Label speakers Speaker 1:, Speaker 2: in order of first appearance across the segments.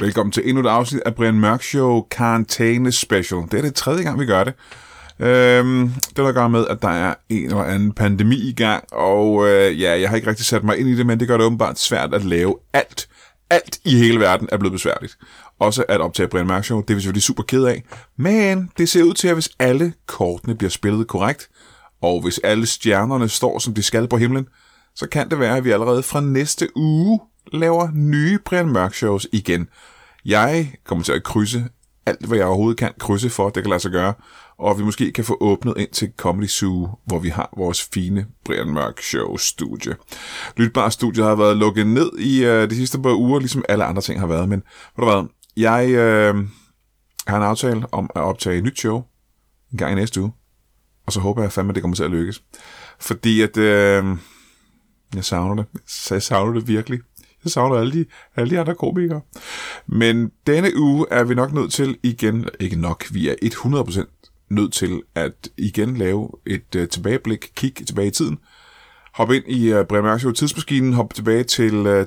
Speaker 1: Velkommen til endnu et afsnit af Brian Mørk Show Karantæne Special. Det er det tredje gang, vi gør det. Øhm, det der gør med, at der er en eller anden pandemi i gang, og øh, ja, jeg har ikke rigtig sat mig ind i det, men det gør det åbenbart svært at lave alt. Alt i hele verden er blevet besværligt. Også at optage Brian Mørk Show, det er vi selvfølgelig super ked af. Men det ser ud til, at hvis alle kortene bliver spillet korrekt, og hvis alle stjernerne står, som de skal på himlen, så kan det være, at vi allerede fra næste uge laver nye Brian Mørk shows igen. Jeg kommer til at krydse alt, hvad jeg overhovedet kan krydse for, det kan lade sig gøre, og vi måske kan få åbnet ind til Comedy Zoo, hvor vi har vores fine Brian Mørk Show studie. Lytbar studie har været lukket ned i øh, de sidste par uger, ligesom alle andre ting har været, men ved du hvad, jeg øh, har en aftale om at optage et nyt show en gang i næste uge, og så håber jeg fandme, at det kommer til at lykkes. Fordi at... Øh, jeg savner det. Så jeg savner det virkelig. Jeg savner alle de, alle de andre komikere. Men denne uge er vi nok nødt til igen, ikke nok, vi er 100% nødt til at igen lave et øh, tilbageblik, kig tilbage i tiden, hoppe ind i øh, Brian Mørk Show tidsmaskinen, hoppe tilbage til øh,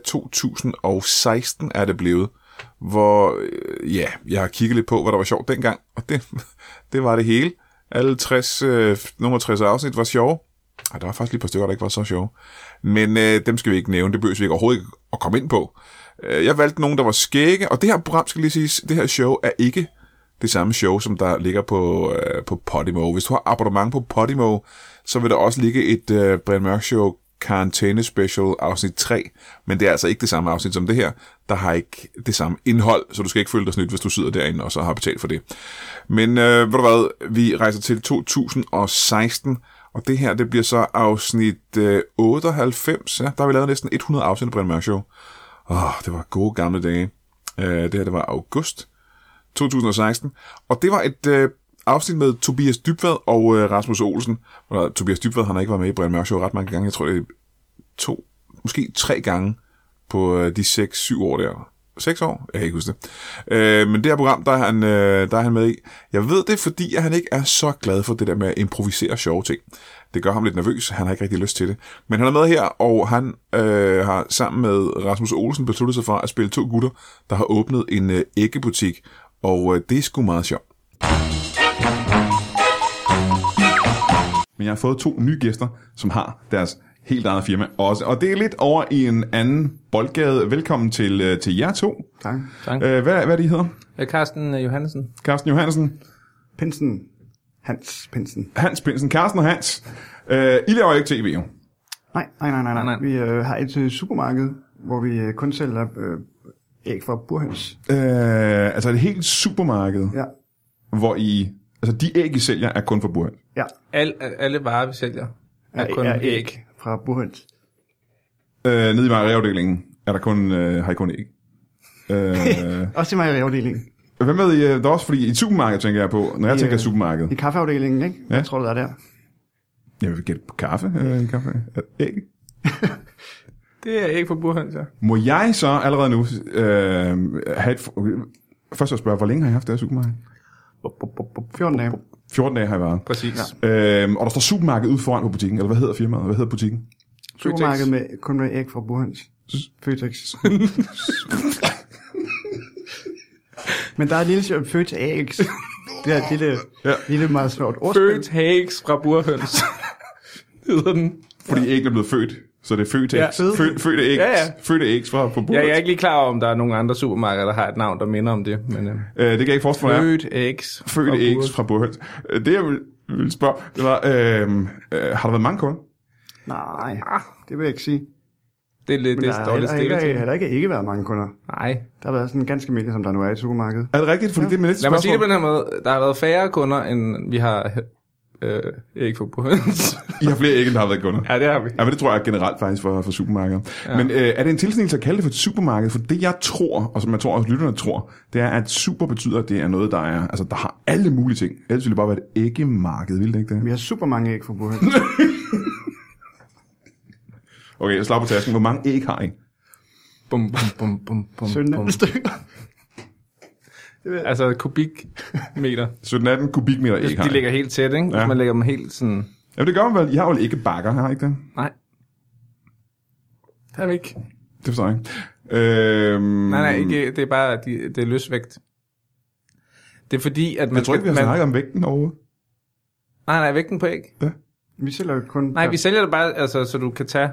Speaker 1: 2016 er det blevet, hvor øh, ja, jeg har kigget lidt på, hvad der var sjovt dengang, og det, det var det hele. Alle 60, øh, nummer 60 afsnit var sjove. Ej, der var faktisk lige et par stykker, der ikke var så sjove. Men øh, dem skal vi ikke nævne, det behøver vi ikke overhovedet ikke at komme ind på. Øh, jeg valgte nogen, der var skægge, og det her program, skal lige siges, det her show er ikke det samme show, som der ligger på, øh, på Podimo. Hvis du har abonnement på Podimo, så vil der også ligge et øh, Brian Mørk Show Karantæne Special afsnit 3, men det er altså ikke det samme afsnit som det her. Der har ikke det samme indhold, så du skal ikke føle dig snydt, hvis du sidder derinde og så har betalt for det. Men øh, ved du hvad, vi rejser til 2016, og det her, det bliver så afsnit øh, 98. Ja, der har vi lavet næsten 100 afsnit af Brian Mørk Show. Åh, det var gode gamle dage. Øh, det her, det var august 2016. Og det var et øh, afsnit med Tobias Dybvad og øh, Rasmus Olsen. Og, Tobias Dybvad, han har ikke været med i Brian Mørk Show ret mange gange. Jeg tror, det er to, måske tre gange på øh, de 6-7 år der. 6 år? Jeg kan ikke huske det. Øh, men det her program, der er, han, øh, der er han med i. Jeg ved det, fordi at han ikke er så glad for det der med at improvisere sjove ting. Det gør ham lidt nervøs. Han har ikke rigtig lyst til det. Men han er med her, og han øh, har sammen med Rasmus Olsen besluttet sig for at spille to gutter, der har åbnet en øh, æggebutik. Og øh, det er sgu meget sjovt. Men jeg har fået to nye gæster, som har deres helt eget firma også. Og det er lidt over i en anden boldgade. Velkommen til, øh, til jer to.
Speaker 2: Tak.
Speaker 1: Øh, hvad, hvad de hedder?
Speaker 3: Øh, Carsten øh, Johansen.
Speaker 1: Carsten Johansen,
Speaker 2: Pinsen. Hans Pinsen.
Speaker 1: Hans Pinsen, Carsten og Hans. Øh, I laver ikke tv, jo.
Speaker 2: Nej, nej, nej, nej. nej.
Speaker 3: Nej, nej.
Speaker 2: Vi øh, har et øh, supermarked, hvor vi øh, kun sælger øh, æg fra burhøns.
Speaker 1: Øh, altså et helt supermarked,
Speaker 2: Ja,
Speaker 1: hvor I... Altså de æg, I sælger, er kun for burhøn.
Speaker 2: ja.
Speaker 3: Al, al- alle varer, vi sælger, er kun
Speaker 2: er
Speaker 3: æg.
Speaker 2: fra burhøns.
Speaker 1: Øh, nede i mejeriafdelingen er der kun, øh, har I kun æg. Øh,
Speaker 2: Også i mejeriafdelingen.
Speaker 1: hvad med i... øh, Der er også fordi i supermarkedet, tænker jeg på. Når jeg
Speaker 2: I,
Speaker 1: tænker
Speaker 2: øh,
Speaker 1: supermarked.
Speaker 2: I kaffeafdelingen, ikke?
Speaker 1: Ja.
Speaker 2: Jeg tror, det er der.
Speaker 1: Jeg vil gætte på kaffe. Øh, kaffe. Øh, Æg.
Speaker 3: Det er æg fra burhøns, ja.
Speaker 1: Må jeg så allerede nu øh, have et... Først at spørge, hvor længe har I haft det her supermarked?
Speaker 2: 14 dage.
Speaker 1: 14 dage har I været.
Speaker 3: Præcis. Ja.
Speaker 1: Øhm, og der står supermarked ude foran på butikken, eller hvad hedder firmaet? Hvad hedder butikken?
Speaker 2: Supermarked med, kun med æg fra burhøns. Føtex. Men der er et lille sjovt Føtex. Det er et lille,
Speaker 1: Ja.
Speaker 2: ja. lille meget sjovt ordspil.
Speaker 3: Født hags fra burhøns. Det hedder den.
Speaker 1: Fordi æggene er blevet født, så det er født æg.
Speaker 3: Ja.
Speaker 1: Født fødte æg.
Speaker 3: Ja, ja.
Speaker 1: Fødte æg fra på bordet.
Speaker 3: Ja, jeg er ikke lige klar over, om der er nogen andre supermarkeder, der har et navn, der minder om det. Men, øh,
Speaker 1: Øh, det kan jeg ikke forestille mig.
Speaker 3: født ægs.
Speaker 1: Fødte
Speaker 3: fra
Speaker 1: æg
Speaker 3: burhøns.
Speaker 1: fra Burhøns. Øh, Det jeg ville, ville spørge, det var, øh, øh, har der været mange kunder?
Speaker 2: Nej, det vil jeg ikke sige.
Speaker 3: Det er lidt,
Speaker 2: Men
Speaker 3: det
Speaker 2: der
Speaker 3: står
Speaker 2: har
Speaker 3: lidt
Speaker 2: heller,
Speaker 3: stille
Speaker 2: ikke,
Speaker 3: til.
Speaker 2: heller ikke ikke været mange kunder.
Speaker 3: Nej.
Speaker 2: Der har været sådan ganske mindre, som der nu er i supermarkedet.
Speaker 1: Er det rigtigt? Fordi ja. det er min næste
Speaker 3: Lad mig sige det på
Speaker 1: spørgsmål.
Speaker 3: den her måde. Der har været færre kunder, end vi har øh, æg fra burhøns.
Speaker 1: I har flere æg, end der har været kunder.
Speaker 3: ja, det har vi.
Speaker 1: Ja, men det tror jeg generelt faktisk for, for supermarkeder. Ja. Men øh, er det en tilsnigelse at kalde det for et supermarked? For det jeg tror, og som jeg tror også lytterne tror, det er, at super betyder, at det er noget, der er, altså, der har alle mulige ting. Ellers ville det bare være et æggemarked, ville det ikke det?
Speaker 2: Vi har super mange æg fra burhøns.
Speaker 1: Okay, jeg slapper på tasken. Hvor mange æg har I?
Speaker 3: Bum, bum, bum, bum, bum,
Speaker 2: 17
Speaker 3: bum.
Speaker 2: stykker.
Speaker 3: Altså kubikmeter.
Speaker 1: 17-18 kubikmeter æg har
Speaker 3: De
Speaker 1: I.
Speaker 3: ligger helt tæt, ikke? Hvis
Speaker 1: Ja.
Speaker 3: man lægger dem helt sådan...
Speaker 1: Jamen det gør man vel. I har jo ikke bakker, har I ikke det?
Speaker 3: Nej. Det har vi ikke.
Speaker 1: Det forstår jeg ikke. Øhm,
Speaker 3: Nej, nej, ikke, det er bare, de, det er løsvægt. Det er fordi, at man...
Speaker 1: Jeg tror ikke, vi har
Speaker 3: man,
Speaker 1: snakket om vægten overhovedet.
Speaker 3: Nej, nej, vægten på æg.
Speaker 2: Vi sælger jo kun...
Speaker 3: Nej, vi sælger det bare, altså, så du kan tage,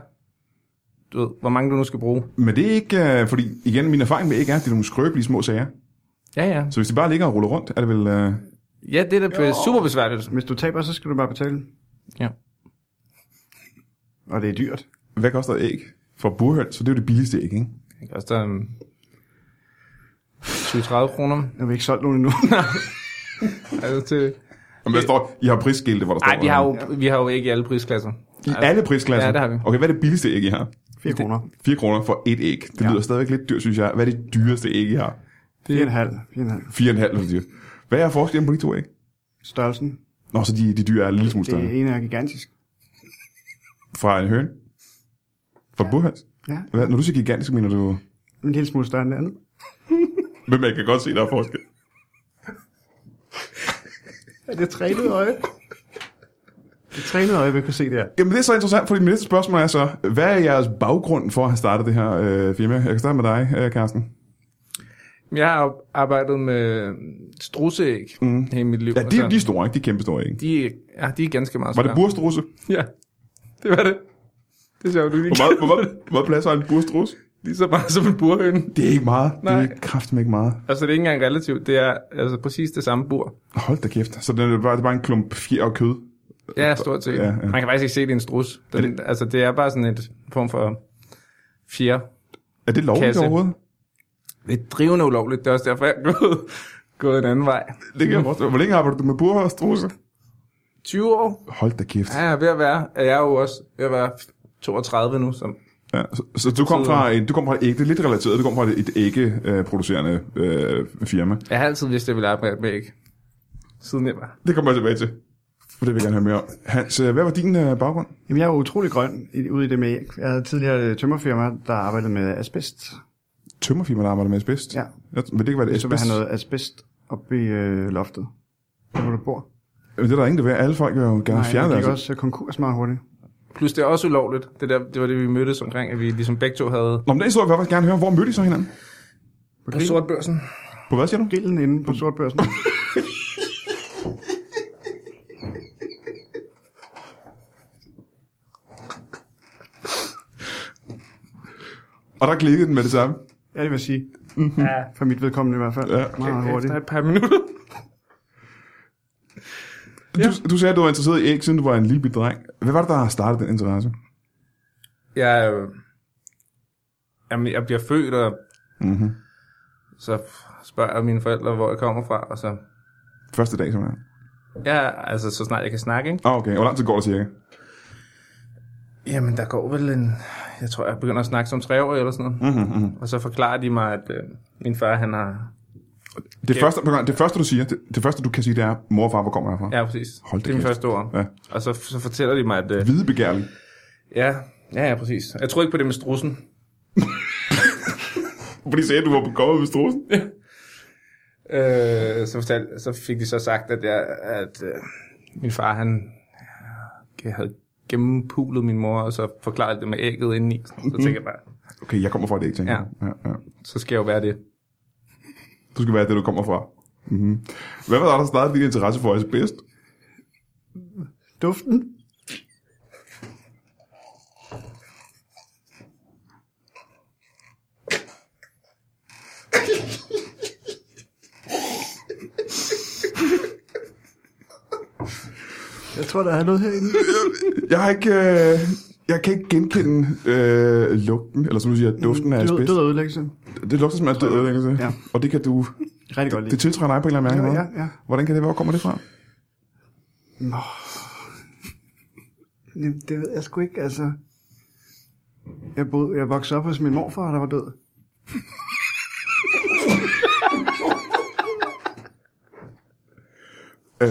Speaker 3: du ved, hvor mange du nu skal bruge.
Speaker 1: Men det er ikke, øh, fordi igen, min erfaring med ikke er, at det er nogle skrøbelige små sager.
Speaker 3: Ja, ja.
Speaker 1: Så hvis de bare ligger og ruller rundt, er det vel... Øh,
Speaker 3: Ja, det er da super besværligt.
Speaker 2: Hvis du taber, så skal du bare betale.
Speaker 3: Ja.
Speaker 2: Og det er dyrt.
Speaker 1: hvad koster et æg for burhøl? Så det er jo det billigste æg, ikke?
Speaker 3: Det koster um, 20-30 kroner.
Speaker 2: Jeg har vi ikke solgt nogen endnu.
Speaker 3: Altså til,
Speaker 1: Jamen, hvad står, I har prisskilte, hvor der står...
Speaker 3: ej, vi har, jo, vi har jo ikke i alle prisklasser.
Speaker 1: I alle prisklasser?
Speaker 3: Altså, Ja, det har vi.
Speaker 1: Okay, hvad er det billigste æg, I har?
Speaker 2: 4 kroner.
Speaker 1: 4 kroner for et æg. Det ja. lyder stadigvæk lidt dyrt, synes jeg. Hvad er det dyreste æg, I har?
Speaker 2: 4,5. 4,5.
Speaker 1: 4,5 for dyrt. Hvad er forskellen på de to æg?
Speaker 2: Størrelsen.
Speaker 1: Nå, så de, de dyre er en lille smule
Speaker 2: Det
Speaker 1: større.
Speaker 2: ene er gigantisk.
Speaker 1: Fra en høne? Fra ja. burhøns?
Speaker 2: Ja,
Speaker 1: Hvad, når du siger gigantisk, mener du...
Speaker 2: en lille smule større end det andet.
Speaker 1: Men man kan godt se, der er forskel.
Speaker 2: Er det trænet øje? Det trænede øje, vi kunne se der.
Speaker 1: Jamen det er så interessant, fordi mit næste spørgsmål er så, hvad er jeres baggrund for at have startet det her øh, firma? Jeg kan starte med dig, øh, Carsten.
Speaker 3: Jeg har arbejdet med strusseæg mm. hele mit liv.
Speaker 1: Ja, de,
Speaker 3: og
Speaker 1: de er store, ikke? De er kæmpe store, ikke?
Speaker 3: de, ja, de er ganske meget
Speaker 1: Var det
Speaker 3: svære.
Speaker 1: burstrusse?
Speaker 3: Ja, det var det. Det er sjovt, du lige
Speaker 1: Hvor meget, hvor, meget, hvor meget plads har en burstrusse?
Speaker 3: lige så meget som en burhøne.
Speaker 1: Det er ikke meget. Nej. Det er
Speaker 3: Nej.
Speaker 1: kraftigt ikke meget.
Speaker 3: Altså, det er ikke engang relativt. Det er altså præcis det samme bur.
Speaker 1: Hold da kæft. Så det er bare, det er bare en klump fjer og kød.
Speaker 3: Ja, stort set.
Speaker 1: Ja,
Speaker 3: Ja,
Speaker 1: ja.
Speaker 3: ja. Man kan faktisk ikke se, det er en strus. Den, det? Altså, det er bare sådan en form for fjer.
Speaker 1: Er det lovligt
Speaker 3: Kasse.
Speaker 1: overhovedet?
Speaker 3: Det er drivende ulovligt. Det er også derfor, jeg er gået, gået en anden vej.
Speaker 1: Det kan jeg forstå. Hvor længe arbejder du med burstrusse?
Speaker 3: 20 år?
Speaker 1: Hold da kæft.
Speaker 3: Ja, jeg er ved at være. Jeg er jo også ved at være 32 nu. Så.
Speaker 1: Ja, så, så du kom
Speaker 3: Så-
Speaker 1: fra en, du kom fra et æg, det er lidt relateret, du kom fra et, et æggeproducerende øh, firma.
Speaker 3: Jeg har altid vidst, at jeg ville arbejde med æg. Siden jeg var.
Speaker 1: Det kommer jeg tilbage til, for det vil jeg gerne høre mere om. Hans, øh, hvad var din øh, baggrund?
Speaker 2: Jamen, jeg er utrolig grøn i- ude i det med æg. Jeg havde tidligere et tømmerfirma, der arbejdede med asbest.
Speaker 1: tømmerfirma, der arbejder med asbest?
Speaker 2: Ja.
Speaker 1: Jeg, men det kan være det
Speaker 2: Så vil
Speaker 1: asbest.
Speaker 2: han noget asbest op i øh, loftet, der hvor du bor.
Speaker 1: Men det er der ingen, der vil. Alle folk vil jo gerne
Speaker 2: Nej,
Speaker 1: fjerne
Speaker 2: jeg
Speaker 1: det.
Speaker 2: gik
Speaker 1: Altså.
Speaker 2: også øh, konkurs meget hurtigt.
Speaker 3: Plus, det er også ulovligt. Det, der, det var det, vi mødtes omkring, at vi ligesom begge to havde...
Speaker 1: Nå, men det så jeg faktisk gerne høre. Hvor mødte I så hinanden?
Speaker 3: På sortbørsen.
Speaker 1: På hvad siger du?
Speaker 2: Grillen inde på sortbørsen.
Speaker 1: Og der klikkede den med det samme.
Speaker 2: Ja, det vil jeg sige.
Speaker 3: Mhm. Ja,
Speaker 2: For mit vedkommende i hvert fald.
Speaker 1: Ja.
Speaker 2: Meget hurtigt.
Speaker 3: efter et par minutter.
Speaker 1: Du, du sagde, at du var interesseret i æg, siden du var en lille bit dreng. Hvad var det, der startede den interesse?
Speaker 3: Jeg, øh, jamen, jeg bliver født, og
Speaker 1: Mm-hmm.
Speaker 3: så spørger jeg mine forældre, hvor jeg kommer fra, og så...
Speaker 1: Første dag, simpelthen.
Speaker 3: Ja, altså, så snart jeg kan snakke, ikke?
Speaker 1: Ah, okay. Hvor lang tid går det cirka?
Speaker 3: Jamen, der går vel en... Jeg tror, jeg begynder at snakke som treårig eller sådan noget.
Speaker 1: Mm-hmm, mm-hmm.
Speaker 3: Og så forklarer de mig, at øh, min far, han har...
Speaker 1: Det, første, det første, du siger, det, det første, du kan sige, det er, mor og far, hvor kommer jeg fra?
Speaker 3: Ja, præcis.
Speaker 1: Hold da
Speaker 3: det er min
Speaker 1: kæft.
Speaker 3: første ord.
Speaker 1: Ja.
Speaker 3: Og så, så fortæller de mig, at... Øh,
Speaker 1: Hvide begærlig.
Speaker 3: ja, ja, ja, præcis. Jeg tror ikke på det med strussen.
Speaker 1: Fordi sagde, at du var på gårde ved Strusen.
Speaker 3: Øh, så, fortalte, så fik de så sagt, at, jeg, at øh, min far, han øh, havde gennempulet min mor, og så forklarede det med ægget indeni. Så tænkte jeg bare,
Speaker 1: Okay, jeg kommer fra et æg, tænker
Speaker 3: Ja.
Speaker 1: jeg. Ja, ja.
Speaker 3: så skal jeg jo være det.
Speaker 1: Du skal være det, du kommer fra. Mm-hmm. Hvad var der, der startede din interesse for asbest?
Speaker 2: Duften. Jeg tror, der er noget herinde.
Speaker 1: Jeg har ikke... Øh, jeg kan ikke genkende øh, lugten, eller som du siger, duften af
Speaker 2: Død,
Speaker 1: asbest.
Speaker 2: død og ødelæggelse.
Speaker 1: Det lugter som af død ødelæggelse.
Speaker 2: Ja.
Speaker 1: Og det kan du...
Speaker 2: Rigtig godt
Speaker 1: Det
Speaker 2: lige.
Speaker 1: tiltræder dig på en eller anden mærkelig
Speaker 2: Ja,
Speaker 1: måde.
Speaker 2: ja, ja.
Speaker 1: Hvordan kan det være? Hvor kommer det fra?
Speaker 2: Jamen, Det ved jeg sgu ikke, altså. Jeg, boede, jeg voksede op hos min morfar, der var død.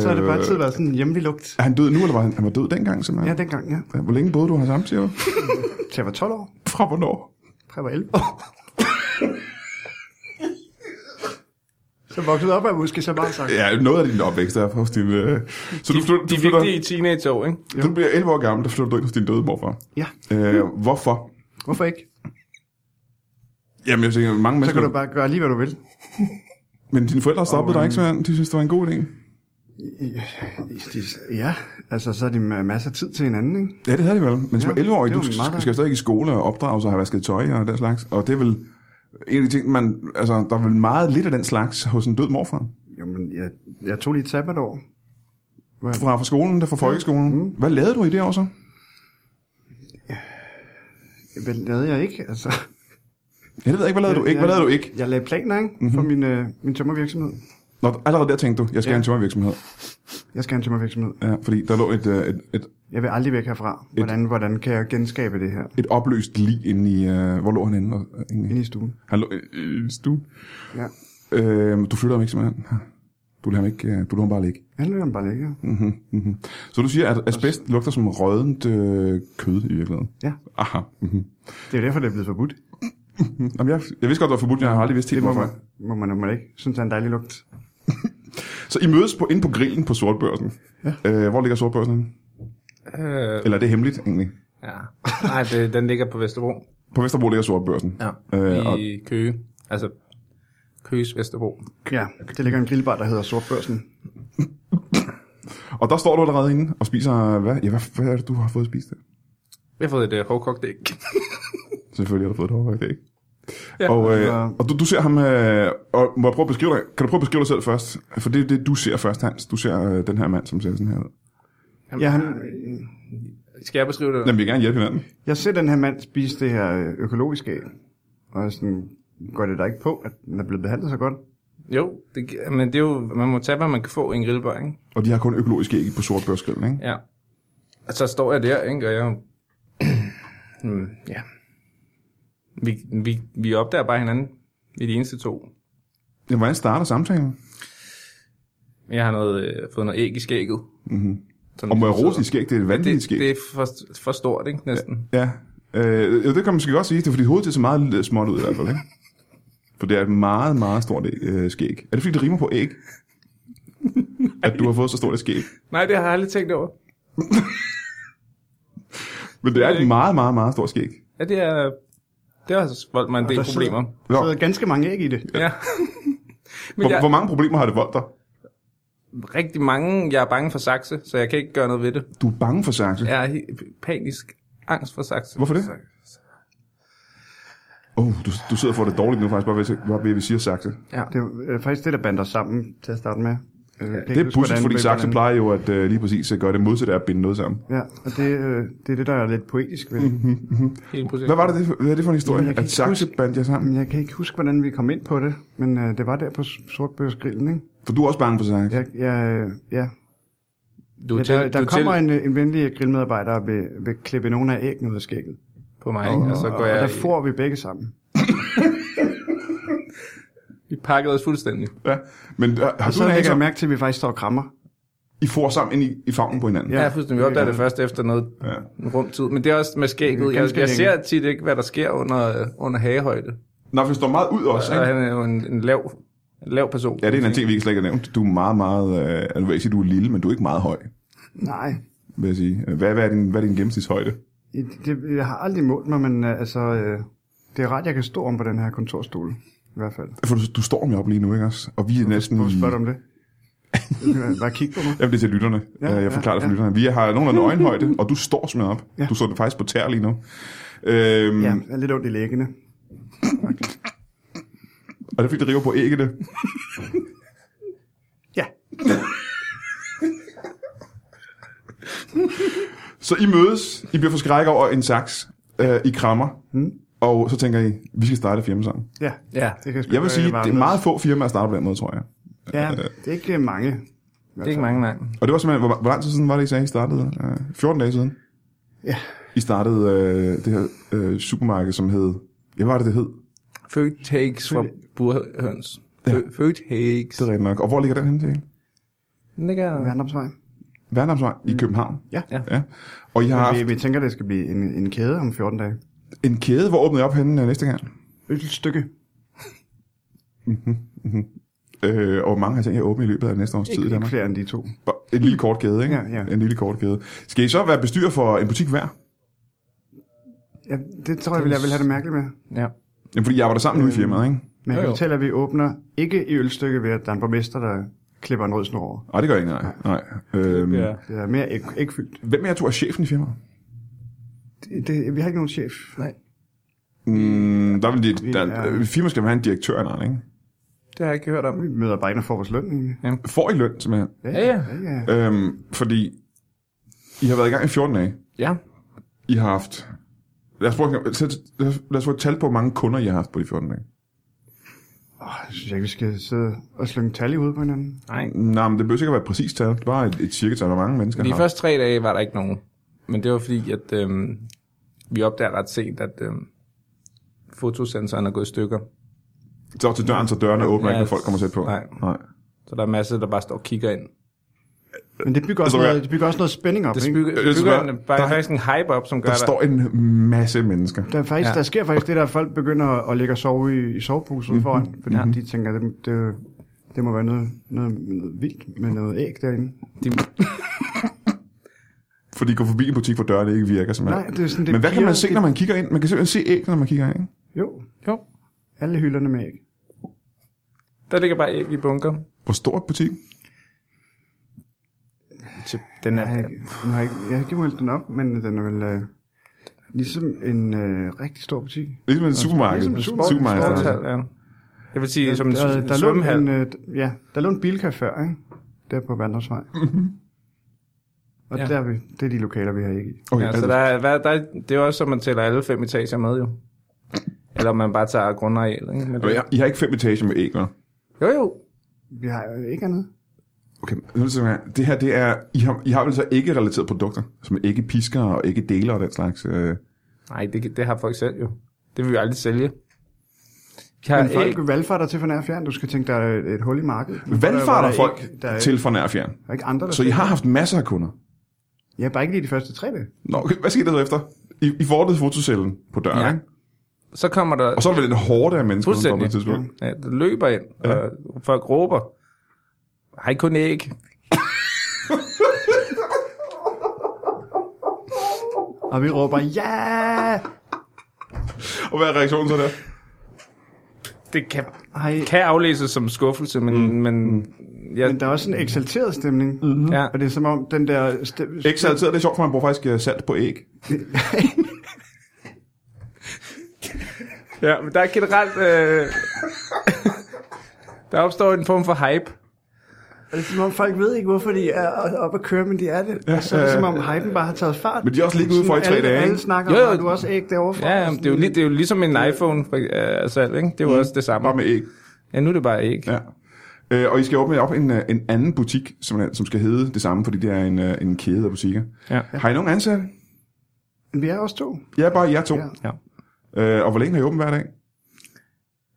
Speaker 2: Så har det bare altid været sådan en hjemlig lugt.
Speaker 1: Øh, Er han død nu, eller var han, han var død dengang, simpelthen?
Speaker 2: Ja, dengang, ja.
Speaker 1: Hvor længe boede du her sammen, siger du?
Speaker 2: Til jeg var 12 år.
Speaker 1: Fra hvornår?
Speaker 2: Fra jeg var 11 år. så voksede op er jeg måske så bare sagt.
Speaker 1: Ja, noget af din opvækst er hos din... Øh... Så du, flytter, du,
Speaker 3: De fik
Speaker 1: flytter,
Speaker 3: det i teenageår, ikke?
Speaker 1: du bliver 11 år gammel, der Øh, flytter du ind hos din døde morfar.
Speaker 2: Ja,
Speaker 1: Øh, hvorfor?
Speaker 2: hvorfor ikke?
Speaker 1: Jamen, jeg tænker, mange
Speaker 2: Så
Speaker 1: mennesker...
Speaker 2: kan du øh, bare gøre lige, hvad du vil.
Speaker 1: Men dine forældre stoppede dig ikke, Svend? De synes, det var en god idé.
Speaker 2: Ja, altså så er det ma- masser af tid til hinanden, ikke?
Speaker 1: Ja, det havde de vel. Men som
Speaker 2: Ja,
Speaker 1: 11 år,
Speaker 2: det
Speaker 1: du
Speaker 2: var min meget
Speaker 1: skal,
Speaker 2: der.
Speaker 1: skal stadig i skole og opdrage sig og have vasket tøj og den slags. Og det er vel en af de ting, man... Altså, der er vel meget lidt af den slags hos en død morfar.
Speaker 2: Jamen, jeg, jeg tog lige et sabbatår.
Speaker 1: Fra, fra skolen, der fra folkeskolen. Mm. Hvad lavede du i det år så?
Speaker 2: Hvad lavede jeg ikke? Altså,
Speaker 1: Ja, det ved jeg ikke. Hvad lavede du ikke? Hvad lavede du ikke? Mhm.
Speaker 2: Jeg lagde planer, ikke? For min, øh, min tømmervirksomhed.
Speaker 1: Nå, allerede der tænkte du, jeg skal ja. have en tømmervirksomhed.
Speaker 2: Jeg skal have en tømmervirksomhed.
Speaker 1: Ja, fordi der lå et, øh, et, et,
Speaker 2: Jeg vil aldrig væk herfra. Hvordan, hvordan kan jeg genskabe det her
Speaker 1: et opløst lig inde i... Øh, hvor lå han inde? Og-
Speaker 2: inde
Speaker 1: egentlig?
Speaker 2: i stuen?
Speaker 1: Han lå øh, i stuen.
Speaker 2: Ja.
Speaker 1: Øh, du flytter ham ikke simpelthen. Du lader ham, ikke, øh, du lader ham bare ligge.
Speaker 2: Han løber bare ligge.
Speaker 1: Mm-hmm, mm-hmm. Så du siger, at asbest lugter som rådent øh, kød i virkeligheden?
Speaker 2: Ja.
Speaker 1: Aha. Mm-hmm.
Speaker 2: Det er jo derfor, det er blevet forbudt.
Speaker 1: Jamen, jeg, jeg vidste godt, det var forbudt, men jeg har aldrig vidst helt,
Speaker 2: Det må
Speaker 1: hvorfor.
Speaker 2: man, må man, må man ikke. Synes, det er en dejlig lugt.
Speaker 1: Så I mødes på, inde på grillen på Sortbørsen. Ja. Øh, hvor ligger Sortbørsen? henne?
Speaker 3: Øh,
Speaker 1: Eller er det hemmeligt, egentlig?
Speaker 3: ja. Nej, det, den ligger på Vesterbro.
Speaker 1: På Vesterbro ligger Sortbørsen.
Speaker 3: Ja.
Speaker 1: Øh, og,
Speaker 3: I Køge. Altså, Køges Vesterbro.
Speaker 2: Ja, det ligger en grillbar, der hedder Sortbørsen.
Speaker 1: og der står du allerede inde og spiser... Hvad, ja, hvad, hvad er det, du har fået at spise der?
Speaker 3: Vi har fået et uh, hårdkogt æg.
Speaker 1: Selvfølgelig har du fået et hårdkogt æg.
Speaker 3: Ja.
Speaker 1: og, øh,
Speaker 2: Ja.
Speaker 1: og du, du ser ham, øh, og må jeg prøve at beskrive dig, kan du prøve at beskrive dig selv først? For det er det, du ser først, Hans. Du ser øh, den her mand, som ser sådan her ud.
Speaker 2: Ja, han,
Speaker 3: Skal jeg beskrive det?
Speaker 1: Jamen, vi vil gerne hjælpe hinanden.
Speaker 2: jeg ser den her mand spise det her øh, økologiske æg. Og jeg er sådan, går det da ikke på, at den er blevet behandlet så godt?
Speaker 3: Jo, det, gi- men det er jo, man må tage, hvad man kan få i en grillbar, ikke?
Speaker 1: Og de har kun økologiske æg på sortbørsgrillen, ikke?
Speaker 3: Ja. Og så står jeg der, ikke? Og jeg... er jo- Hmm, ja. Vi, vi, vi opdager bare hinanden. Vi er de eneste to.
Speaker 1: Jamen, hvordan starter samtalen?
Speaker 3: Jeg har noget, øh, fået noget æg i skægget. Mm-hmm.
Speaker 1: Og må jeg rose dit skæg? Det er et vanvittigt
Speaker 3: det,
Speaker 1: skæg.
Speaker 3: det er for, for stort, ikke? Næsten.
Speaker 1: Ja. Øh, ja, det kan man måske godt sige. Det er fordi hovedet ser meget småt ud i hvert fald, ikke? For det er et meget, meget stort æg, øh, skæg. Er det fordi, det rimer på æg? at du har fået så stort et skæg.
Speaker 3: Nej, det har jeg aldrig tænkt over.
Speaker 1: Men det er et meget, meget, meget stort skæg.
Speaker 3: Ja, det er... Det har voldt mig en del
Speaker 2: der
Speaker 3: problemer.
Speaker 2: Sidder, sidder ganske mange æg i det.
Speaker 3: Ja. Men
Speaker 1: Hvor,
Speaker 3: jeg,
Speaker 1: hvor mange problemer har det voldt dig?
Speaker 3: rigtig mange, jeg er bange for sakse, så jeg kan ikke gøre noget ved det.
Speaker 1: Du er bange for sakse.
Speaker 3: Jeg er he- panisk angst for sakse.
Speaker 1: Hvorfor det? Oh, du, du sidder og får det dårligt nu faktisk, bare ved, bare ved at vi siger sakse.
Speaker 3: Ja.
Speaker 2: Det er øh, faktisk det, der bander sammen til at starte med. Øh, ja,
Speaker 1: Det er pudsigt, fordi sakse plejer jo at øh, lige præcis at gøre det modsatte af at binde noget sammen.
Speaker 2: Ja, og det, øh, det er det, der er lidt poetisk ved det.
Speaker 3: Hele projektet.
Speaker 1: Mhm, Hvad var det, det- hvad er det for en historie?
Speaker 2: Jamen, jeg kan
Speaker 1: at
Speaker 2: ikke
Speaker 1: sakse bandt jer sammen?
Speaker 2: Jeg kan ikke huske, hvordan vi kom ind på det, men øh, det var der på S- Sortbørsgrillen, ikke?
Speaker 1: For du er også bange for sakse?
Speaker 2: Jeg, jeg, øh, ja.
Speaker 3: Du
Speaker 2: ja
Speaker 3: er til,
Speaker 2: der,
Speaker 3: du
Speaker 2: der
Speaker 3: er til
Speaker 2: kommer en, øh, en venlig grillmedarbejder og vil, vil klippe nogle af æggene ud af skægget.
Speaker 3: på mig, ikke? og så
Speaker 2: Og,
Speaker 3: går
Speaker 2: og
Speaker 3: jeg...
Speaker 2: der får vi begge sammen.
Speaker 3: Vi pakkede os fuldstændig.
Speaker 1: Ja. Men øh, har
Speaker 2: Og
Speaker 1: du
Speaker 2: så lægger jeg
Speaker 1: ikke
Speaker 2: mærke til, at vi faktisk står og krammer.
Speaker 1: I får sammen ind i, i favnen på hinanden?
Speaker 3: Ja, ja fuldstændig. Vi opdagede det først efter noget
Speaker 1: Ja.
Speaker 3: ja. rumtid. Men det er også med skægget.
Speaker 2: Det er
Speaker 3: Jeg,
Speaker 2: ganske
Speaker 3: jeg
Speaker 2: længe.
Speaker 3: ser tit ikke, hvad der sker under, under hagehøjde.
Speaker 1: Nå, for det står meget ud også,
Speaker 3: Så
Speaker 1: ikke?
Speaker 3: han er jo en, en lav, en lav person.
Speaker 1: Ja, det er en anden ting, vi ikke slet ikke har nævnt. Du er meget, meget... Øh, altså, jeg vil ikke sige, du er lille, men du er ikke meget høj,
Speaker 2: Nej,
Speaker 1: vil jeg sige. Hvad, hvad, er, din, hvad er din gennemsnitshøjde?
Speaker 2: det, det, jeg har aldrig målt mig, men øh, altså, øh, det er ret, jeg kan stå om på den her kontorstol. I hvert fald.
Speaker 1: For du, du står mig op lige nu, ikke også? Og vi er næsten...
Speaker 2: Hvorfor
Speaker 1: i-
Speaker 2: spørger du om det? Du kan bare kigge på mig.
Speaker 1: Jamen, det er til lytterne. Ja,
Speaker 2: Ja,
Speaker 1: jeg
Speaker 2: ja,
Speaker 1: forklarer det for
Speaker 2: ja.
Speaker 1: lytterne. Vi har nogen af øjenhøjde, og du står smidt op. Ja.
Speaker 2: Ja.
Speaker 1: Du står faktisk på tær lige nu. Øhm,
Speaker 2: Ja,
Speaker 1: ja.
Speaker 2: jeg er lidt ondt i læggene.
Speaker 1: Og det er fordi, det river på æggene.
Speaker 2: Ja.
Speaker 1: Så I mødes, I bliver forskrækket over en saks, øh, I krammer, mm. og så tænker I, vi skal starte et firma sammen.
Speaker 2: Ja,
Speaker 3: Ja.
Speaker 2: det kan sgu
Speaker 1: Jeg vil
Speaker 2: ikke
Speaker 1: sige,
Speaker 2: være
Speaker 1: det er
Speaker 2: anderledes.
Speaker 1: meget få firmaer, der starter på den måde, tror jeg.
Speaker 2: Ja, det er ikke øh, mange.
Speaker 3: Det er ikke mange, nej.
Speaker 1: Og det var simpelthen, hvor, hvor lang tid siden var det, I sagde, I startede? Øh, 14 dage siden?
Speaker 2: Ja.
Speaker 1: I startede øh, det her øh, supermarked, som hed... Ja, hvad var det, det hed?
Speaker 3: Født takes fra burhøns. Født takes.
Speaker 1: Det er rigtigt nok. Og hvor ligger den henne til?
Speaker 3: Den ligger...
Speaker 2: Verdensomsvej.
Speaker 1: Værnamsvej i København.
Speaker 2: Mm. Ja.
Speaker 3: Ja.
Speaker 1: ja. Og I har
Speaker 2: Vi,
Speaker 1: haft
Speaker 2: vi tænker, det skal blive en, en kæde om 14 dage.
Speaker 1: en kæde, hvor åbner I op henne øh, næste gang?
Speaker 2: Et stykke.
Speaker 1: Mm-hmm, Øh, og hvor mange har tænkt jer at åbne i løbet af næste års tid i
Speaker 2: Ikke
Speaker 1: Danmark?
Speaker 2: flere end de to.
Speaker 1: Bare En lille kort kæde, ikke?
Speaker 2: Ja, ja.
Speaker 1: En lille kort kæde. Skal I så være bestyrer for en butik hver?
Speaker 2: Ja, Øh. det tror jeg, vil jeg vil have det mærkeligt med.
Speaker 3: Ja.
Speaker 1: Jamen, fordi jeg var der sammen nu i firmaet, ikke?
Speaker 2: Men
Speaker 3: Jo, jo.
Speaker 2: jo, jo. at vi åbner ikke i ølstykket ved, at der er en borgmester, der klipper en rød snor over.
Speaker 1: Nej, det gør jeg ikke, nej. nej. Øhm,
Speaker 3: Ja.
Speaker 2: Det er mere ikke, ikke fyldt.
Speaker 1: Hvem er jeg to er chefen i firmaet?
Speaker 2: Det, det, vi har ikke nogen chef.
Speaker 3: Nej,
Speaker 1: Mm, der vil de,
Speaker 2: Vi
Speaker 1: der,
Speaker 2: er-
Speaker 1: øh, firmaet skal have en direktør eller andet, ikke?
Speaker 3: det har jeg ikke hørt om.
Speaker 2: Vi møder bare ind og får vores løn egentlig.
Speaker 1: Får I løn, simpelthen?
Speaker 3: Ja, ja.
Speaker 2: ja.
Speaker 1: Øhm, fordi I har været i gang i 14 dage.
Speaker 3: Ja,
Speaker 1: I har haft... Lad os, prøve, lad, os, lad, os, lad os få et tal på, hvor mange kunder I har haft på de 14 dage.
Speaker 2: Åh, jeg synes ikke, vi skal sidde og slynge tal i hovedet på hinanden.
Speaker 3: nej.
Speaker 1: Nej, men det behøver ikke at være et præcist tal. Det var et, et cirka tal, hvor mange mennesker
Speaker 3: De
Speaker 1: har.
Speaker 3: første tre dage var der ikke nogen. Men det var fordi, at øhm, vi opdager ret sent, at øhm, fotosensoren er gået i stykker.
Speaker 1: Så til døren, så dørene åbner
Speaker 3: Ja,
Speaker 1: ikke, når folk kommer tæt på.
Speaker 3: nej.
Speaker 1: nej.
Speaker 3: Så der er masser, der bare står og kigger ind.
Speaker 2: Men det bygger også,
Speaker 1: Altså,
Speaker 2: noget, det bygger også noget spænding op,
Speaker 3: Det
Speaker 2: ikke?
Speaker 3: bygger,
Speaker 1: Jeg synes
Speaker 3: bygger
Speaker 1: bare,
Speaker 3: en, bare,
Speaker 1: der-
Speaker 3: der, faktisk en hype op, som gør,
Speaker 1: Der
Speaker 3: at
Speaker 1: står en masse mennesker.
Speaker 2: Der, er faktisk,
Speaker 3: Ja.
Speaker 2: ja. der sker faktisk det, der at folk begynder at, at ligge og sove i, i soveposen
Speaker 1: Mhm.
Speaker 2: mm-hmm. foran, fordi mm-hmm. de tænker, det, det, det må være noget, noget, noget vildt med noget æg derinde.
Speaker 3: de,
Speaker 1: Fordi gå forbi en butik, hvor dørene ikke virker. Simpelthen.
Speaker 2: Nej, det er sådan, det
Speaker 1: Men hvad kan
Speaker 2: piger-
Speaker 1: man se, når man kigger ind? Man kan simpelthen se æg, når man kigger ind. ikke?
Speaker 2: Jo,
Speaker 3: jo,
Speaker 2: alle hylderne med æg.
Speaker 3: der ligger bare æg i bunker.
Speaker 1: Hvor stor er butikken?
Speaker 3: Til- Den
Speaker 2: Jeg har
Speaker 3: er,
Speaker 2: ikke, nu har jeg, ikke, jeg har ikke målt den op, men den er vel øh, ligesom en øh, rigtig stor butik.
Speaker 1: Ligesom et supermarked.
Speaker 2: Ligesom et supermarked.
Speaker 1: supermarked.
Speaker 2: Ja,
Speaker 1: altså.
Speaker 3: Overtal, ja. Jeg vil sige, som en
Speaker 2: der,
Speaker 3: s-
Speaker 2: der, lå
Speaker 3: svømmehal.
Speaker 2: en, øh, d- ja, der lå en bilka før, ikke? Der på Vandresvej. Og
Speaker 3: Ja.
Speaker 2: ja. der er vi, det er de lokaler, vi har ikke i.
Speaker 1: Okay,
Speaker 3: Ja, så
Speaker 1: altså,
Speaker 3: der, er- hvad- der, er- det er jo også, som man tæller alle fem etager med, jo. Eller om man bare tager grundareal, ikke? Men det,
Speaker 1: I- I har ikke fem etager med æg, hva'?
Speaker 3: jo, jo.
Speaker 2: Vi har jo ikke andet.
Speaker 1: Okay, nu er det sådan her. det her, det er, I har, I har vel så ikke relaterede produkter, som ikke pisker og ikke deler og den slags. Øh.
Speaker 3: Nej, det, det har folk selv jo. Det vil vi aldrig sælge. Vi har
Speaker 2: Men
Speaker 3: æg.
Speaker 2: folk valgfarter til for nær og fjern. Du skal tænke, der er et hul i markedet. Hvor der- hvor der
Speaker 1: Vandfarter
Speaker 2: er
Speaker 1: folk
Speaker 2: ikke- der er
Speaker 1: til
Speaker 2: Ikke,
Speaker 1: for nær og fjern.
Speaker 2: der er ikke andre, der
Speaker 1: Så I
Speaker 2: skal-
Speaker 1: har haft masser af kunder.
Speaker 2: Ja, bare ikke lige de første tre dage.
Speaker 1: Nå, okay, hvad skete der så efter? I, I fortede fotocellen på døren,
Speaker 3: Ja.
Speaker 1: ja. ikke?
Speaker 3: Så kommer der...
Speaker 1: Og så er det vel en hårde af mennesker, der kom på et
Speaker 3: Fuldstændig.
Speaker 1: tidspunkt.
Speaker 3: Ja, der løber ind, ja. og folk råber. Har I kun æg?
Speaker 2: Og vi råber, ja!
Speaker 1: Og hvad er reaktionen så der?
Speaker 3: Det kan,
Speaker 2: Ej,
Speaker 3: kan aflæses som skuffelse, men... Mm. men jeg,
Speaker 2: men der er også en eksalteret stemning. Mm-hmm.
Speaker 3: ja,
Speaker 2: Og det er som om den der... Stem-
Speaker 1: Ikke så altid, det er sjovt, for man bruger faktisk øh, salt på æg.
Speaker 3: ja, men der er generelt... Øh, der opstår en form for hype.
Speaker 2: Og det er som om folk ved ikke, hvorfor de er oppe at køre, men de er det. Ja, og så er det som om hypen bare har taget fart.
Speaker 1: Men de er også lige ude for i
Speaker 2: Sådan,
Speaker 1: tre
Speaker 2: alle,
Speaker 1: dage,
Speaker 2: Alle
Speaker 1: ikke?
Speaker 2: snakker
Speaker 3: Jo, jo.
Speaker 2: jo, jo. du er også æg derovre fra.
Speaker 3: Ja, ja, men det er jo, li- det er jo ligesom en iPhone for, øh, salg, ikke? Det er jo mm. også det samme.
Speaker 1: Bare med æg.
Speaker 3: Ja, nu er det bare æg.
Speaker 1: Ja. Øh, og I skal åbne op en, øh, en anden butik, som, øh, som skal hedde det samme, fordi det er en, øh, en kæde af butikker.
Speaker 3: Ja.
Speaker 1: Har I nogen ansatte?
Speaker 2: Men vi er også to.
Speaker 1: Ja, bare jer to.
Speaker 2: Ja.
Speaker 3: Ja.
Speaker 1: Øh, og hvor længe har I åbent hver dag?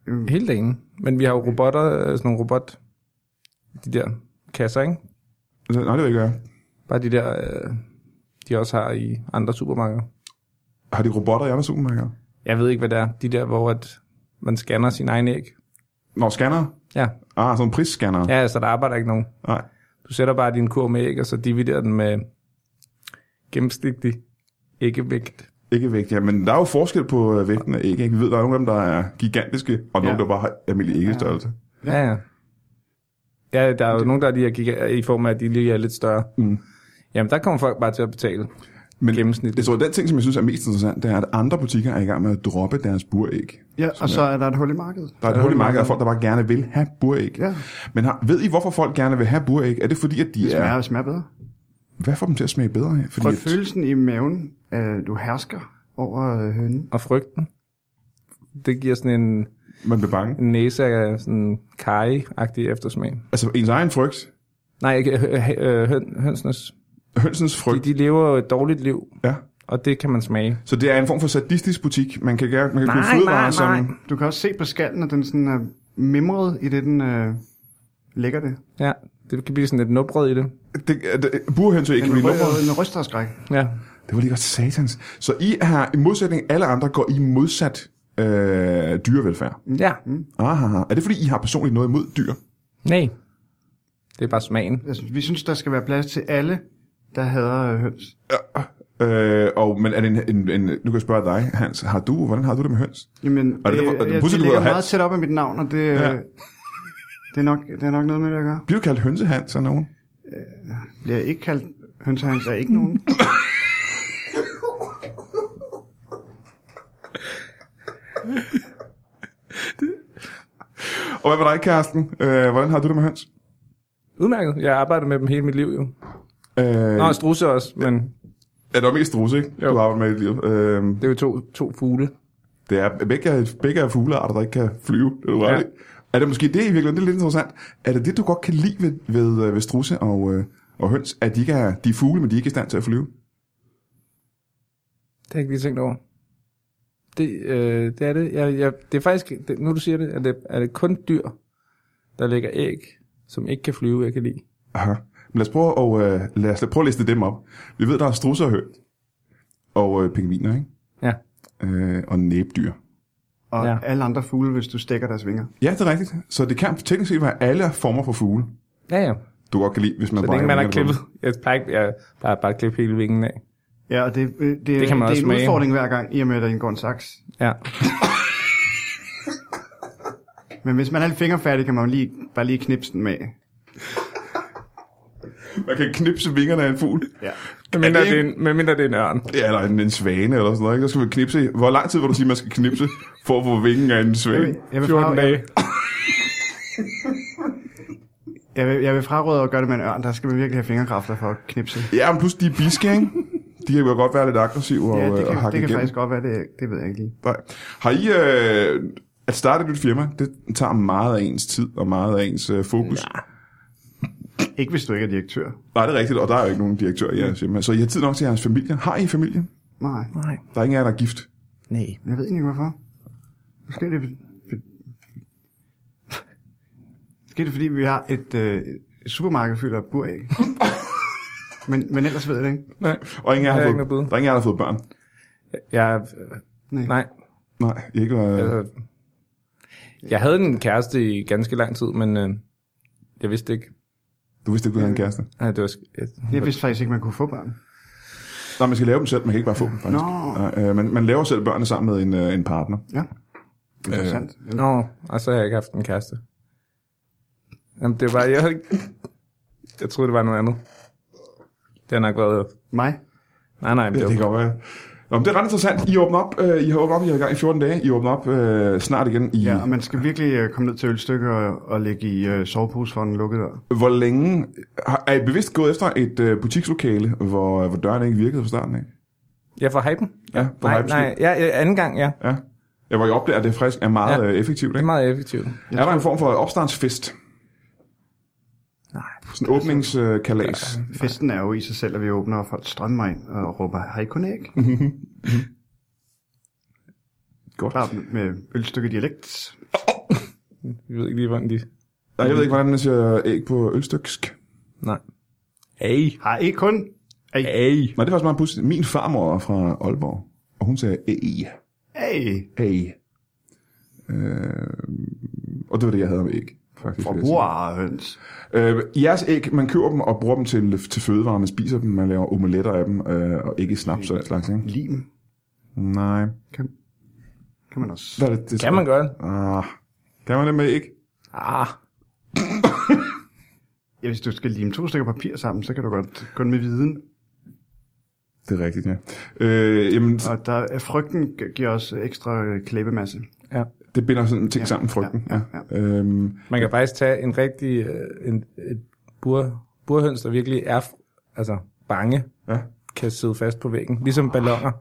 Speaker 1: Mm.
Speaker 3: Hele dagen. Men vi har jo robotter, øh, sådan nogle robot... De der kasser, ikke?
Speaker 1: Altså, Nej, det vil jeg ikke gøre.
Speaker 3: Bare de der, øh, de også har i andre supermarkeder.
Speaker 1: Har de robotter i andre supermarkeder?
Speaker 3: Jeg ved ikke, hvad det er. De der, hvor at man scanner sin egen æg.
Speaker 1: Nå, scanner.
Speaker 3: Ja,
Speaker 1: Ah, sådan en prisscanner.
Speaker 3: ja altså der arbejder ikke nogen.
Speaker 1: Nej.
Speaker 3: Du sætter bare din kurv med æg, og så dividerer den med gennemsnitlig æggevægt.
Speaker 1: Ikke vægt, ja. Men der er jo forskel på øh, vægten af æg. Ikke? Vi ved, der er nogle af dem, der er gigantiske, og nogle,
Speaker 2: Ja.
Speaker 1: der bare har almindelig æggestørrelse.
Speaker 3: Ja, ja. Ja, der er jo nogen, der er de her giga- i form af, at de lige er lidt større.
Speaker 1: Mm.
Speaker 3: Jamen, der kommer folk bare til at betale
Speaker 1: Men
Speaker 3: gennemsnitligt.
Speaker 1: jeg tror, den ting, som jeg synes er mest interessant, det er, at andre butikker er i gang med at droppe deres buræg.
Speaker 2: Ja, og så er der et hul i markedet.
Speaker 1: Der er et hul i markedet af folk, der bare gerne vil have buræg.
Speaker 2: Ja.
Speaker 1: Men har, ved I, hvorfor folk gerne vil have buræg? Er det fordi, at de
Speaker 2: Det smager,
Speaker 1: er...
Speaker 2: det smager bedre.
Speaker 1: Hvad får dem til at smage bedre? her? Fordi
Speaker 2: Prøv
Speaker 1: at,
Speaker 2: følelsen i maven, øh, du hersker over øh, hønen.
Speaker 3: Og frygten, det giver sådan en,
Speaker 1: man bliver bange.
Speaker 3: en næse af sådan kaj-agtig eftersmag.
Speaker 1: Altså, ens egen frygt.
Speaker 3: Nej, ikke, øh, øh, høn, hønsenes.
Speaker 1: Hønsens
Speaker 3: De,
Speaker 1: frygt.
Speaker 3: de lever jo et dårligt liv,
Speaker 1: Ja.
Speaker 3: og det kan man smage.
Speaker 1: Så det er en form for sadistisk butik. Man kan, gøre, man kan købe
Speaker 3: Nej, nej,
Speaker 1: fødevarer,
Speaker 3: nej.
Speaker 1: som...
Speaker 2: Du kan også se på skallen, at den sådan er mimret i det, den øh, lægger det.
Speaker 3: Ja, det kan blive sådan lidt nubret i det.
Speaker 1: Det, det, burhøns ikke
Speaker 2: Den,
Speaker 1: kan blive nummeret.
Speaker 2: ryger, den ryster og skræk.
Speaker 3: Ja.
Speaker 1: Det var lige godt satans. Så I har, i modsætning alle andre, går I modsat øh, dyrevelfærd.
Speaker 3: Mm. Ja.
Speaker 2: Mm.
Speaker 1: Aha. Er det fordi, I har personligt noget imod dyr?
Speaker 3: Nej. Det er bare smagen.
Speaker 2: Altså, vi synes, der skal være plads til alle, der hader øh, høns.
Speaker 1: Øh, og, men er det en, en, en, nu kan jeg spørge dig, Hans, har du, hvordan har du det med høns?
Speaker 2: Jamen,
Speaker 1: Og det-
Speaker 2: øh,
Speaker 1: og det
Speaker 2: ja,
Speaker 1: pudsigt,
Speaker 2: det
Speaker 1: du
Speaker 2: ligger
Speaker 1: har-
Speaker 2: meget tæt op af mit navn, og det,
Speaker 1: Ja.
Speaker 2: ja. det, er nok, det er nok noget med det at gøre. Øh,
Speaker 1: Bliver du kaldt hønsehans af nogen?
Speaker 2: Bliver jeg ikke kaldt hønsehans af ikke nogen?
Speaker 1: Og hvad med dig, Karsten? Øh, hvordan har du det med høns?
Speaker 3: Udmærket. Jeg har arbejdet med dem hele mit liv, jo.
Speaker 1: Øh,
Speaker 3: Nå, strusse også, men
Speaker 1: er der mest struse, ikke?
Speaker 3: Jo.
Speaker 1: Du arbejder med i livet. Øh,
Speaker 3: det er jo to, to fugle.
Speaker 1: Det er begge, er- begge er fuglearter, der ikke kan flyve. Det er, du ja.
Speaker 3: Ja.
Speaker 1: er det måske det i virkeligheden? Det er lidt interessant. Er det det, du godt kan lide ved, ved, øh, ved strusse og, øh, og høns? At de, ikke er, de er fugle, men de er ikke i stand til at flyve?
Speaker 3: Det har jeg ikke lige tænkt over. Det, øh, det er det. Jeg, jeg, det er faktisk, det, nu du siger det, er det, er det kun dyr, der lægger æg, som ikke kan flyve, jeg kan lide.
Speaker 1: Aha. Men lad os prøve at, øh, lad os, prøve at liste dem op. Vi ved, der er strusser og høns. Og øh, pingviner, ikke?
Speaker 3: Ja.
Speaker 1: Øh, og næbdyr.
Speaker 2: Og
Speaker 3: Ja.
Speaker 2: ja. alle andre fugle, hvis du stikker deres vinger.
Speaker 1: Ja, det er rigtigt. Så det kan teknisk set være alle former for fugle,
Speaker 3: Ja, ja.
Speaker 1: du godt kan lide, hvis man
Speaker 3: Så
Speaker 1: bare...
Speaker 3: længe man har
Speaker 1: vingerne på dem.
Speaker 3: klippet. Jeg plejer ikke, jeg plejer bare at klippe hele vingen af.
Speaker 2: Ja, og det, øh, det, det,
Speaker 3: kan man
Speaker 2: det
Speaker 3: også
Speaker 2: er en
Speaker 3: smage.
Speaker 2: udfordring hver gang, i og med, at der indgår en saks.
Speaker 3: Ja.
Speaker 2: Men hvis man er lidt fingerfærdig, kan man lige, bare lige knipse den med.
Speaker 1: Man kan knipse vingerne af en fugl.
Speaker 2: Ja.
Speaker 3: Men mindre,
Speaker 1: Er
Speaker 3: det,
Speaker 1: det
Speaker 3: er en, med mindre det er en ørn.
Speaker 1: Ja, eller en, en svane eller sådan noget. Ikke? Der skal man knipse. i. Hvor lang tid vil du sige, man skal knipse for at få vingen af en
Speaker 2: Jeg
Speaker 1: svane?
Speaker 2: vil, jeg vil,
Speaker 3: 14
Speaker 2: fra, jeg,
Speaker 3: dage.
Speaker 2: jeg, vil, jeg vil fraråde at gøre det med en ørn. Der skal man virkelig have fingerkræfter for at knipse.
Speaker 1: Ja, men plus de er biske, ikke? De kan jo godt være lidt aggressive og,
Speaker 2: Ja, det
Speaker 1: øh, og
Speaker 2: kan, det
Speaker 1: hakke
Speaker 2: kan
Speaker 1: igennem.
Speaker 2: faktisk godt være, det, det ved jeg ikke lige.
Speaker 1: Nej. Har I... Øh, at starte et nyt firma, det tager meget af ens tid og meget af ens øh, fokus. Ja.
Speaker 2: Ikke hvis du ikke er direktør.
Speaker 1: Nej, det er rigtigt, og der er jo ikke nogen direktør i jeres firma. Så I har tid nok til jeres familie. Har I familie?
Speaker 2: Nej,
Speaker 3: Nej.
Speaker 1: Der er ingen af jer, der er gift.
Speaker 3: Nej.
Speaker 2: jeg ved ikke hvorfor. Måske er det... Måske er det, fordi vi har et, øh, et supermarked fyldt af buræg. men, men ellers ved jeg det ikke.
Speaker 3: Nej.
Speaker 1: Og ingen af
Speaker 3: Jeg
Speaker 1: jer har,
Speaker 3: har
Speaker 1: fået,
Speaker 3: ikke noget bud.
Speaker 1: der er ingen af jer, der har fået børn.
Speaker 3: Jeg, øh,
Speaker 2: Nej.
Speaker 3: nej.
Speaker 1: Nej, I ikke øh,
Speaker 3: Altså, jeg havde en kæreste i ganske lang tid, men øh, jeg vidste ikke.
Speaker 1: Du vidste ikke, du havde en kæreste.
Speaker 3: Nej, det var... sk- jeg-
Speaker 2: Jeg vidste faktisk ikke, man kunne få børn.
Speaker 1: Nej, man skal lave dem selv. Man kan ikke bare få dem, faktisk.
Speaker 2: Nå.
Speaker 1: Nej, øh, man, man laver selv børnene sammen med en, øh, en partner.
Speaker 2: Ja. Interessant. Øh.
Speaker 3: Nå, og så har jeg ikke haft en kæreste. Jamen, det var... Jeg, havde ikke- jeg troede, det var noget andet. Det har nok været...
Speaker 2: Mig?
Speaker 3: Nej, nej, men
Speaker 1: Øh, Ja,
Speaker 3: det
Speaker 1: det
Speaker 3: var...
Speaker 1: kan godt være. Nå, men det er ret interessant. I åbner op. Øh, I har åbnet op. I har i gang i 14 dage. I åbner op øh, snart igen. I,
Speaker 2: Ja, og man skal virkelig øh, komme ned til ølstykker og, og ligge i øh, sovepose for en lukket dør.
Speaker 1: Hvor længe... Har, er I bevidst gået efter et øh, butikslokale, hvor, øh, hvor døren ikke virkede fra starten af?
Speaker 3: Jeg får hypen.
Speaker 1: Ja, på
Speaker 3: Nej,
Speaker 1: Hypes
Speaker 3: nej,
Speaker 1: skyld.
Speaker 3: ja, ja, anden gang, ja.
Speaker 1: Ja. ja, hvor I opdager, at det faktisk er meget
Speaker 3: Ja.
Speaker 1: ja. øh, effektivt.
Speaker 3: Det er
Speaker 1: Ikke?
Speaker 3: meget effektivt.
Speaker 1: Er der en form for opstartsfest?
Speaker 3: Nej.
Speaker 1: Sådan en åbningskalas? Øh,
Speaker 2: Festen er jo i sig selv, at vi åbner, og folk strømmer ind og råber, har I kun æg?
Speaker 1: Godt.
Speaker 2: Bare med ølstykke dialekt.
Speaker 3: Vi ved ikke lige, hvordan de...
Speaker 1: Nej, jeg ved ikke, hvordan man siger æg på ølstyksk.
Speaker 3: Nej. Hey.
Speaker 2: Har I kun æg?
Speaker 3: Hey.
Speaker 1: Nej, det var faktisk meget pudsigt. Min farmor er fra Aalborg, og hun sagde æg.
Speaker 2: Æg.
Speaker 1: æg. Øh, og det var det, jeg havde om æg. Faktisk,
Speaker 2: Og
Speaker 1: vil jeg
Speaker 2: brugerhøns.
Speaker 1: sige. øh, jeres æg, man køber dem og bruger dem til, til fødevarer. Man spiser dem, man laver omeletter af dem, øh, og ikke i snaps og den slags. Ikke?
Speaker 2: Lim
Speaker 1: Nej.
Speaker 2: kan, kan man også.
Speaker 1: Hvad er det, det
Speaker 3: Kan man godt?
Speaker 1: Ah, kan man det med æg?
Speaker 3: Ah.
Speaker 2: Ja, hvis du skal lime to stykker papir sammen, så kan du godt kun med viden.
Speaker 1: Det er rigtigt, ja. Øh, jamen,
Speaker 2: Og der er frygten gi- giver os ekstra øh, klæbemasse.
Speaker 3: Ja.
Speaker 1: det binder sådan ting sammen, frygten. Ja, ja, ja. Øhm,
Speaker 3: Man kan faktisk tage en rigtig... øh, En, et bur, burhøns, der virkelig er altså, bange,
Speaker 1: ja.
Speaker 3: kan sidde fast på væggen. Ligesom ballonger.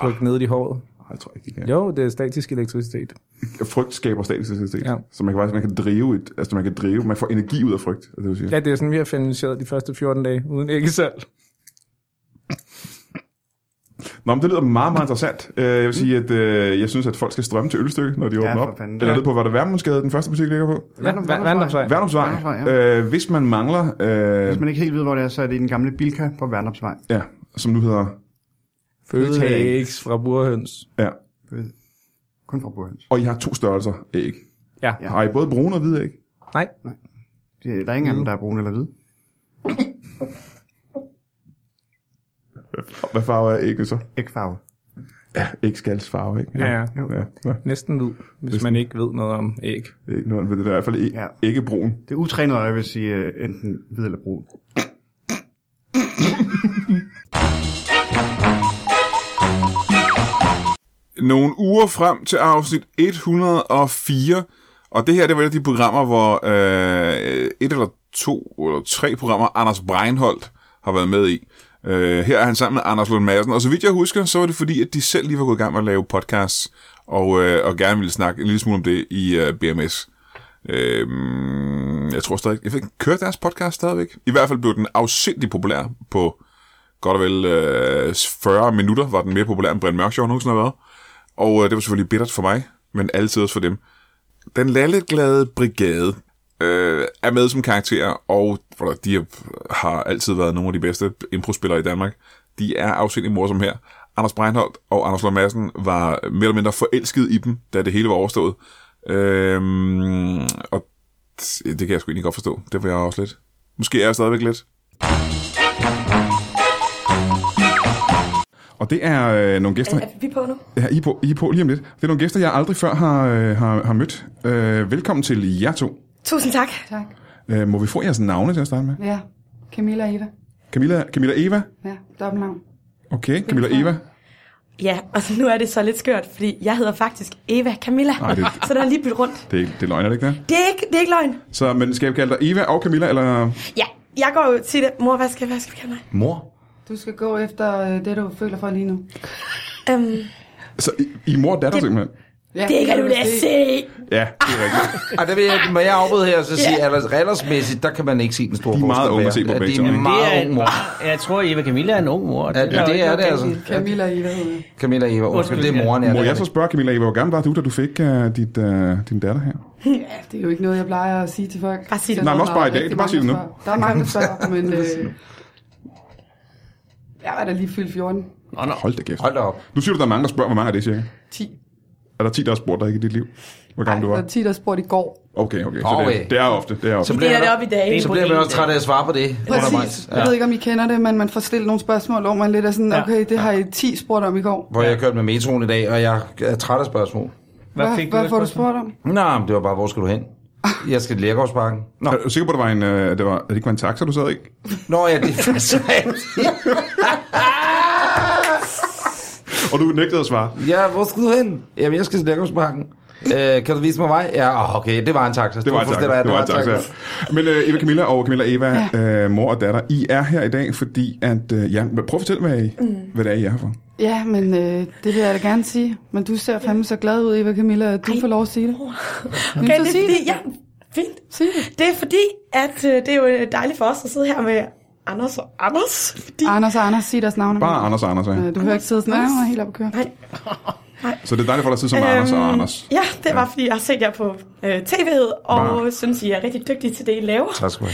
Speaker 3: Trykke ned i håret.
Speaker 1: Ej, Ah. jeg tror ikke, det kan.
Speaker 3: Jo, det er statisk elektricitet.
Speaker 1: Frygt skaber statselicitet. Ja.
Speaker 3: Ja.
Speaker 1: Så man kan faktisk man kan drive et, altså man kan drive, man får energi ud af frygt, er det vil sige.
Speaker 3: Ja, det er sådan, vi har finansieret de første 14 dage uden æggesalg.
Speaker 1: Nå, men det lyder meget, meget interessant. Øh, Jeg vil sige, at øh, jeg synes, at folk skal strømme til ølstykke, når de åbner
Speaker 2: for
Speaker 1: op.
Speaker 2: fanden.
Speaker 1: Eller
Speaker 2: Ja.
Speaker 1: ned på, var det Værmundsgade, den første butik ligger på?
Speaker 3: Ja,
Speaker 2: Vandopvej.
Speaker 3: vandopsvej.
Speaker 1: Værnumsvej.
Speaker 2: Værnumsvej,
Speaker 1: Øh, hvis man mangler, øh,
Speaker 2: Hvis man ikke helt ved, hvor det er, så er det i den gamle Bilka på Værnopsvej.
Speaker 1: ja, som nu hedder,
Speaker 3: Fødte
Speaker 2: Fødte æg.
Speaker 3: æg fra burhøns.
Speaker 1: ja,
Speaker 2: Øh, Kun fra burhøns.
Speaker 1: og I har to størrelser æg.
Speaker 3: Ja.
Speaker 1: Har I både brune og hvide æg?
Speaker 3: Nej,
Speaker 2: Det- Der er ingen af dem, der er brune eller hvide.
Speaker 4: Hvad farve er ægget så?
Speaker 2: Ikke farve.
Speaker 4: Ja, ægskalsfarve, ikke?
Speaker 3: Ja, ja.
Speaker 4: ja. ja.
Speaker 3: Næsten hvid, hvis man ikke ved noget om æg.
Speaker 4: Ikke noget, ved det der er i hvert fald æg,
Speaker 2: Ja.
Speaker 4: æggebrun.
Speaker 2: Det utrænede øje vil sige øh, enten hvid eller brun.
Speaker 1: nogle uger frem til afsnit 104. Og det her, det var et af de programmer, hvor øh, et eller to eller tre programmer, Anders Breinholt har været med i. Øh, her er han sammen med Anders Lund Madsen. Og så vidt jeg husker, så var det fordi, at de selv lige var gået i gang med at lave podcasts, og, øh, og gerne ville snakke en lille smule om det i øh, BMS. Øh, jeg tror stadig, jeg fik kørt deres podcast stadigvæk. I hvert fald blev den afsindig populær på godt og vel øh, 40 minutter, var den mere populær end Brian Mørk Show nogensinde har været. Og øh, det var selvfølgelig bittert for mig, men altid også for dem. Den lalleglade brigade øh, er med som karakterer, og for de er- har altid været nogle af de bedste improspillere i Danmark. De er afsindelig morsomme her. Anders Breinholt og Anders Lund Madsen var mere eller mindre forelsket i dem, da det hele var overstået. Øhm, og det kan jeg sgu egentlig godt forstå. Det var jeg også lidt. Måske er jeg stadigvæk lidt.
Speaker 4: Og det er øh, nogle gæster,
Speaker 5: Er vi på nu?
Speaker 4: ja, I, er på, I er på lige om lidt. Det er nogle gæster, jeg aldrig før har, øh, har, har mødt. Øh, velkommen til jer to.
Speaker 5: Tusind tak.
Speaker 6: Tak.
Speaker 4: Øh, må vi få jeres navne til at starte med?
Speaker 6: Ja. Camilla og Eva.
Speaker 4: Camilla, Camilla Eva?
Speaker 6: Ja, dobbeltnavn.
Speaker 4: Okay, Camilla Eva.
Speaker 5: Ja, og så nu er det så lidt skørt, fordi jeg hedder faktisk Eva Camilla,
Speaker 4: Ej, det-
Speaker 5: så der er lige byttet rundt.
Speaker 4: Det, er- det løgner det ikke, der?
Speaker 5: Det er ikke, det er ikke løgn.
Speaker 4: Så, men skal jeg kalde dig Eva og Camilla, eller...
Speaker 5: Ja, jeg går jo til det. Mor, hvad skal, hvad skal vi kalde mig?
Speaker 4: Mor.
Speaker 6: Du skal gå efter øh, det, du føler for lige nu.
Speaker 5: Øhm,
Speaker 4: Så I, I er mor og datter, simpelthen?
Speaker 6: Ja,
Speaker 5: det kan du da se.
Speaker 4: Ja, det er rigtigt.
Speaker 7: Og der vil jeg, må jeg afbryde her og så sige,
Speaker 5: Ja.
Speaker 7: at altså, regelsmæssigt, der kan man ikke se den store
Speaker 4: De er meget
Speaker 7: forskel
Speaker 4: unge at
Speaker 7: være.
Speaker 4: se på begge
Speaker 7: Ja, De
Speaker 4: to,
Speaker 7: er
Speaker 4: ikke?
Speaker 8: Det er
Speaker 7: meget unge
Speaker 8: en-
Speaker 7: mor.
Speaker 8: Jeg tror, Eva Camilla er en ung mor.
Speaker 7: Ja,
Speaker 8: der jo
Speaker 7: det
Speaker 8: ikke
Speaker 7: er
Speaker 8: noget
Speaker 7: det
Speaker 8: galt i.
Speaker 7: altså.
Speaker 6: Camilla og Eva hedder jeg.
Speaker 7: Camilla Eva, undskyld, det
Speaker 8: Undskyld,
Speaker 7: er
Speaker 8: ja.
Speaker 7: moren. Ja,
Speaker 4: Må
Speaker 7: det er
Speaker 4: jeg så
Speaker 7: rigtigt.
Speaker 4: spørge, Camilla Eva, hvor gammel var du, da du fik uh, dit, uh, din datter her?
Speaker 6: Ja, det er jo ikke noget, jeg plejer at sige til folk.
Speaker 5: Bare sig det.
Speaker 6: Selvom
Speaker 4: Nej, men også
Speaker 6: der
Speaker 4: bare
Speaker 6: er
Speaker 4: i dag.
Speaker 6: rigtig
Speaker 4: Bare sig det
Speaker 6: mange,
Speaker 4: nu.
Speaker 6: der spørger. Der er mange, der spørger, men øh, jeg var da lige fyldt 14.
Speaker 8: Nå, nå.
Speaker 4: Hold da kæft.
Speaker 7: Hold da op.
Speaker 4: Nu siger du, der er mange, der spørger, hvor mange er det cirka?
Speaker 6: 10.
Speaker 4: Er der 10, der har spurgt dig ikke i dit liv? Hvor gammel du
Speaker 6: Der
Speaker 4: var?
Speaker 6: er 10, der spurgte i går.
Speaker 4: Okay, okay. Så det, er-
Speaker 7: Okay.
Speaker 4: det er ofte. Det er ofte.
Speaker 7: Så
Speaker 5: Det
Speaker 7: bliver
Speaker 5: er det
Speaker 7: man,
Speaker 5: op i dag.
Speaker 7: så bliver man også træt af at svare på det
Speaker 6: Præcis.
Speaker 7: undervejs.
Speaker 6: Jeg ved ikke, om I kender det, men man får stillet nogle spørgsmål, hvor man lidt er sådan,
Speaker 8: Ja.
Speaker 6: okay, det har I 10 spurgt om i går.
Speaker 7: Hvor jeg kørte med metroen i dag, og jeg er træt af spørgsmål.
Speaker 6: Hvad,
Speaker 8: fik du
Speaker 6: hvad
Speaker 8: af
Speaker 6: får du
Speaker 8: spørgsmål?
Speaker 6: spurgt om?
Speaker 7: Nå, men det var bare, hvor skal du hen? Jeg skal til Lærgårdsparken. Nå,
Speaker 4: Er du sikker på, at det var en, uh, det var, at det ikke var en taxa, du sad i?
Speaker 7: Nå ja, det er faktisk
Speaker 4: Og du nægtede at svare.
Speaker 7: Ja, hvor skal du hen? Jamen, jeg skal til Lærgårdsparken. Øh, kan du vise mig vej? Ja, åh, okay, det var en taxa.
Speaker 4: Det var en taxa. Det var en taxa. ja. Men uh, Eva Camilla og Camilla Eva, uh, mor og datter, I er her i dag, fordi at... Uh, ja, prøv at fortælle, hvad, I,
Speaker 5: Mm.
Speaker 4: hvad det er, I er her for.
Speaker 6: Ja, men øh, det vil jeg da gerne sige. Men du ser fandme så glad ud, Eva Camilla, at du Ej. får lov at sige det.
Speaker 5: Okay,
Speaker 6: Jamen,
Speaker 5: det
Speaker 6: så sig
Speaker 5: er fordi,
Speaker 6: det.
Speaker 5: ja, fint.
Speaker 6: Sig det.
Speaker 5: Det er fordi, at øh, det er jo øh, dejligt for os at sidde her med Anders og Anders. Fordi...
Speaker 6: Anders og Anders, sig deres navne.
Speaker 4: Bare Anders og Anders, ja.
Speaker 5: Mm.
Speaker 6: Øh, Du hører ikke sidde sådan, "Ah, hun er helt oppe at køre.
Speaker 5: Nej. øhm,
Speaker 4: Så det er dejligt for dig at sidde sammen med Anders og Anders.
Speaker 5: Ja, det var fordi, jeg har set jer på øh, tv og
Speaker 4: Bare.
Speaker 5: synes, I er rigtig dygtige til det, I laver.
Speaker 7: Tak skal du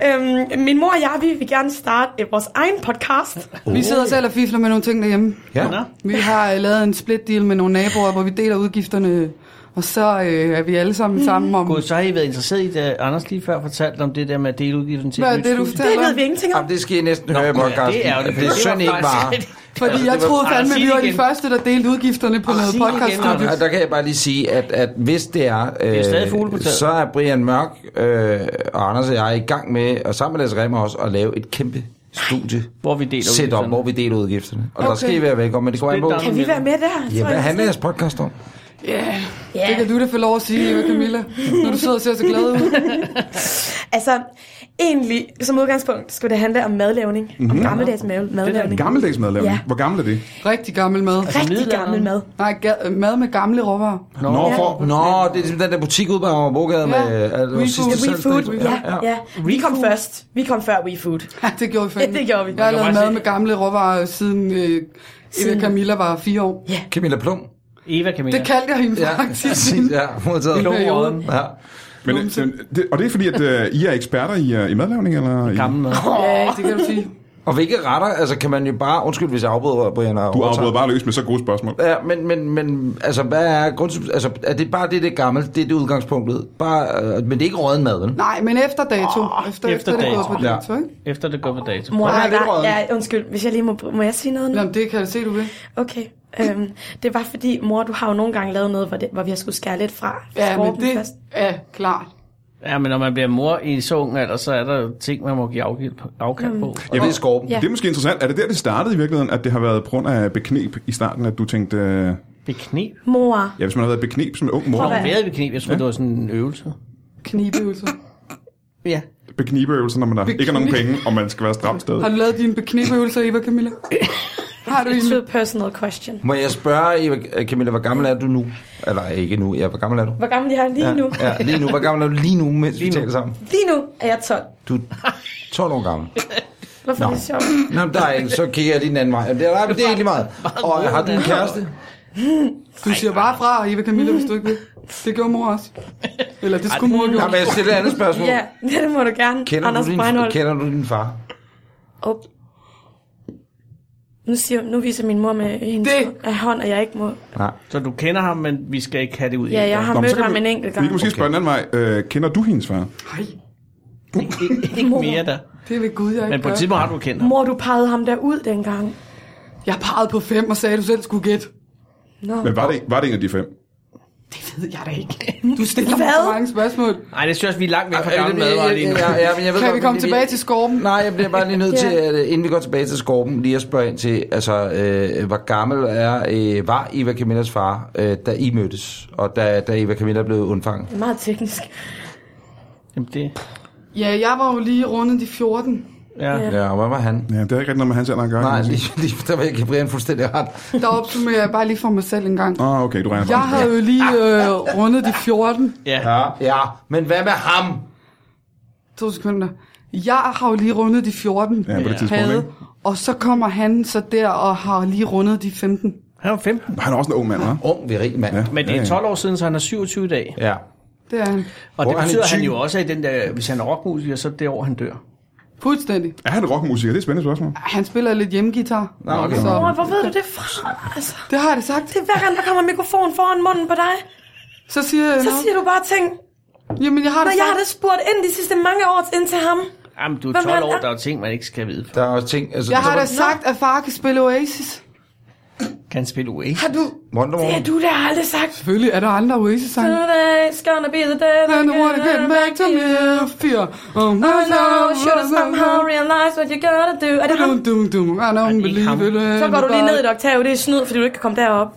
Speaker 7: have.
Speaker 5: Øhm, min mor og jeg, vi vil gerne starte øh, vores egen podcast.
Speaker 4: Oh.
Speaker 6: Vi sidder selv og fifler med nogle ting derhjemme.
Speaker 7: Ja.
Speaker 6: Vi har øh, lavet en split deal med nogle naboer, hvor vi deler udgifterne, og så øh, er vi alle sammen sammen om...
Speaker 8: Gud, så har I været interesseret i det, Anders lige før fortalte om det der med at dele udgiften til
Speaker 6: Hvad er
Speaker 8: et nyt
Speaker 6: det, du
Speaker 8: studie.
Speaker 6: fortæller?
Speaker 5: Det ved vi ingenting om.
Speaker 7: Jamen, det skal I næsten høre i podcasten.
Speaker 8: det er jo det,
Speaker 7: det er synd, I ikke var. her.
Speaker 6: Fordi jeg
Speaker 7: det var-
Speaker 6: troede fandme,
Speaker 8: Sig
Speaker 6: vi
Speaker 8: det
Speaker 6: var de
Speaker 8: igen.
Speaker 6: første, der delte udgifterne på noget
Speaker 8: sig det igen,
Speaker 6: podcast.
Speaker 8: Anders.
Speaker 7: Og der kan jeg bare lige sige, at, at hvis det er, øh,
Speaker 8: er stadig fugle på taget.
Speaker 7: så er Brian Mørk øh, og Anders og jeg i gang med, og sammen med Lasse Remmer også, at lave et kæmpe studie
Speaker 8: Hvor vi deler
Speaker 7: setup,
Speaker 8: udgifterne.
Speaker 7: hvor vi deler udgifterne. Og okay. der
Speaker 6: Okay.
Speaker 7: skal I være velkommen, men det går an på.
Speaker 8: Split down.
Speaker 5: Kan vi være med der?
Speaker 7: Ja,
Speaker 5: Tror
Speaker 7: hvad
Speaker 5: jeg,
Speaker 7: handler
Speaker 5: det
Speaker 7: jeres podcast om?
Speaker 5: Ja.
Speaker 6: Det kan du da få lov at sige, Eva Camilla, når du sidder og ser så glad ud.
Speaker 5: Altså, egentlig, som udgangspunkt, skulle det handle om madlavning.
Speaker 7: Mhm.
Speaker 5: Om gammeldags mave- madlavning.
Speaker 4: Mhm. Gammeldags medlem.
Speaker 5: Ja.
Speaker 4: Hvor gammel er det?
Speaker 6: Rigtig gammel mad.
Speaker 8: Altså,
Speaker 5: Rigtig gammel mad.
Speaker 6: Nej, ga- mad med gamle råvarer.
Speaker 4: Nå, Nå for,
Speaker 7: Nå, det er ligesom den der butik ude på Amagerbrogade
Speaker 6: Ja.
Speaker 7: med...
Speaker 5: øh,
Speaker 7: altså,
Speaker 6: We
Speaker 7: sidste
Speaker 6: Food.
Speaker 5: We
Speaker 7: salg-
Speaker 5: Food, ja, ja. Vi kom
Speaker 8: Food.
Speaker 5: først. Vi kom før We Food.
Speaker 6: Ja, det gjorde vi fandme.
Speaker 5: Ja, det gjorde vi.
Speaker 6: Jeg har
Speaker 5: Man
Speaker 6: lavet
Speaker 5: kan
Speaker 8: bare
Speaker 6: mad
Speaker 8: se-
Speaker 6: med gamle råvarer siden, øh, Eva
Speaker 5: Siden-
Speaker 6: Camilla var fire år.
Speaker 7: Camilla Plum.
Speaker 8: Eva Camilla.
Speaker 6: Det kaldte jeg hende
Speaker 7: Ja,
Speaker 6: faktisk.
Speaker 7: præcis, ja, modtaget.
Speaker 6: Plum.
Speaker 8: Blodråden.
Speaker 7: Ja.
Speaker 4: men, øh, men, det, og det er fordi, at uh, I er eksperter i, uh, i madlavning, eller? I,
Speaker 8: Gammel mad.
Speaker 6: Ja, det kan du sige.
Speaker 7: Og hvilke retter, altså kan man jo bare, undskyld hvis jeg afbryder, Brian. og
Speaker 4: Du
Speaker 7: overtager.
Speaker 4: afbryder bare løs med så gode spørgsmål.
Speaker 7: Ja, men, men, men altså, hvad er grundsubs... Altså, er det bare det, det er gammelt? Det er det udgangspunktet? Bare, øh, men det er ikke råden mad, vel?
Speaker 6: Nej, men efter dato. Oh, efter, efter,
Speaker 8: efter
Speaker 6: efter det går
Speaker 8: dato.
Speaker 6: på dato, ikke?
Speaker 8: Efter det går på dato.
Speaker 5: Mor,
Speaker 7: Hvordan er det, Røde?
Speaker 5: der, ja, undskyld, hvis jeg lige må, må jeg sige noget nu?
Speaker 6: Jamen, det kan jeg se, du vil.
Speaker 5: Okay. Øhm, det var fordi, mor, du har jo nogle gange lavet noget, hvor, det, hvor vi har skulle skære lidt fra.
Speaker 6: Ja,
Speaker 5: Skorpen
Speaker 6: men det
Speaker 5: først.
Speaker 6: er klart.
Speaker 8: Ja, men når man bliver mor i så ung alder, så er der jo ting, man må give afkald på.
Speaker 5: Mm.
Speaker 8: Afkald på.
Speaker 7: Ja, det er skorpen.
Speaker 5: Ja.
Speaker 4: Det er måske interessant. Er det der, det startede i virkeligheden, at det har været på grund af beknep i starten, at du tænkte... øh,
Speaker 8: Beknep.
Speaker 5: Mor,
Speaker 4: Ja, hvis man har været beknep som en ung mor.
Speaker 8: Har
Speaker 5: Sådan.
Speaker 8: du været ved knep? Jeg troede, det var sådan en øvelse.
Speaker 6: Knibeøvelser.
Speaker 8: Ja.
Speaker 4: Beknibeøvelser, når man har, ikke har nogen penge, og man skal være et stramt sted.
Speaker 6: Har du lavet dine beknibeøvelser, Eva Camilla? Har du
Speaker 5: it's
Speaker 6: en?
Speaker 5: a personal question.
Speaker 7: Må jeg spørge, Eva, Camilla, hvor gammel er du nu? Eller ikke nu, ja, hvor gammel er du?
Speaker 5: Hvor gammel jeg er lige
Speaker 7: ja,
Speaker 5: nu?
Speaker 7: Ja, lige nu. Hvor gammel er du lige nu, mens vi
Speaker 8: Lige nu.
Speaker 7: taler sammen?
Speaker 5: Lige nu er jeg 12.
Speaker 7: Du er 12 år gammel.
Speaker 5: Hvorfor er det sjovt?
Speaker 7: Nå, men der er en, så kigger jeg lige den anden vej. Det er, nej, men det er egentlig meget. Og øh, har du en kæreste?
Speaker 6: Du siger bare fra, Eva Camilla, hvis du ikke vil. Det gjorde mor også. Eller det skulle mor
Speaker 7: Nej,
Speaker 6: gjorde.
Speaker 7: men jeg stiller et andet spørgsmål.
Speaker 5: Ja, det må du gerne.
Speaker 7: Kender,
Speaker 5: Anders
Speaker 7: du din,
Speaker 5: Breinholt.
Speaker 7: kender du din far?
Speaker 5: Op. Nu, siger, nu viser min mor med hendes
Speaker 6: Det-
Speaker 5: det. hånd, at jeg ikke må...
Speaker 7: Nej.
Speaker 8: Så du kender ham, men vi skal ikke have det ud. i
Speaker 5: Ja, jeg
Speaker 8: æteren.
Speaker 5: har
Speaker 4: Nå, men så
Speaker 5: mødt
Speaker 4: kan
Speaker 5: ham
Speaker 4: vi-
Speaker 5: en enkelt
Speaker 4: Vi
Speaker 5: gang.
Speaker 4: kan måske spørge en anden vej. Øh, kender du hendes far?
Speaker 8: Ikke, ikke mere der.
Speaker 6: Det er ved Gud, jeg
Speaker 8: Men
Speaker 6: ikke
Speaker 8: på et
Speaker 6: gør.
Speaker 8: tidspunkt har du kendt ham.
Speaker 5: Mor, du pegede ham der ud dengang.
Speaker 6: Jeg pegede på fem og sagde, at du selv skulle gætte.
Speaker 5: Nå.
Speaker 4: Men var det, var det en af de fem?
Speaker 6: Det ved jeg da ikke. Du stiller mig
Speaker 5: Hvad?
Speaker 6: så mange spørgsmål.
Speaker 8: Nej, det synes jeg, vi er langt væk fra
Speaker 7: Ja,
Speaker 8: gammel madvarer lige nu.
Speaker 7: ja, ja, men jeg ved
Speaker 6: Kan
Speaker 7: godt,
Speaker 6: vi komme
Speaker 7: men-
Speaker 6: tilbage til skorpen?
Speaker 7: Nej, jeg bliver bare lige nødt
Speaker 5: Ja.
Speaker 7: til, at, øh, inden vi går tilbage til Skorpen, lige at spørge ind til, altså, øh, hvor gammel er, øh, var Eva Camillas far, øh, da I mødtes, og da, da Eva Camilla blev undfanget?
Speaker 5: Det er meget teknisk.
Speaker 8: Jamen, det...
Speaker 6: Ja, jeg var jo lige rundet de 14.
Speaker 8: Ja.
Speaker 7: Ja, og hvad var han?
Speaker 4: Ja, det er ikke rigtig noget med hans alder at gøre. kan
Speaker 7: Nej,
Speaker 4: man sige.
Speaker 7: lige, lige, der var jeg kan Brian fuldstændig ret.
Speaker 6: Der opsummerer jeg bare lige for mig selv en gang.
Speaker 4: Ah, okay, du regner
Speaker 6: Jeg
Speaker 4: bare.
Speaker 6: havde jo lige øh, rundet de 14.
Speaker 8: Ja.
Speaker 7: Ja, men hvad med ham?
Speaker 6: To sekunder. Jeg har jo lige rundet de 14.
Speaker 4: Ja, på det tidspunkt,
Speaker 6: Havde,
Speaker 4: ikke?
Speaker 6: og så kommer han så der og har lige rundet de 15.
Speaker 8: Han var 15.
Speaker 4: Han er også en ung mand, hva'?
Speaker 7: Ung, virig mand. Ja.
Speaker 8: Men det
Speaker 4: Ja,
Speaker 8: er
Speaker 4: ja.
Speaker 8: 12 år siden, så han er 27 i dag.
Speaker 7: ja.
Speaker 6: Det er han.
Speaker 7: Hvor
Speaker 8: Og det
Speaker 7: er han
Speaker 8: betyder
Speaker 7: en
Speaker 8: han,
Speaker 7: tyv?
Speaker 8: jo også, at den der, hvis han er rockmusiker, så er det år, han dør.
Speaker 6: Fuldstændig.
Speaker 4: Er han rockmusiker? Det er et spændende spørgsmål.
Speaker 6: Han spiller lidt hjemmegitar.
Speaker 7: Nå, okay.
Speaker 5: Mor,
Speaker 6: Så
Speaker 5: hvor ved du det fra? Altså,
Speaker 6: det har jeg da sagt.
Speaker 5: det er hver gang, der kommer en mikrofon foran munden på dig,
Speaker 6: Så siger jeg
Speaker 5: så
Speaker 6: noget.
Speaker 5: siger du bare ting.
Speaker 6: Jamen, jeg har
Speaker 5: Når
Speaker 6: det
Speaker 5: jeg har
Speaker 6: sagt.
Speaker 5: det spurgt ind de sidste mange år ind til ham.
Speaker 8: Jamen, du er
Speaker 5: Hvem
Speaker 8: 12
Speaker 5: han
Speaker 8: år,
Speaker 5: er?
Speaker 8: der er jo ting, man ikke skal vide. for.
Speaker 7: Der er også ting, altså,
Speaker 6: Jeg har
Speaker 7: så-
Speaker 6: da sagt, at far kan spille Oasis.
Speaker 8: Kan han spille E? Oasis?
Speaker 5: Har du...
Speaker 7: Wonder
Speaker 5: Det
Speaker 7: Woman.
Speaker 5: har du der aldrig sagt.
Speaker 6: Selvfølgelig er der andre Oasis-sange.
Speaker 5: Today is gonna be the day that
Speaker 6: And the water came back to me, fear. Oh, my
Speaker 5: I know,
Speaker 6: love,
Speaker 5: should have somehow realized what you gotta do. Er det ham?
Speaker 6: Dum, dum, dum. I don't
Speaker 8: det er ikke ham.
Speaker 6: believe it.
Speaker 5: Så går du lige ned i et oktav, det er snyd, fordi du ikke kan komme derop.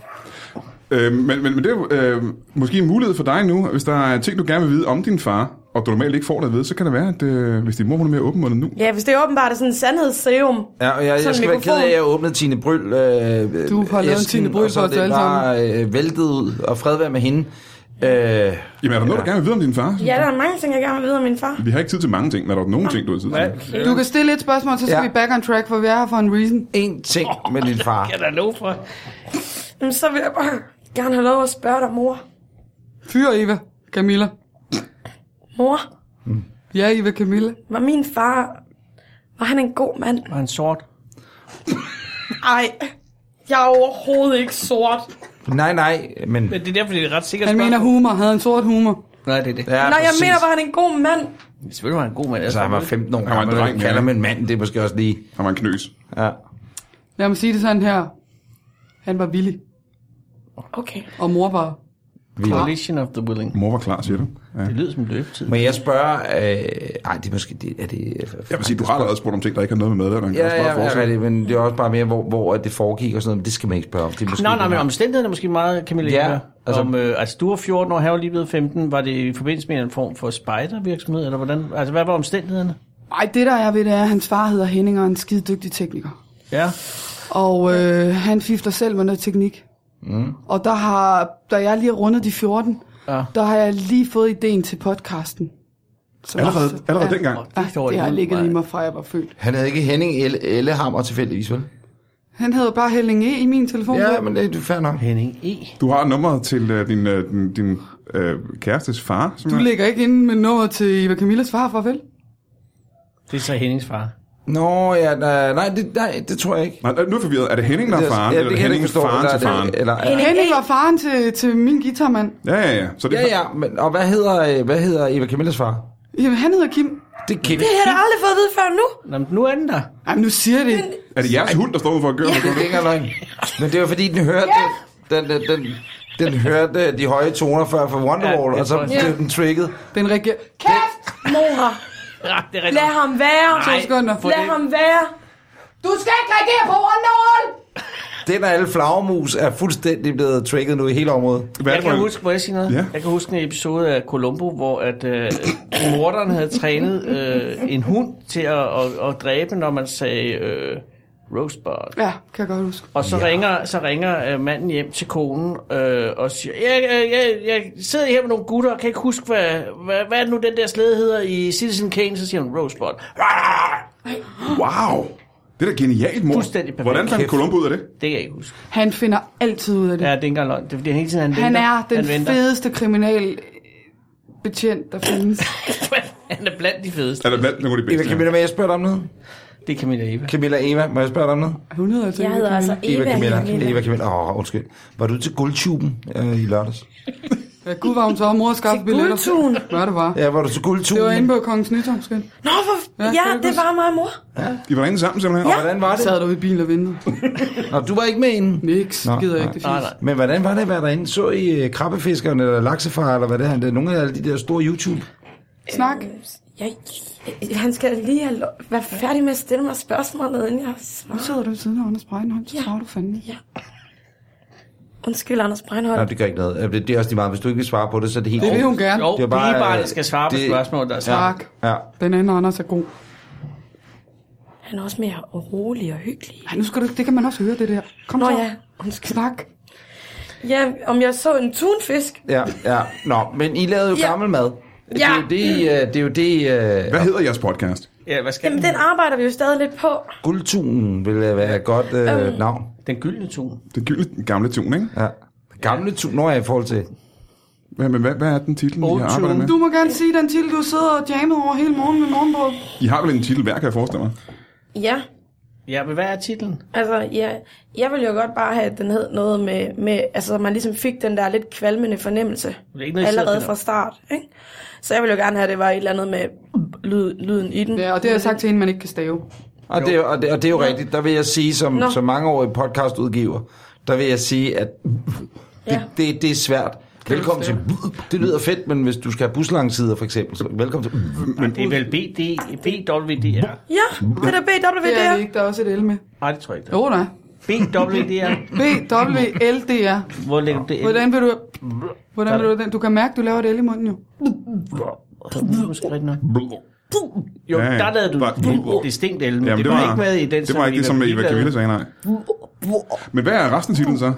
Speaker 4: Øh, men, men, men det er jo, øh, måske en mulighed for dig nu. Hvis der er ting, du gerne vil vide om din far, og du normalt ikke får det at vide, så kan det være, at øh, hvis din mor hun er mere åbenmundet
Speaker 8: Øh,
Speaker 4: nu,
Speaker 5: Ja, hvis det er åbenbart er sådan en sandhedsserum.
Speaker 7: Ja, og jeg,
Speaker 5: Sådan
Speaker 7: jeg
Speaker 5: en
Speaker 7: skal være ked af,
Speaker 5: mikrofon.
Speaker 7: at jeg åbnede Tine Bryl. Øh,
Speaker 6: Du har lavet en Tine Bryl
Speaker 7: og så
Speaker 6: for
Speaker 7: er
Speaker 6: os
Speaker 7: det
Speaker 6: alle
Speaker 7: bare øh, væltet ud, og fred være med hende. Øh,
Speaker 4: Jamen, er der noget, du gerne vil vide om din far?
Speaker 5: Ja, der er mange ting, jeg gerne vil vide om min far.
Speaker 4: Vi har ikke tid til mange ting, men er der nogen ting, du har tid til?
Speaker 6: Du kan stille et spørgsmål, så skal
Speaker 7: Ja.
Speaker 6: vi back on track, for vi er her for en reason.
Speaker 7: en ting med din far.
Speaker 8: Kan der lov for?
Speaker 5: Jamen, så vil jeg bare gerne have lov at spørge dig, mor.
Speaker 6: Fyr Eva, Camilla. Mm.
Speaker 5: Mor,
Speaker 6: Ja, Eva Camilla.
Speaker 5: var min far... Var han en god mand?
Speaker 8: Var han sort?
Speaker 5: Ej, jeg er overhovedet ikke sort.
Speaker 7: Nej, nej, men...
Speaker 8: Men det er derfor, det er et ret sikkert
Speaker 6: Han mener
Speaker 8: spørgsmål.
Speaker 6: humor, havde en sort humor.
Speaker 8: Nej, det er det.
Speaker 7: Ja,
Speaker 5: Nej, jeg
Speaker 7: præcis.
Speaker 5: mener, var han en god mand?
Speaker 8: Selvfølgelig var han en god mand.
Speaker 7: Altså, han var 15 år
Speaker 4: var en
Speaker 7: gammel,
Speaker 4: dreng,
Speaker 7: og
Speaker 4: ja.
Speaker 7: kalder man en mand, det er måske også lige...
Speaker 4: Han var en knøs.
Speaker 7: Ja.
Speaker 6: Lad mig sige det sådan her. Han var villig,
Speaker 5: Okay.
Speaker 6: og mor var...
Speaker 8: Coalition of the Willing.
Speaker 4: Mor var klar, siger du. Ja.
Speaker 8: Det lyder som løbetid.
Speaker 7: Men jeg spørger... Øh, ej, det er måske... Det, er det,
Speaker 4: Jeg vil sige, du har allerede spurgt om ting, der ikke har noget med medværende.
Speaker 7: Ja, ja, ja, ja, rigtigt, men det er også bare mere, hvor, hvor det foregik og sådan noget, men det skal man ikke spørge om. Det er måske
Speaker 8: Nå, nej,
Speaker 7: det
Speaker 8: men
Speaker 7: her.
Speaker 8: omstændighederne er måske meget, Camilla.
Speaker 7: Ja,
Speaker 8: Ja,
Speaker 7: altså-
Speaker 8: altså, om, øh, altså, du var 14 år, han var lige blevet 15. Var det i forbindelse med en form for spejdervirksomhed, eller hvordan? Altså, hvad var omstændighederne?
Speaker 6: Ej, det der er ved det er, at hans far hedder Henning, og er en skide dygtig tekniker.
Speaker 8: Ja.
Speaker 6: Og øh, han fifter selv med noget teknik. Mm. Og der har, da jeg lige har rundet de 14,
Speaker 8: Ja.
Speaker 6: der har jeg lige fået ideen til podcasten. Som
Speaker 4: Allerede, allerede
Speaker 6: ja.
Speaker 4: dengang.
Speaker 6: Ja,
Speaker 8: står
Speaker 6: det
Speaker 8: i
Speaker 6: har
Speaker 8: hovedet,
Speaker 6: ligget
Speaker 8: nej.
Speaker 6: i mig, fra jeg var født.
Speaker 7: Han havde ikke Henning Elle, Ellehammer tilfældigvis, vel?
Speaker 6: Han hedder bare Helling E i min telefon.
Speaker 7: Ja, men det er fair nok.
Speaker 8: Henning E.
Speaker 4: Du har nummeret til øh, din, øh, din, din øh, kærestes far, som
Speaker 6: Du ligger ikke inde med nummeret til Eva Camillas far, farvel.
Speaker 8: Det er så Hennings far.
Speaker 7: Nå, ja, nej, nej, det, nej, det tror jeg ikke.
Speaker 4: Nej, nu er jeg forvirret. Er det Henning, der
Speaker 7: Det
Speaker 4: er faren?
Speaker 7: ja,
Speaker 4: eller er det
Speaker 7: kan jeg
Speaker 4: Henning,
Speaker 7: ikke forstå,
Speaker 4: faren
Speaker 7: der-
Speaker 4: til faren?
Speaker 7: Eller,
Speaker 5: Henning
Speaker 6: Henning
Speaker 5: A.
Speaker 6: var faren til, til min guitarmand.
Speaker 4: Ja, ja, ja. Så det er
Speaker 7: ja, ja, men, og hvad hedder, øh, hvad hedder Eva Camillas far?
Speaker 6: Jamen, han hedder Kim.
Speaker 7: Det er Kim.
Speaker 5: Det har jeg da aldrig fået at vide før nu.
Speaker 8: Nå, men nu er den der.
Speaker 6: Jamen, nu siger jeg det. ikke.
Speaker 4: Er det jeres hund, der står ude for at gøre
Speaker 7: Det er ikke engang løgn. Men det var fordi, den hørte, den, den, den, den hørte de høje toner før fra Wonderwall, ja,
Speaker 8: Ja, jeg
Speaker 7: og så
Speaker 8: tror,
Speaker 7: blev den trigget.
Speaker 6: Den reagerer.
Speaker 5: Kæft, mor.
Speaker 8: Ja, det er
Speaker 5: Lad
Speaker 8: rigtigt.
Speaker 5: ham være.
Speaker 6: To sekunder.
Speaker 5: Lad ham være. Du skal ikke reagere på Wonderwall!
Speaker 7: Den af alle flagermus er fuldstændig blevet trigget nu i hele området.
Speaker 4: Hvad
Speaker 8: Jeg
Speaker 4: for
Speaker 8: kan
Speaker 4: en-
Speaker 8: huske, må jeg sige noget?
Speaker 4: Ja.
Speaker 8: Jeg kan huske en episode af Columbo, hvor at øh, morderen havde trænet øh, en hund til at, at, at dræbe, når man sagde øh, Rosebud.
Speaker 6: Ja, kan jeg godt huske.
Speaker 8: Og så ja. ringer, så ringer øh, manden hjem til konen øh, og siger, jeg, jeg, jeg, jeg sidder her med nogle gutter og kan ikke huske, hvad, hvad, hvad er det nu den der slæde hedder i Citizen Kane? Så siger hun Rosebud.
Speaker 4: Wow! Det er da genialt, mor.
Speaker 8: Fuldstændig perfekt.
Speaker 4: Hvordan fandt
Speaker 7: Kæft.
Speaker 4: Columbo ud af det?
Speaker 8: Det kan jeg ikke huske.
Speaker 6: Han finder altid ud af det.
Speaker 8: Ja, det er ikke engang løgn. Det er fordi, han hele tiden han
Speaker 6: Han
Speaker 8: venter.
Speaker 6: er den
Speaker 8: han venter.
Speaker 6: fedeste kriminal betjent, der findes.
Speaker 8: han er blandt de fedeste.
Speaker 4: Er der blandt nogle af de
Speaker 7: Eva
Speaker 4: bedste?
Speaker 7: Camilla, må jeg spørge dig om noget?
Speaker 8: Det kan min Eva.
Speaker 7: Camilla Eva, må jeg spørge dig om noget?
Speaker 6: Hun hedder altså
Speaker 5: Jeg hedder altså Eva.
Speaker 7: Eva Camilla.
Speaker 5: Camilla.
Speaker 7: Eva Camilla. Åh, oh, undskyld. Var du til guldtuben øh, i lørdags?
Speaker 6: Ja, gud var hun så mor og skaffe
Speaker 5: Til
Speaker 6: billetter.
Speaker 5: Guldtun.
Speaker 6: Hvad det var.
Speaker 7: Ja, var du til
Speaker 6: Det var inde
Speaker 7: guldtuben?
Speaker 6: på Kongens Nytorvskyld.
Speaker 5: Nå, for...
Speaker 6: Ja,
Speaker 5: Ja,
Speaker 6: kan du
Speaker 5: det
Speaker 6: huske?
Speaker 5: var mig og mor.
Speaker 4: I var derinde sammen simpelthen?
Speaker 5: Ja.
Speaker 7: Hvordan var
Speaker 6: Jeg
Speaker 7: det?
Speaker 6: sad derude i bilen og ventede.
Speaker 7: Nå, du var ikke med inden.
Speaker 6: Niks,
Speaker 7: Nå,
Speaker 6: gider jeg
Speaker 7: nej.
Speaker 6: ikke det
Speaker 8: Nej,
Speaker 6: fint.
Speaker 8: nej.
Speaker 7: Men hvordan var det at være derinde? Så I øh, krabbefiskerne eller laksefar, eller hvad det er? Det er nogle af alle de der store YouTube.
Speaker 6: Snak.
Speaker 5: Jeg, han skal lige have lov, være færdig med at stille mig spørgsmålet, inden jeg
Speaker 6: Nu
Speaker 5: svarer.
Speaker 6: sidder du ved siden af Anders Breinholt, så
Speaker 5: Ja.
Speaker 6: tror du fandme.
Speaker 5: Undskyld, Anders Breinholt.
Speaker 7: Nej, det gør ikke noget. Øh, Det, det er også lige meget. Hvis du ikke vil svare på det, så er det helt
Speaker 6: Det vil hun gerne.
Speaker 8: Jo, det er bare,
Speaker 7: øh,
Speaker 8: bare, der skal svare på altså.
Speaker 7: det-
Speaker 8: spørgsmål, der er svar.
Speaker 6: Tak.
Speaker 7: Ja.
Speaker 6: Den anden Anders er god.
Speaker 5: Han er også mere rolig og hyggelig.
Speaker 6: Ej, nu skal du, det kan man også høre, det der. Kom
Speaker 5: Nå
Speaker 6: så.
Speaker 5: ja, undskyld.
Speaker 6: Snak.
Speaker 5: Ja, om jeg så en tunfisk.
Speaker 7: Ja, ja. Nå, men I lavede jo
Speaker 5: Ja.
Speaker 7: gammel mad. Det er
Speaker 5: Ja.
Speaker 7: jo det, øh, det, er jo det øh,
Speaker 4: Hvad hedder jeres podcast?
Speaker 8: Ja, hvad skal
Speaker 5: Jamen,
Speaker 8: den?
Speaker 5: den arbejder vi jo stadig lidt på.
Speaker 7: guldtunen vil øh, være et godt øh, navn.
Speaker 8: Den gyldne tun.
Speaker 4: Det gyldne gamle tune, ikke?
Speaker 7: Ja. Gamle tun, når jeg i forhold til.
Speaker 4: Hvad, men hvad, hvad er den titel, I
Speaker 8: Old
Speaker 4: har arbejdet
Speaker 8: tune.
Speaker 4: med?
Speaker 6: Du må gerne sige den til, du sidder og jammet over hele morgenen med morgenbrød.
Speaker 4: I har vel en titel hver, kan jeg forestille mig.
Speaker 5: Ja,
Speaker 8: Ja, men hvad er titlen?
Speaker 5: altså, ja, jeg ville jo godt bare have, at den hed noget med, med altså, så man ligesom fik den der lidt kvalmende fornemmelse.
Speaker 8: Det er ikke noget, I sidder og
Speaker 5: allerede
Speaker 8: finder
Speaker 5: fra start, ikke? Så jeg ville jo gerne have, at det var et eller andet med lyd, lyden i den.
Speaker 6: Ja, og det har jeg sagt til hende, man ikke kan stave.
Speaker 7: Og det, er jo- og, det, og det er jo rigtigt. Der vil jeg sige, som,
Speaker 5: Nå.
Speaker 7: som mangeårig podcastudgiver, der vil jeg sige, at det,
Speaker 5: Ja.
Speaker 7: det, det er svært. Velkommen til... Det lyder fedt, men hvis du skal have buslangsider for eksempel, så velkommen til...
Speaker 8: Men, det er vel BD, BWDR.
Speaker 5: Ja, det er da
Speaker 6: Det er det
Speaker 5: BWDR.
Speaker 6: ikke, der er også et L med.
Speaker 8: Nej, det tror jeg ikke.
Speaker 6: Jo, nej.
Speaker 8: BWDR.
Speaker 6: B-W-L-D-R.
Speaker 8: Hvor lægger du det ind?
Speaker 6: Hvordan vil du... Hvordan vil du den? Du kan mærke, du laver det el i munden jo.
Speaker 8: Det er måske rigtigt nok. Jo,
Speaker 4: Ja, ja.
Speaker 8: der lavede du
Speaker 4: Bare-
Speaker 8: det distinkt elme. det, var, ikke med i den,
Speaker 4: Det var ikke ligesom det, som Eva Camilla sagde, nej. Men hvad er resten af titlen så?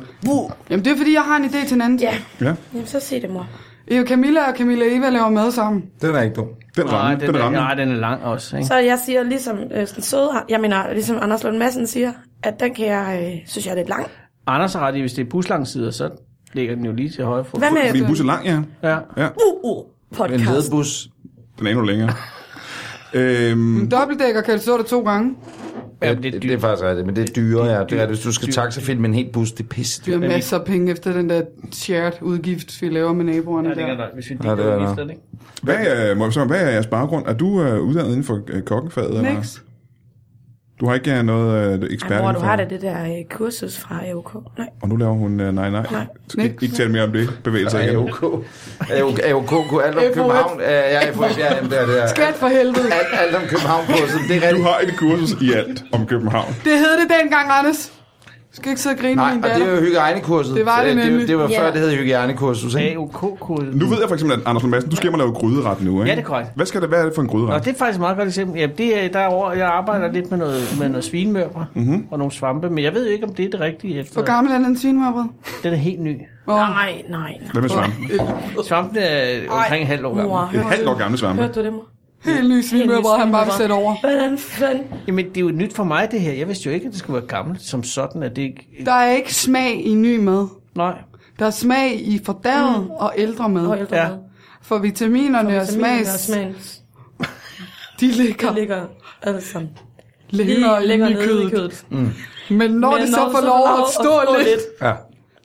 Speaker 6: Jamen, det er fordi, jeg har en idé til en anden.
Speaker 5: Ja,
Speaker 4: Ja,
Speaker 5: jamen, så sig det, mor.
Speaker 6: Eva Camilla og Camilla Eva laver mad sammen.
Speaker 7: Den er ikke dum.
Speaker 4: den
Speaker 8: Nej,
Speaker 4: ramme.
Speaker 8: den,
Speaker 4: Den
Speaker 8: er,
Speaker 4: ramme.
Speaker 8: nej, den er lang også. Ikke?
Speaker 5: Så jeg siger ligesom øh, sådan søde, jeg mener ligesom Anders Lund Madsen siger, at den kan jeg, øh, synes jeg er lidt lang.
Speaker 8: Anders har ret i, hvis det er buslangsider, så ligger den jo lige til højre fod.
Speaker 5: Hvad med
Speaker 4: Fordi bus er lang, ja.
Speaker 8: Ja.
Speaker 5: UU
Speaker 7: En
Speaker 5: podcast?
Speaker 7: ledbus.
Speaker 4: Den er endnu længere. øhm,
Speaker 8: Mm.
Speaker 6: En dobbeltdækker kan du stå der to gange.
Speaker 7: Ja,
Speaker 8: Jamen, det er
Speaker 7: det, det,
Speaker 8: dyrt.
Speaker 7: er faktisk rigtigt, men det er dyrere, ja. Det er, hvis du skal taxafilme en helt bus, det er pisse
Speaker 6: Vi har
Speaker 7: dyrt.
Speaker 6: masser af penge efter den der shared udgift, vi laver med naboerne
Speaker 8: Ja,
Speaker 6: ja,
Speaker 8: det kan
Speaker 6: der.
Speaker 8: der, hvis vi
Speaker 7: Ja, det er
Speaker 8: deler
Speaker 7: der.
Speaker 8: udgifter, ikke?
Speaker 4: hvad, er, må jeg så, hvad er jeres baggrund? Er du øh, uddannet inden for øh, kokkefaget? Eller?
Speaker 6: Niks.
Speaker 4: Du har ikke øh, noget øh, ekspert
Speaker 5: Ej, mor, du
Speaker 4: indenfor?
Speaker 5: har da det der øh, kursus fra AOK. Nej,
Speaker 4: Og nu laver hun, øh, nej, nej.
Speaker 5: Nej.
Speaker 4: Skal ikke, ikke tale mere om det. Bevægelser igen.
Speaker 7: AOK. AOK, AOK kunne alt om København. Ja, ja, ja, ja, jamen, det er det er.
Speaker 6: Skat for helvede.
Speaker 7: Alt, alt om København på, så det er
Speaker 4: Du
Speaker 7: rigtigt.
Speaker 4: har et kursus i alt om København.
Speaker 6: Det hed det dengang, Anders. Du skal ikke sidde og grine med
Speaker 7: Nej,
Speaker 6: min
Speaker 7: og det
Speaker 6: datter.
Speaker 7: var jo hygiejnekurset.
Speaker 6: Det var det
Speaker 7: det,
Speaker 6: nemlig.
Speaker 7: det var før,
Speaker 5: Ja.
Speaker 7: det hed hygiejnekursus, ikke?
Speaker 8: AOK-kode.
Speaker 4: Nu ved jeg for eksempel, at Anders Lund Madsen, du skal hjem og lave gryderet nu, ikke?
Speaker 8: Ja, det er korrekt.
Speaker 4: Hvad, skal det, hvad er det for en
Speaker 8: Nå,
Speaker 4: gryderet?
Speaker 8: det er faktisk et meget godt eksempel. Ja, det er, der er over, jeg arbejder lidt med noget, med noget svinmørbrød
Speaker 4: Mhm.
Speaker 8: mm-hmm. og nogle svampe, men jeg ved jo ikke, om det er det rigtige efter.
Speaker 6: Hvor gammel er den svinemørbrød?
Speaker 8: Den er helt ny.
Speaker 6: Åh,
Speaker 5: nej, nej. nej.
Speaker 4: Hvad med svamp?
Speaker 6: Øh,
Speaker 8: Svampen er omkring et halvt år
Speaker 5: Mor,
Speaker 8: gammel.
Speaker 4: Et halvt år gamle svampe.
Speaker 5: hørte du det, mor?
Speaker 6: helt ny svinemørbrød, han bare vil sætte over.
Speaker 5: Hvordan fanden?
Speaker 8: Jamen, det er jo nyt for mig, det her. Jeg vidste jo ikke, at det skulle være gammelt som sådan, at det ikke...
Speaker 6: Der er ikke smag i ny mad.
Speaker 8: Nej.
Speaker 6: Der er smag i fordærvet og Mm. ældre mad.
Speaker 5: Hvor ældre
Speaker 8: Ja.
Speaker 5: ja.
Speaker 6: For vitaminerne og
Speaker 5: Vitaminerne
Speaker 6: smags,
Speaker 5: og smagen,
Speaker 6: de ligger.
Speaker 5: det ligger alle sammen
Speaker 6: længere,
Speaker 5: lige længere
Speaker 6: inde i
Speaker 5: nede i
Speaker 6: kødet.
Speaker 5: kødet.
Speaker 6: Men når
Speaker 5: Men
Speaker 6: det så får lov at stå lidt, lidt
Speaker 7: Ja.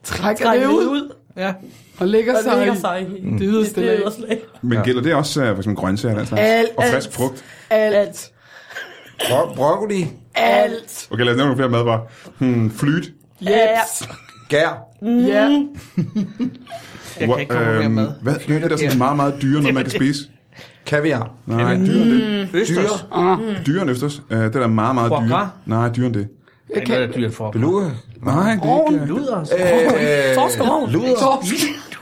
Speaker 6: trækker
Speaker 5: trække
Speaker 6: det
Speaker 5: det
Speaker 6: ud
Speaker 5: ud. Ja.
Speaker 6: og lægger
Speaker 5: Og
Speaker 6: sig,
Speaker 5: lægger
Speaker 6: i
Speaker 5: sig i
Speaker 6: det yderste
Speaker 5: det
Speaker 6: lag.
Speaker 5: yderste lag.
Speaker 1: Men gælder det også øh, for eksempel grøntsager og den slags?
Speaker 6: Alt,
Speaker 1: og frisk
Speaker 6: alt.
Speaker 1: frugt?
Speaker 6: alt.
Speaker 7: Bro- broccoli,
Speaker 6: Alt.
Speaker 1: Okay, lad os nævne nogle flere madvarer. Hmm, flyt.
Speaker 5: Ja.
Speaker 7: gær.
Speaker 6: Ja.
Speaker 5: Mm.
Speaker 8: Jeg kan ikke komme mere med.
Speaker 1: Øhm, Hvad hvad er der sådan meget, meget dyre, når man kan spise?
Speaker 7: Kaviar.
Speaker 1: Nej, dyre end det.
Speaker 8: Mm. Østers. Mm.
Speaker 1: Dyre end østers. Øh, det er da meget, meget
Speaker 8: Foie
Speaker 1: dyre.
Speaker 8: gras?
Speaker 1: Nej, dyre end det.
Speaker 8: Jeg kan... Det er dyrt for.
Speaker 7: Beluga.
Speaker 1: Nej, det er ikke... øh,
Speaker 8: Luder. altså.
Speaker 7: Øh,
Speaker 5: Torskerovn.
Speaker 7: Luder.
Speaker 6: Torsk.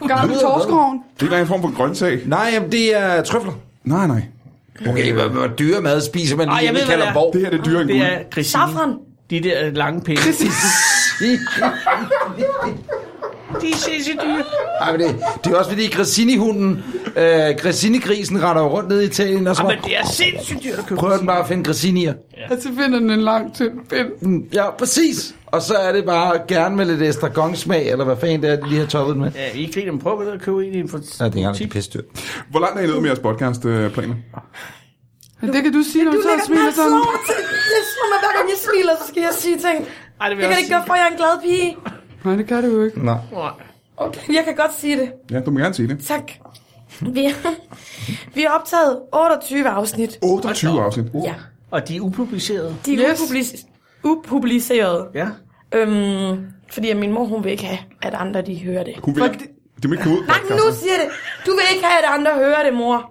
Speaker 6: Gammel torskroven.
Speaker 1: Det er ikke en form for grøntsag.
Speaker 7: Nej, jamen, det er trøfler.
Speaker 1: Nej, nej.
Speaker 7: Okay, hvor, hvor dyre mad spiser man
Speaker 8: Ej,
Speaker 7: lige
Speaker 8: jeg ved,
Speaker 7: i
Speaker 8: hvad det er.
Speaker 7: Kalundborg?
Speaker 1: Det her det er dyre end
Speaker 8: Det
Speaker 1: guld.
Speaker 8: er Christine.
Speaker 5: Safran.
Speaker 8: De der lange penge. De er sindssygt dyre.
Speaker 7: Ej, men det, det er også fordi Grissini-hunden, øh, Grissini-grisen render jo rundt ned i Italien, og så
Speaker 8: Men
Speaker 7: bare,
Speaker 8: det er sindssygt dyrt at købe.
Speaker 7: prøver den bare at finde Grissinier.
Speaker 6: Og så finder den en lang, tynd pind.
Speaker 7: Mm, Ja, præcis. Og så er det bare gerne med lidt estragonsmag, eller hvad fanden det er, de lige har toppet den med.
Speaker 8: Ja, I griner, men prøv at gå ned og købe en i en for
Speaker 7: Nej, det er ikke engang, det er
Speaker 8: tip.
Speaker 7: pisse dyrt.
Speaker 1: Hvor langt er I nået med jeres øh, podcastplaner?
Speaker 6: Men det kan du sige, når du
Speaker 5: Du
Speaker 6: så
Speaker 5: lægger den
Speaker 6: smiler
Speaker 5: altid
Speaker 6: sådan.
Speaker 5: over til listen, og hver gang jeg smiler, så skal jeg sige ting.
Speaker 8: Ej, det vil
Speaker 5: Det kan
Speaker 8: jeg
Speaker 5: det ikke gøre, for jeg er en glad pige.
Speaker 6: Nej, det kan du jo ikke.
Speaker 7: Nej.
Speaker 5: Okay, jeg kan godt sige det.
Speaker 1: Ja, du må gerne sige det.
Speaker 5: Tak. Vi, vi har optaget 28 afsnit.
Speaker 1: 28 afsnit. Uh.
Speaker 5: Ja.
Speaker 8: Og de er upublicerede.
Speaker 5: De er
Speaker 6: Yes.
Speaker 5: yes. upublicerede. upublicerede.
Speaker 8: Ja.
Speaker 5: Øhm, fordi at min mor, hun vil ikke have, at andre de hører det.
Speaker 1: Hun vil ikke... Det må ikke komme ud.
Speaker 5: Nej, men nu siger det. Du vil ikke have, at andre hører det, mor.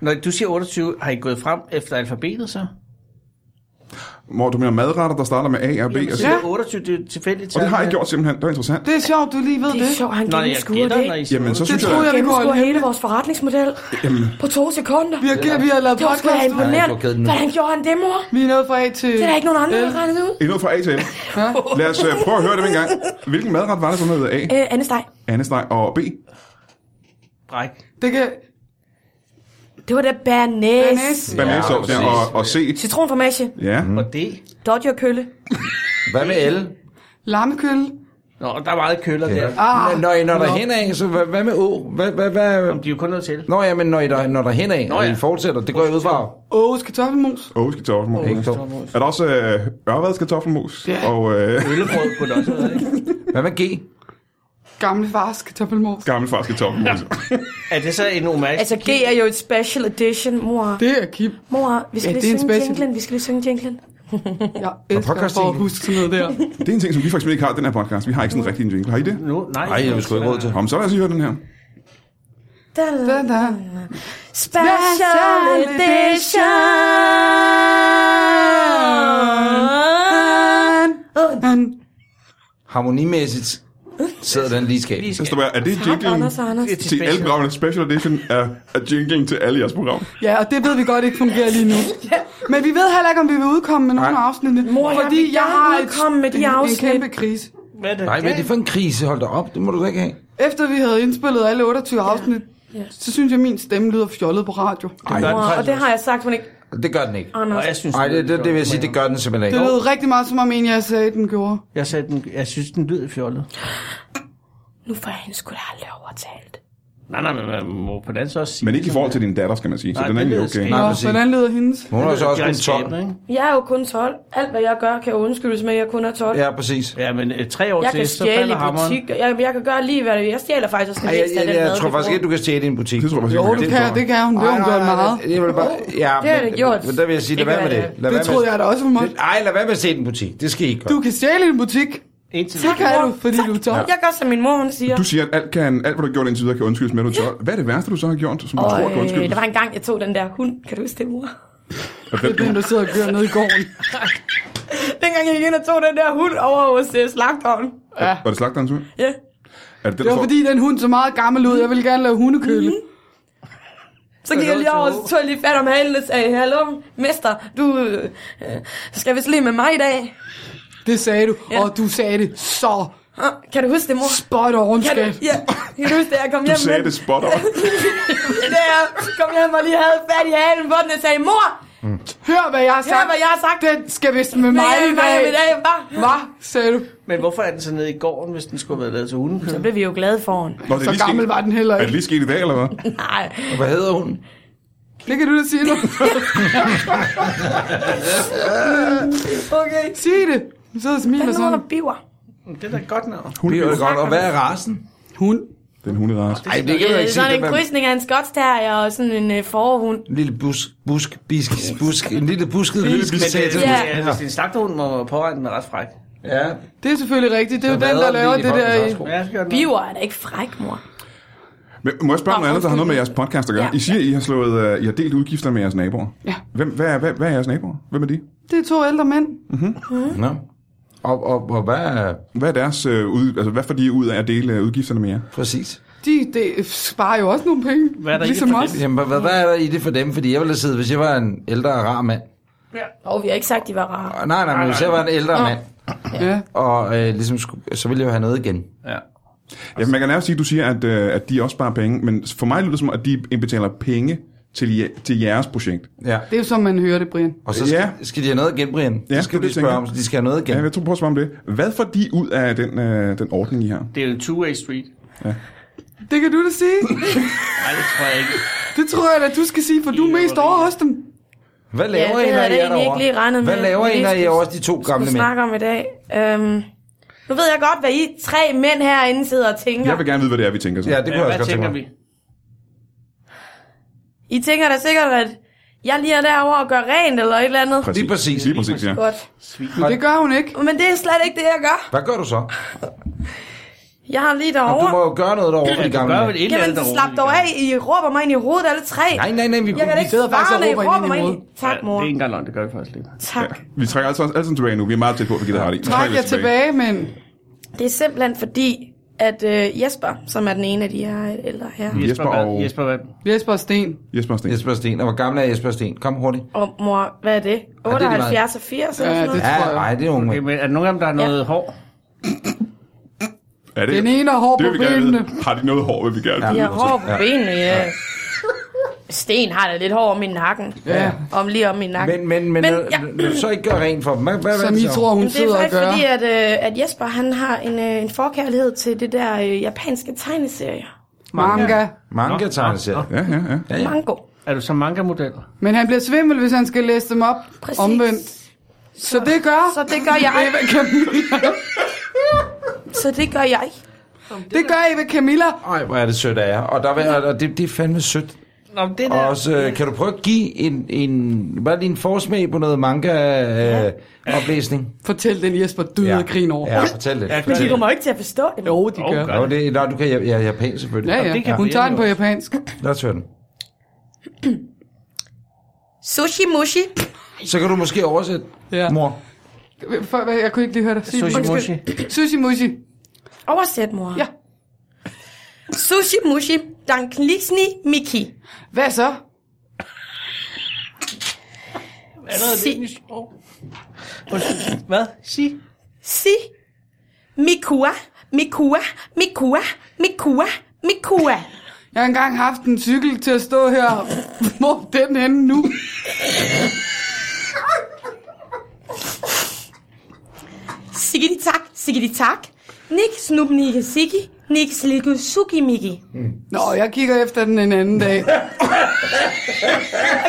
Speaker 8: Når du siger 28, har I gået frem efter alfabetet så?
Speaker 1: Hvor du mener madretter, der starter med A og B og C.
Speaker 8: Så det er 28, det er tilfældigt.
Speaker 1: Og det har
Speaker 8: tal,
Speaker 1: I gjort simpelthen. Det var interessant.
Speaker 6: Det er sjovt, du lige ved
Speaker 5: Det
Speaker 6: det.
Speaker 5: er sjovt, han
Speaker 8: men- Nå, jeg
Speaker 5: gennemskuer det,
Speaker 8: gætter, når
Speaker 5: ikke?
Speaker 8: I
Speaker 1: Jamen, så
Speaker 6: Det
Speaker 1: synes
Speaker 6: troede
Speaker 1: jeg...
Speaker 6: jeg, vi kunne
Speaker 5: Gennemskuer
Speaker 6: holde
Speaker 5: hele vores forretningsmodel på to sekunder.
Speaker 6: Vi har, vi har lavet
Speaker 5: Det var sgu da
Speaker 6: podcast.
Speaker 5: imponerende.
Speaker 7: Nej, du har givet den.
Speaker 5: Hvordan gjorde han det, mor?
Speaker 6: Vi er nået fra A til...
Speaker 5: Det er der ikke nogen andre, der har regnet ud.
Speaker 1: I er nået fra A til L. Lad os øh, prøve at høre det en gang. Hvilken madret var det, som hed A?
Speaker 5: Øh, Anne Steg.
Speaker 1: Andesteg og B.
Speaker 8: Bræk.
Speaker 6: Det kan...
Speaker 5: Det var da bearnaise.
Speaker 6: Bernays.
Speaker 1: Bananasovs ja, og, og C.
Speaker 5: Citronformage.
Speaker 1: Ja.
Speaker 8: Mm. Og det.
Speaker 5: Dodger kølle.
Speaker 7: Hvad med el?
Speaker 6: Lammekølle.
Speaker 8: Nå, og der er meget køller der.
Speaker 6: Ah,
Speaker 7: Når I når der henad, så hvad, hvad med å? Hvad, hvad, hvad?
Speaker 8: Jamen, de er jo kun noget til.
Speaker 7: Nå ja, men når I der, når der henad, og
Speaker 8: ja.
Speaker 7: I fortsætter, det går jeg ud fra.
Speaker 6: Åh, kartoffelmos.
Speaker 1: Aarhus kartoffelmos.
Speaker 7: Ikke så.
Speaker 1: Er der også øh, Ørvads kartoffelmos?
Speaker 6: Ja.
Speaker 1: Og øh,
Speaker 8: Øllebrød kunne det også have været, ikke?
Speaker 7: Hvad med G?
Speaker 6: Gamle fars kartoffelmos.
Speaker 1: gammelfars kartoffelmos.
Speaker 8: Er det så en omagisk?
Speaker 5: Altså, G er jo et special edition, mor.
Speaker 6: Det er Kim.
Speaker 5: Mor, vi skal
Speaker 6: Ja,
Speaker 5: ja,
Speaker 6: det er en
Speaker 5: lige synge
Speaker 6: special.
Speaker 5: jinglen. Vi skal lige synge jinglen.
Speaker 6: Jeg elsker
Speaker 7: podcast
Speaker 6: for at
Speaker 7: igen.
Speaker 6: huske sådan noget der.
Speaker 1: det er en ting, som vi faktisk ikke har i den her podcast. Vi har ikke sådan en rigtig en jingle. Har I det?
Speaker 8: Nu, nej.
Speaker 7: Nej, jeg har vi sgu ikke råd til.
Speaker 1: Om så lad os lige høre den her.
Speaker 5: Da,
Speaker 6: Da,
Speaker 5: da.
Speaker 6: da.
Speaker 5: Special edition.
Speaker 6: Men
Speaker 7: Harmonimæssigt sidder den lige i skabet.
Speaker 1: Så står der, er det jinglen
Speaker 5: Anders og Anders.
Speaker 1: til alle programmerne? Special edition er, er jinglen til alle jeres program.
Speaker 6: Ja, og det ved vi godt ikke fungerer lige nu. Men vi ved heller ikke, om vi vil udkomme med nogle af afsnittene.
Speaker 5: Mor, jeg
Speaker 6: fordi
Speaker 5: vil
Speaker 6: jeg
Speaker 5: gerne
Speaker 6: har
Speaker 5: udkomme med de
Speaker 6: en, en
Speaker 5: afsnit.
Speaker 6: kæmpe krise.
Speaker 8: Hvad er det?
Speaker 7: Nej, hvad er det for en krise? Hold da op, det må du da ikke have.
Speaker 6: Efter vi havde indspillet alle 28 afsnit, så synes jeg, min stemme lyder fjollet på radio.
Speaker 7: Ej,
Speaker 5: Mor, og det har jeg sagt, hun ikke.
Speaker 7: det gør den ikke.
Speaker 5: Anders.
Speaker 8: Og jeg synes,
Speaker 7: Nej, det, det, det vil jeg sige, det
Speaker 8: det
Speaker 7: gør den simpelthen
Speaker 6: Det
Speaker 7: ikke.
Speaker 6: lød rigtig meget som om en, jeg sagde, den gjorde.
Speaker 8: jeg, sagde den, jeg synes, den lyder fjollet.
Speaker 5: Nu får jeg hende sgu da aldrig overtalt.
Speaker 8: Nej, nej, men man må på dansk også sige.
Speaker 1: Men ikke i forhold til din datter, skal man sige. Så
Speaker 8: Nej,
Speaker 1: den er
Speaker 8: det
Speaker 1: egentlig
Speaker 8: ved
Speaker 1: okay.
Speaker 8: jeg sgu
Speaker 6: Nå,
Speaker 7: præcis.
Speaker 6: hvordan lyder hendes?
Speaker 7: Hun er så også kun 12.
Speaker 8: Ikke?
Speaker 5: Jeg er jo kun 12. Alt, hvad jeg gør, kan undskyldes med, at jeg kun er 12.
Speaker 7: Ja, præcis.
Speaker 8: Ja, men øh, tre år
Speaker 5: Jeg
Speaker 8: til,
Speaker 5: kan
Speaker 8: så
Speaker 5: stjæle
Speaker 8: falder
Speaker 5: i
Speaker 8: hammeren.
Speaker 5: butik. Jeg, jeg kan gøre lige, hvad jeg vil. Jeg stjæler faktisk også
Speaker 7: Ej,
Speaker 5: en
Speaker 7: jeg,
Speaker 5: vækst af
Speaker 7: jeg,
Speaker 5: den
Speaker 7: jeg,
Speaker 5: mad,
Speaker 7: tror
Speaker 5: vi
Speaker 7: faktisk
Speaker 5: bruger.
Speaker 7: ikke, du kan stjæle i en butik.
Speaker 1: Det tror jeg faktisk
Speaker 6: Jo,
Speaker 1: ikke, man
Speaker 6: du
Speaker 1: kan.
Speaker 6: kan, det kan hun. Det har hun
Speaker 7: Ej,
Speaker 6: gjort
Speaker 7: nej, nej,
Speaker 6: meget.
Speaker 7: Det, det vil bare, ja,
Speaker 5: Det har jeg da gjort.
Speaker 7: Men der vil jeg sige, lad
Speaker 5: Ikke
Speaker 7: være med det.
Speaker 5: hvad
Speaker 7: Lad
Speaker 6: Det
Speaker 7: være
Speaker 6: troede
Speaker 7: med,
Speaker 6: jeg da også for mig.
Speaker 7: Ej, lad være med at se den butik. Det skal I ikke
Speaker 6: Du
Speaker 7: gøre.
Speaker 6: kan stjæle i en butik.
Speaker 8: Indtil
Speaker 6: Det kan
Speaker 5: mor.
Speaker 6: du, fordi du er tom.
Speaker 5: Jeg gør, som min mor, hun siger.
Speaker 1: Du siger, at alt, kan, alt hvad du har gjort indtil videre, kan undskyldes med, at du er 12. Hvad er det værste, du så har gjort, som du
Speaker 5: Og
Speaker 1: tror, kan
Speaker 5: øh,
Speaker 1: undskyldes?
Speaker 5: der var en gang, jeg tog den der hund. Kan du huske det, mor?
Speaker 1: Og
Speaker 6: Det
Speaker 1: den-
Speaker 6: er den, der sidder og kører ned i gården.
Speaker 5: Dengang jeg gik ind og tog den der hund over hos uh, slagteren.
Speaker 1: Var det slagterens hund?
Speaker 5: Ja.
Speaker 1: Er det det,
Speaker 6: Det
Speaker 1: der
Speaker 6: var
Speaker 1: står?
Speaker 6: fordi, den hund så meget gammel ud. Jeg ville gerne lave hundekøle.
Speaker 5: Mhm. Så gik jeg lige over, og så tog jeg lige fat om halen og sagde, Hallo, mester, du øh, øh, skal vist lige med mig i dag.
Speaker 6: Det sagde du. Og du sagde det så
Speaker 5: Ah, Kan du huske det, mor?
Speaker 6: spot on,
Speaker 5: Kan du,
Speaker 6: skat.
Speaker 5: ja, kan du huske det, jeg kom
Speaker 1: Du
Speaker 5: hjem
Speaker 1: sagde
Speaker 5: med
Speaker 1: det spot on.
Speaker 5: den der, kom hjem og lige havde fat i halen på den og sagde, mor,
Speaker 7: Mm.
Speaker 6: Hør, hvad jeg har
Speaker 5: hør
Speaker 6: sagt.
Speaker 5: hvad jeg har sagt.
Speaker 6: Den skal vist med mig i
Speaker 5: mig i
Speaker 6: dag.
Speaker 5: dag, hva?
Speaker 6: Hvad sagde du?
Speaker 8: Men hvorfor er den så nede i gården, hvis den skulle have været lavet til hundekød?
Speaker 5: Så blev vi jo glade for hende.
Speaker 1: Nå, det er
Speaker 6: Så
Speaker 1: lige
Speaker 6: gammel
Speaker 1: sket.
Speaker 6: var den heller
Speaker 1: Er det
Speaker 6: ikke.
Speaker 1: lige sket i dag, eller hvad?
Speaker 5: Nej,
Speaker 7: Hvad hedder hun?
Speaker 6: Det kan du da sige nu.
Speaker 5: Okay.
Speaker 6: Sig det. Hun sidder og
Speaker 5: Den
Speaker 6: smiler sådan.
Speaker 5: hedder Biver.
Speaker 8: Det er da et godt navn.
Speaker 7: Hun bliver godt. Og hvad er rasen?
Speaker 6: Hun.
Speaker 1: Den hunderace.
Speaker 7: Ej, det kan du
Speaker 5: Øh,
Speaker 7: ikke sige.
Speaker 5: sådan en
Speaker 7: det var en
Speaker 5: krydsning af en skotsterrier og sådan en øh, forhund.
Speaker 7: lille busk, busk, bisk, busk, en lille busket lille
Speaker 8: Men det,
Speaker 7: bisk.
Speaker 8: det,
Speaker 5: Ja.
Speaker 8: ja. Hvis det er en slagterhund, må påregne den er ret fræk.
Speaker 7: Ja,
Speaker 6: Det er selvfølgelig rigtigt. Det er jo den, der laver det der øh, i...
Speaker 8: Ja, det gør den.
Speaker 5: Biver er da ikke fræk, mor.
Speaker 1: Men må jeg spørge om
Speaker 5: Nå,
Speaker 1: noget andet, der har noget med jeres
Speaker 5: undskyld.
Speaker 1: podcast at gøre?
Speaker 5: Ja.
Speaker 1: I siger, I har, slået, uh, I har delt udgifter med jeres naboer.
Speaker 6: Ja.
Speaker 1: Hvem, hvad, er, hvad, hvad er jeres naboer? Hvem er de? Mm-hmm.
Speaker 6: Det er to ældre mænd.
Speaker 7: Nå. Og, og, og hvad er
Speaker 1: Hvad er deres, uh, ud, altså, hvad får de ud af at dele øh, udgifterne med jer?
Speaker 7: præcis?
Speaker 6: De, de sparer jo også nogle penge.
Speaker 8: Hvad er der i det
Speaker 6: ligesom
Speaker 8: for
Speaker 6: os.
Speaker 8: dem?
Speaker 7: Jamen, hvad, hvad er der i det for dem? Fordi jeg ville have siddet, hvis jeg var en ældre og rar mand.
Speaker 5: Og vi har ikke sagt, de var rare.
Speaker 7: Og, nej, nej, men hvis jeg var en ældre mand,
Speaker 6: Ja.
Speaker 7: og øh, ligesom skulle, så ville jeg jo have noget igen.
Speaker 8: Ja.
Speaker 1: Ja, man kan nærmest sige, at du siger, at, øh, at de også sparer penge, men for mig lyder det som, at de indbetaler penge til, je, til jeres projekt.
Speaker 7: Ja.
Speaker 6: Det er jo som man hører det, Brian.
Speaker 7: Og så skal,
Speaker 1: Ja.
Speaker 7: ja. skal de have noget igen, Brian.
Speaker 1: Ja,
Speaker 7: Ja, så skal du
Speaker 1: det
Speaker 7: lige
Speaker 1: tænker
Speaker 7: spørge
Speaker 1: jeg.
Speaker 7: om, så de skal have noget igen.
Speaker 1: Ja, jeg tror på at spørge om det. Hvad får de ud af den, øh, den ordning, I har?
Speaker 8: Det er jo en two-way street.
Speaker 6: Det kan du da sige.
Speaker 8: Nej, det tror jeg ikke.
Speaker 6: Det tror jeg da, du skal sige, for du er mest over hos dem.
Speaker 7: Hvad laver
Speaker 5: Ja, det
Speaker 7: I, når
Speaker 5: havde
Speaker 7: I
Speaker 5: jeg
Speaker 7: er
Speaker 5: egentlig
Speaker 7: derovre?
Speaker 5: ikke lige regnet
Speaker 7: Hvad
Speaker 5: med.
Speaker 7: laver I,
Speaker 5: Vi
Speaker 7: når I
Speaker 5: skulle-
Speaker 7: er også de to
Speaker 5: Vi
Speaker 7: gamle mænd?
Speaker 5: snakker om i dag. Øhm, nu ved jeg godt, hvad I tre mænd herinde sidder og tænker.
Speaker 1: Jeg vil gerne vide, hvad det er, vi tænker så.
Speaker 7: Ja, det kunne jeg også
Speaker 8: Hvad
Speaker 7: godt tænke mig.
Speaker 8: tænker vi?
Speaker 5: I tænker da sikkert, at jeg lige er derovre og gør rent eller et eller andet.
Speaker 1: Præcis.
Speaker 7: Lige præcis.
Speaker 1: Lige præcis, ja.
Speaker 5: Godt.
Speaker 6: Men det gør hun ikke.
Speaker 5: Men det er slet ikke det, jeg gør.
Speaker 7: Hvad gør du så?
Speaker 5: Jeg har lige
Speaker 7: Nå, Du
Speaker 5: derovre.
Speaker 7: må jo gøre noget derovre for de
Speaker 8: Ja, du
Speaker 7: gamle
Speaker 8: gør vel
Speaker 7: mænd.
Speaker 8: et eller andet
Speaker 5: Jamen,
Speaker 8: derovre,
Speaker 5: slap
Speaker 8: vi
Speaker 5: dog
Speaker 8: gør.
Speaker 5: af. I råber mig ind i hovedet alle tre.
Speaker 7: Nej, nej, nej, vi,
Speaker 5: Jeg kan da
Speaker 7: vi
Speaker 5: ikke
Speaker 7: sidder faktisk
Speaker 5: svare,
Speaker 7: og
Speaker 5: når I
Speaker 7: råber
Speaker 5: råber
Speaker 7: hinanden
Speaker 5: mig
Speaker 7: i
Speaker 5: ind i
Speaker 7: hovedet.
Speaker 5: Tak, mor.
Speaker 8: Det er ikke engang løgn, det gør vi faktisk ikke.
Speaker 5: Tak.
Speaker 1: Vi trækker altså også alle sammen tilbage nu. Vi er meget tæt på, at vi gider ret i. Vi
Speaker 6: Træk
Speaker 1: trækker
Speaker 6: jer
Speaker 1: lidt
Speaker 6: tilbage, men...
Speaker 5: Det er simpelthen fordi, at øh, Jesper, som er den ene af de her ældre her,
Speaker 1: Jesper
Speaker 8: Jesper,
Speaker 1: og-
Speaker 8: og... Jesper Vand.
Speaker 6: Jesper og Sten.
Speaker 1: Jesper og Sten.
Speaker 7: Jesper Sten. Og hvor gammel er Jesper Sten? Kom hurtigt.
Speaker 5: og mor, hvad er det?
Speaker 7: er lige meget.
Speaker 5: 78 og 80 eller
Speaker 6: Ja,
Speaker 5: sådan noget?
Speaker 6: det-
Speaker 7: Ja,
Speaker 6: tror jeg.
Speaker 7: nej, det er unge
Speaker 8: Okay,
Speaker 7: mænd.
Speaker 8: men er der nogen af dem, der har noget hår?
Speaker 1: Er det,
Speaker 6: Den ene er hård
Speaker 1: det
Speaker 6: på
Speaker 1: vil vi gerne
Speaker 6: benene.
Speaker 1: vide. Har de noget hår, vil vi gerne
Speaker 5: De
Speaker 1: vide.
Speaker 5: har hår på benene, ja. Sten har da lidt hår om i nakken.
Speaker 6: Ja.
Speaker 5: Om lige om i nakken.
Speaker 7: Men, men, men,
Speaker 5: Men,
Speaker 7: men
Speaker 5: ja.
Speaker 7: så ikke gøre rent for dem. Hvad, hvad,
Speaker 6: Som
Speaker 7: hvad
Speaker 6: I
Speaker 7: så?
Speaker 6: tror, hun
Speaker 5: Jamen, det er
Speaker 6: sidder og
Speaker 5: faktisk
Speaker 6: gør.
Speaker 5: fordi, at, øh, at Jesper han har en, øh, en forkærlighed til det der øh, japanske tegneserie.
Speaker 6: Manga.
Speaker 7: Manga tegneserier.
Speaker 1: Ja, ja, ja.
Speaker 7: Ja.
Speaker 5: Mango.
Speaker 8: Er du så manga-model?
Speaker 6: Men han bliver svimmel, hvis han skal læse dem op
Speaker 5: Præcis.
Speaker 6: omvendt. Så det gør...
Speaker 5: Så det gør jeg.
Speaker 6: Eva Camilla.
Speaker 5: Så det gør jeg.
Speaker 6: Det gør Eva Camilla.
Speaker 7: Ej, hvor er det sødt af jer. Og, der, vil- og- og det, det er fandme sødt.
Speaker 8: Nå, men det
Speaker 7: Og
Speaker 8: der...
Speaker 7: også, øh, kan du prøve at give en, en, bare lige en forsmag på noget manga-oplæsning? Øh,
Speaker 6: Fortæl den Jesper døde af grin over.
Speaker 7: Ja, fortæl det.
Speaker 8: Ja,
Speaker 7: Fortæl
Speaker 5: De
Speaker 7: det.
Speaker 5: kommer jo ikke til at forstå det.
Speaker 6: Jo, de
Speaker 8: Oh,
Speaker 6: gør.
Speaker 7: Jo, det, nej, du kan ja, ja, japan selvfølgelig.
Speaker 6: Ja,
Speaker 7: Ja.
Speaker 8: det kan
Speaker 6: ja. Hun
Speaker 8: vi
Speaker 6: tager den
Speaker 8: jo
Speaker 6: på
Speaker 8: også.
Speaker 6: japansk.
Speaker 7: Lad os høre den.
Speaker 5: Sushi mushi.
Speaker 7: Så kan du måske oversætte,
Speaker 6: Ja.
Speaker 7: mor.
Speaker 6: For, hvad- jeg kunne ikke lige høre dig sige
Speaker 8: Sushi
Speaker 6: det.
Speaker 8: Moshi.
Speaker 6: Sushi Mushi.
Speaker 5: Oversæt, mor.
Speaker 6: Ja.
Speaker 5: Sushi mushi. Dan klisni miki.
Speaker 6: Hvad så?
Speaker 5: Si,
Speaker 8: Hvad? Sig.
Speaker 5: si. Mikua. Mikua. Mikua. Mikua. Mikua.
Speaker 6: Jeg har engang haft en cykel til at stå her. Hvor er den henne nu?
Speaker 5: Sigidi tak. Sigidi tak. Nik snup nikke siki. Nik slikke suki miki.
Speaker 6: Mm. Nå, jeg kigger efter den en anden dag.
Speaker 5: Hold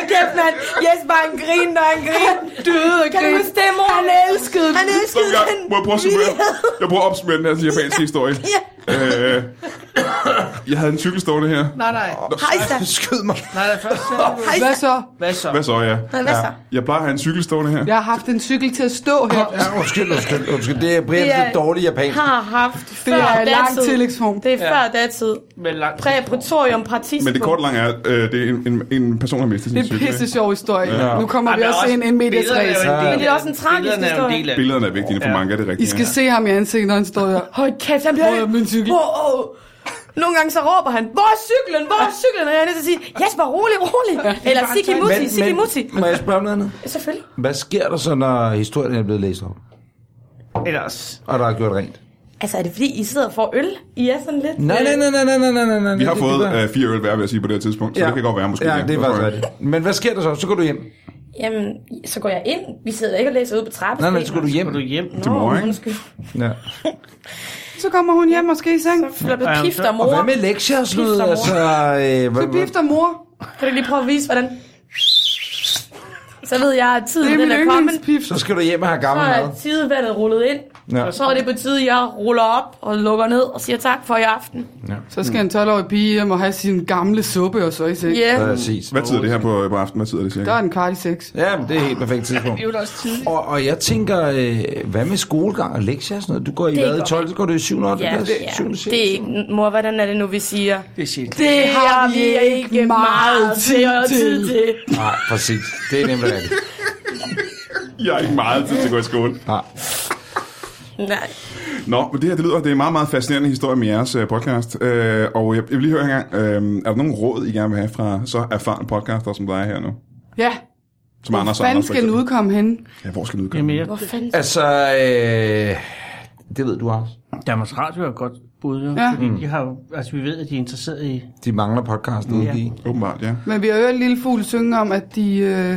Speaker 5: kæft, mand. Jesper, han griner, han griner.
Speaker 6: Døde af
Speaker 5: Kan du
Speaker 6: grin.
Speaker 5: huske det, mor?
Speaker 6: Han elskede den.
Speaker 5: Han
Speaker 1: Kom i
Speaker 5: elskede
Speaker 1: gang.
Speaker 5: den.
Speaker 1: Må jeg prøve at summere?
Speaker 5: villighed.
Speaker 1: Jeg prøver at opsummere den her japanske historie.
Speaker 5: Ja.
Speaker 1: Øh, jeg havde en cykel stående her.
Speaker 8: Nej, nej.
Speaker 5: Hejsa.
Speaker 7: Skyd mig.
Speaker 8: Nej, nej, først sagde du...
Speaker 6: Hvad så?
Speaker 8: Hvad så?
Speaker 1: Hvad så, ja?
Speaker 5: Nej, hvad så?
Speaker 1: Jeg plejer at have en cykel stående her.
Speaker 6: Jeg har haft en cykel til at stå her.
Speaker 7: Ja, undskyld, undskyld, undskyld. Det er Brians
Speaker 5: Det er-
Speaker 7: lidt dårlige japansk.
Speaker 5: Har haft
Speaker 6: Det
Speaker 5: før
Speaker 6: er lang
Speaker 5: datid.
Speaker 6: tillægsform.
Speaker 5: Det er før datid.
Speaker 8: Med lang
Speaker 5: Præ-pretorium partis.
Speaker 1: Men det korte lange er, øh, det er en, en, en person, der har mistet
Speaker 6: Det
Speaker 1: sin
Speaker 6: er en
Speaker 1: cykel.
Speaker 6: pisse sjov historie. Nu kommer
Speaker 8: Ej,
Speaker 6: vi
Speaker 8: men
Speaker 6: også ind i en medias
Speaker 8: billederne er
Speaker 6: race.
Speaker 8: jo en del
Speaker 5: Men det er
Speaker 8: af
Speaker 5: også en
Speaker 8: det.
Speaker 5: tragisk
Speaker 8: Billederne er jo en
Speaker 5: historie.
Speaker 8: del af det.
Speaker 1: Billederne er vigtige for mange, er det
Speaker 6: I
Speaker 1: rigtigt.
Speaker 6: skal se ham i ansigtet, når han står her.
Speaker 5: Hold kæft, han bliver
Speaker 6: Hvor er min cykel?
Speaker 5: Hvor, åh. Nogle gange så råber han, hvor er cyklen, hvor er cyklen? Og jeg er nødt til at sige, Jesper, rolig, rolig. Eller Siki Mutti, Siki Mutti.
Speaker 7: må jeg spørge om noget andet?
Speaker 5: Selvfølgelig.
Speaker 7: Hvad sker der så, når historien er blevet læst op?
Speaker 8: Ellers...
Speaker 7: Og der er gjort rent?
Speaker 5: Altså, er det fordi, I sidder og får øl? I er sådan lidt...
Speaker 7: Nej,
Speaker 5: øh,
Speaker 7: nej, nej, nej, nej, nej, nej, nej.
Speaker 1: Vi har fået øh, fire øl hver, vil jeg sige, på det her tidspunkt. Så det kan godt være, måske.
Speaker 7: Ja, det er
Speaker 1: Hvorfor
Speaker 7: faktisk
Speaker 1: ikke?
Speaker 7: rigtigt. Men hvad sker der så? Så går du hjem.
Speaker 5: Jamen, så går jeg ind. Vi sidder ikke og læser ude på trappen.
Speaker 7: Nej, nej, så går du hjem.
Speaker 8: Går du hjem?
Speaker 1: til mor, ikke?
Speaker 5: Undskyld.
Speaker 7: Ja.
Speaker 6: Så kommer hun hjem måske i seng.
Speaker 5: Så bliver pifter
Speaker 7: Og
Speaker 5: mor.
Speaker 7: hvad med lektier og sådan noget?
Speaker 5: Pifter mor.
Speaker 7: Altså, øh, hvad,
Speaker 6: Så bifter mor.
Speaker 5: Kan du ikke lige prøve at vise, hvordan Så ved jeg, at
Speaker 6: Det
Speaker 5: tiden
Speaker 6: er
Speaker 5: den
Speaker 6: min
Speaker 5: er kommet.
Speaker 6: yndlingspips.
Speaker 7: Så skal du hjem og have
Speaker 5: Så
Speaker 7: gammel mad.
Speaker 5: er tidevandet rullet ind.
Speaker 7: Ja.
Speaker 5: Ja. Og så er det på tide, jeg ruller op og lukker ned og siger tak for i aften.
Speaker 6: Så skal en 12-årig pige hjem og have sin gamle suppe og så i seng.
Speaker 5: Ja. Yeah.
Speaker 7: Præcis.
Speaker 4: Hvad tid er det her på, på aftenen? Hvad tid er det cirka?
Speaker 6: Der er den kvart i seks.
Speaker 7: Ja, men det er helt perfekt tidspunkt.
Speaker 5: Det er jo da også tidligt.
Speaker 7: Og, og jeg tænker, øh, hvad med skolegang og lektier og sådan noget? Du går i
Speaker 5: Det er
Speaker 7: hvad? I
Speaker 5: godt.
Speaker 7: 12, så går du i 7. 8.
Speaker 5: Ja,
Speaker 7: klasse?
Speaker 5: ja.
Speaker 7: 7.
Speaker 5: det er ikke... Mor, hvordan er det nu, vi siger?
Speaker 8: Det er sjældent.
Speaker 5: Det har vi ikke meget tid til. til.
Speaker 7: Nej, præcis. Det er nemt at det.
Speaker 4: Jeg har ikke meget tid til at gå i skole.
Speaker 7: Nej.
Speaker 5: Nej.
Speaker 4: Nå, men det her, det lyder, det er en meget, meget fascinerende historie med jeres øh, podcast. Øh, og jeg, jeg vil lige høre engang, øh, er der nogen råd, I gerne vil have fra så erfarne podcaster, som der er her nu?
Speaker 6: Ja,
Speaker 4: Som Anders og Anders. for
Speaker 6: fanden skal den
Speaker 4: eksempel.
Speaker 6: udkomme henne?
Speaker 4: Ja, hvor skal den udkomme?
Speaker 8: Jamen, jeg,
Speaker 5: Hvor fanden?
Speaker 7: Altså, øh, det ved du også.
Speaker 8: Danmarks Radio er et godt bud, jo,
Speaker 6: Ja.
Speaker 8: ja.
Speaker 1: Mm.
Speaker 8: fordi de har, jo- altså, vi ved, at de er interesseret i...
Speaker 7: De mangler podcasten mm, i.
Speaker 4: Åbenbart, ja.
Speaker 6: Men vi har hørt Lille Fugl synge om, at de øh,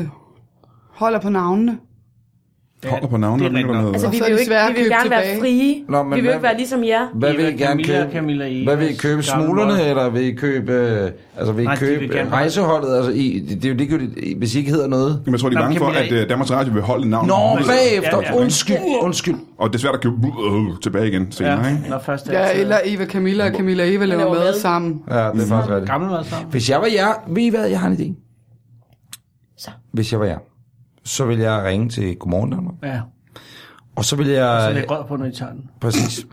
Speaker 6: holder på navnene.
Speaker 4: Holder på navnet,
Speaker 8: det
Speaker 4: og
Speaker 8: er rigtigt
Speaker 4: noget.
Speaker 5: Altså, vi
Speaker 6: så er
Speaker 5: vil jo
Speaker 6: det
Speaker 5: ikke,
Speaker 6: svært
Speaker 5: vi
Speaker 6: at
Speaker 5: vil
Speaker 6: købe
Speaker 5: gerne være
Speaker 6: tilbage.
Speaker 5: frie.
Speaker 7: Nå, men
Speaker 5: vi vil
Speaker 7: hvad-
Speaker 5: ikke være ligesom jer.
Speaker 7: Hvad vil I
Speaker 8: Eva
Speaker 7: gerne
Speaker 8: Camilla,
Speaker 7: købe?
Speaker 8: Camilla Eva,
Speaker 7: Hvad vil I købe?
Speaker 8: Gamle
Speaker 7: Smuglerne,
Speaker 8: Boy.
Speaker 7: eller vil I købe, øh, altså vil I
Speaker 8: Nej, de vil
Speaker 7: købe
Speaker 8: gerne-
Speaker 7: øh, rejseholdet? Altså, I, det det er jo ligegyldigt, I- hvis I ikke hedder noget.
Speaker 4: Jamen, jeg tror, de er
Speaker 8: Nå,
Speaker 4: bange
Speaker 8: kan
Speaker 4: for,
Speaker 8: vi da
Speaker 4: at
Speaker 8: ikke-
Speaker 4: øh, Danmarks Radio vil holde navnet.
Speaker 7: Nå,
Speaker 4: ude.
Speaker 7: bagefter.
Speaker 8: Ja, ja.
Speaker 7: Undskyld, undskyld.
Speaker 4: Og det er svært at købe øh, tilbage igen
Speaker 8: Ja,
Speaker 4: senere, ikke?
Speaker 8: når først er
Speaker 6: Ja,
Speaker 8: tid.
Speaker 6: eller Eva Camilla og Camilla Eva laver
Speaker 5: Laver
Speaker 6: mad
Speaker 5: mad.
Speaker 6: sammen.
Speaker 7: Ja, det er faktisk rigtigt.
Speaker 8: Gammel mad sammen.
Speaker 7: Hvis jeg var jer, ved I hvad, jeg har en idé.
Speaker 5: Så.
Speaker 7: Hvis jeg var jer, så vil jeg ringe til Godmorgen Danmark.
Speaker 8: Ja,
Speaker 7: Og så vil jeg...
Speaker 8: så læg rød på, når I tager den.
Speaker 7: Præcis.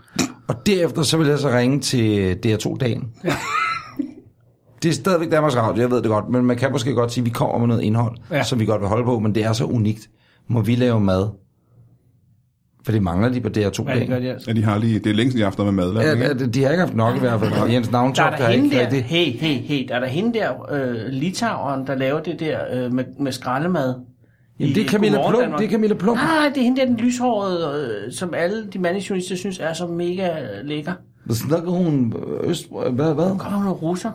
Speaker 7: Og derefter så vil jeg så ringe til DR2-dagen. Det er stadigvæk Danmarks Radio, jeg ved det godt, men man kan måske godt sige, at vi kommer med noget indhold, ja.
Speaker 8: Ja.
Speaker 7: som vi godt vil holde på, men det er så unikt. Må vi lave mad? For det mangler de på
Speaker 8: Ja, det gør
Speaker 7: DR2-dagen.
Speaker 8: de altså.
Speaker 4: Ja, de har lige, det er længe siden, jeg har haft noget med mad.
Speaker 7: Ja,
Speaker 4: Ja,
Speaker 7: ja, de har ikke haft nok i hvert fald. og Jens
Speaker 8: Der
Speaker 7: Navntop
Speaker 8: er
Speaker 7: der
Speaker 8: der
Speaker 7: har
Speaker 8: hende
Speaker 7: ikke
Speaker 8: der,
Speaker 7: rigtig...
Speaker 8: hey, hey, hey, der er der hende der, øh, litaueren, der laver det der øh, med, med skraldemad.
Speaker 7: Jamen, det er Camilla
Speaker 8: Godmorgen,
Speaker 7: Plum,
Speaker 8: Danmark.
Speaker 7: det er Camilla Plum.
Speaker 9: Ah.
Speaker 8: Nej, Ah, det er hende der, den lyshårede, øh, som alle de mandlige journalister synes er så mega øh, lækker.
Speaker 7: Hvad snakker hun? Øst... Hvad, hvad?
Speaker 8: Kommer hun og russer?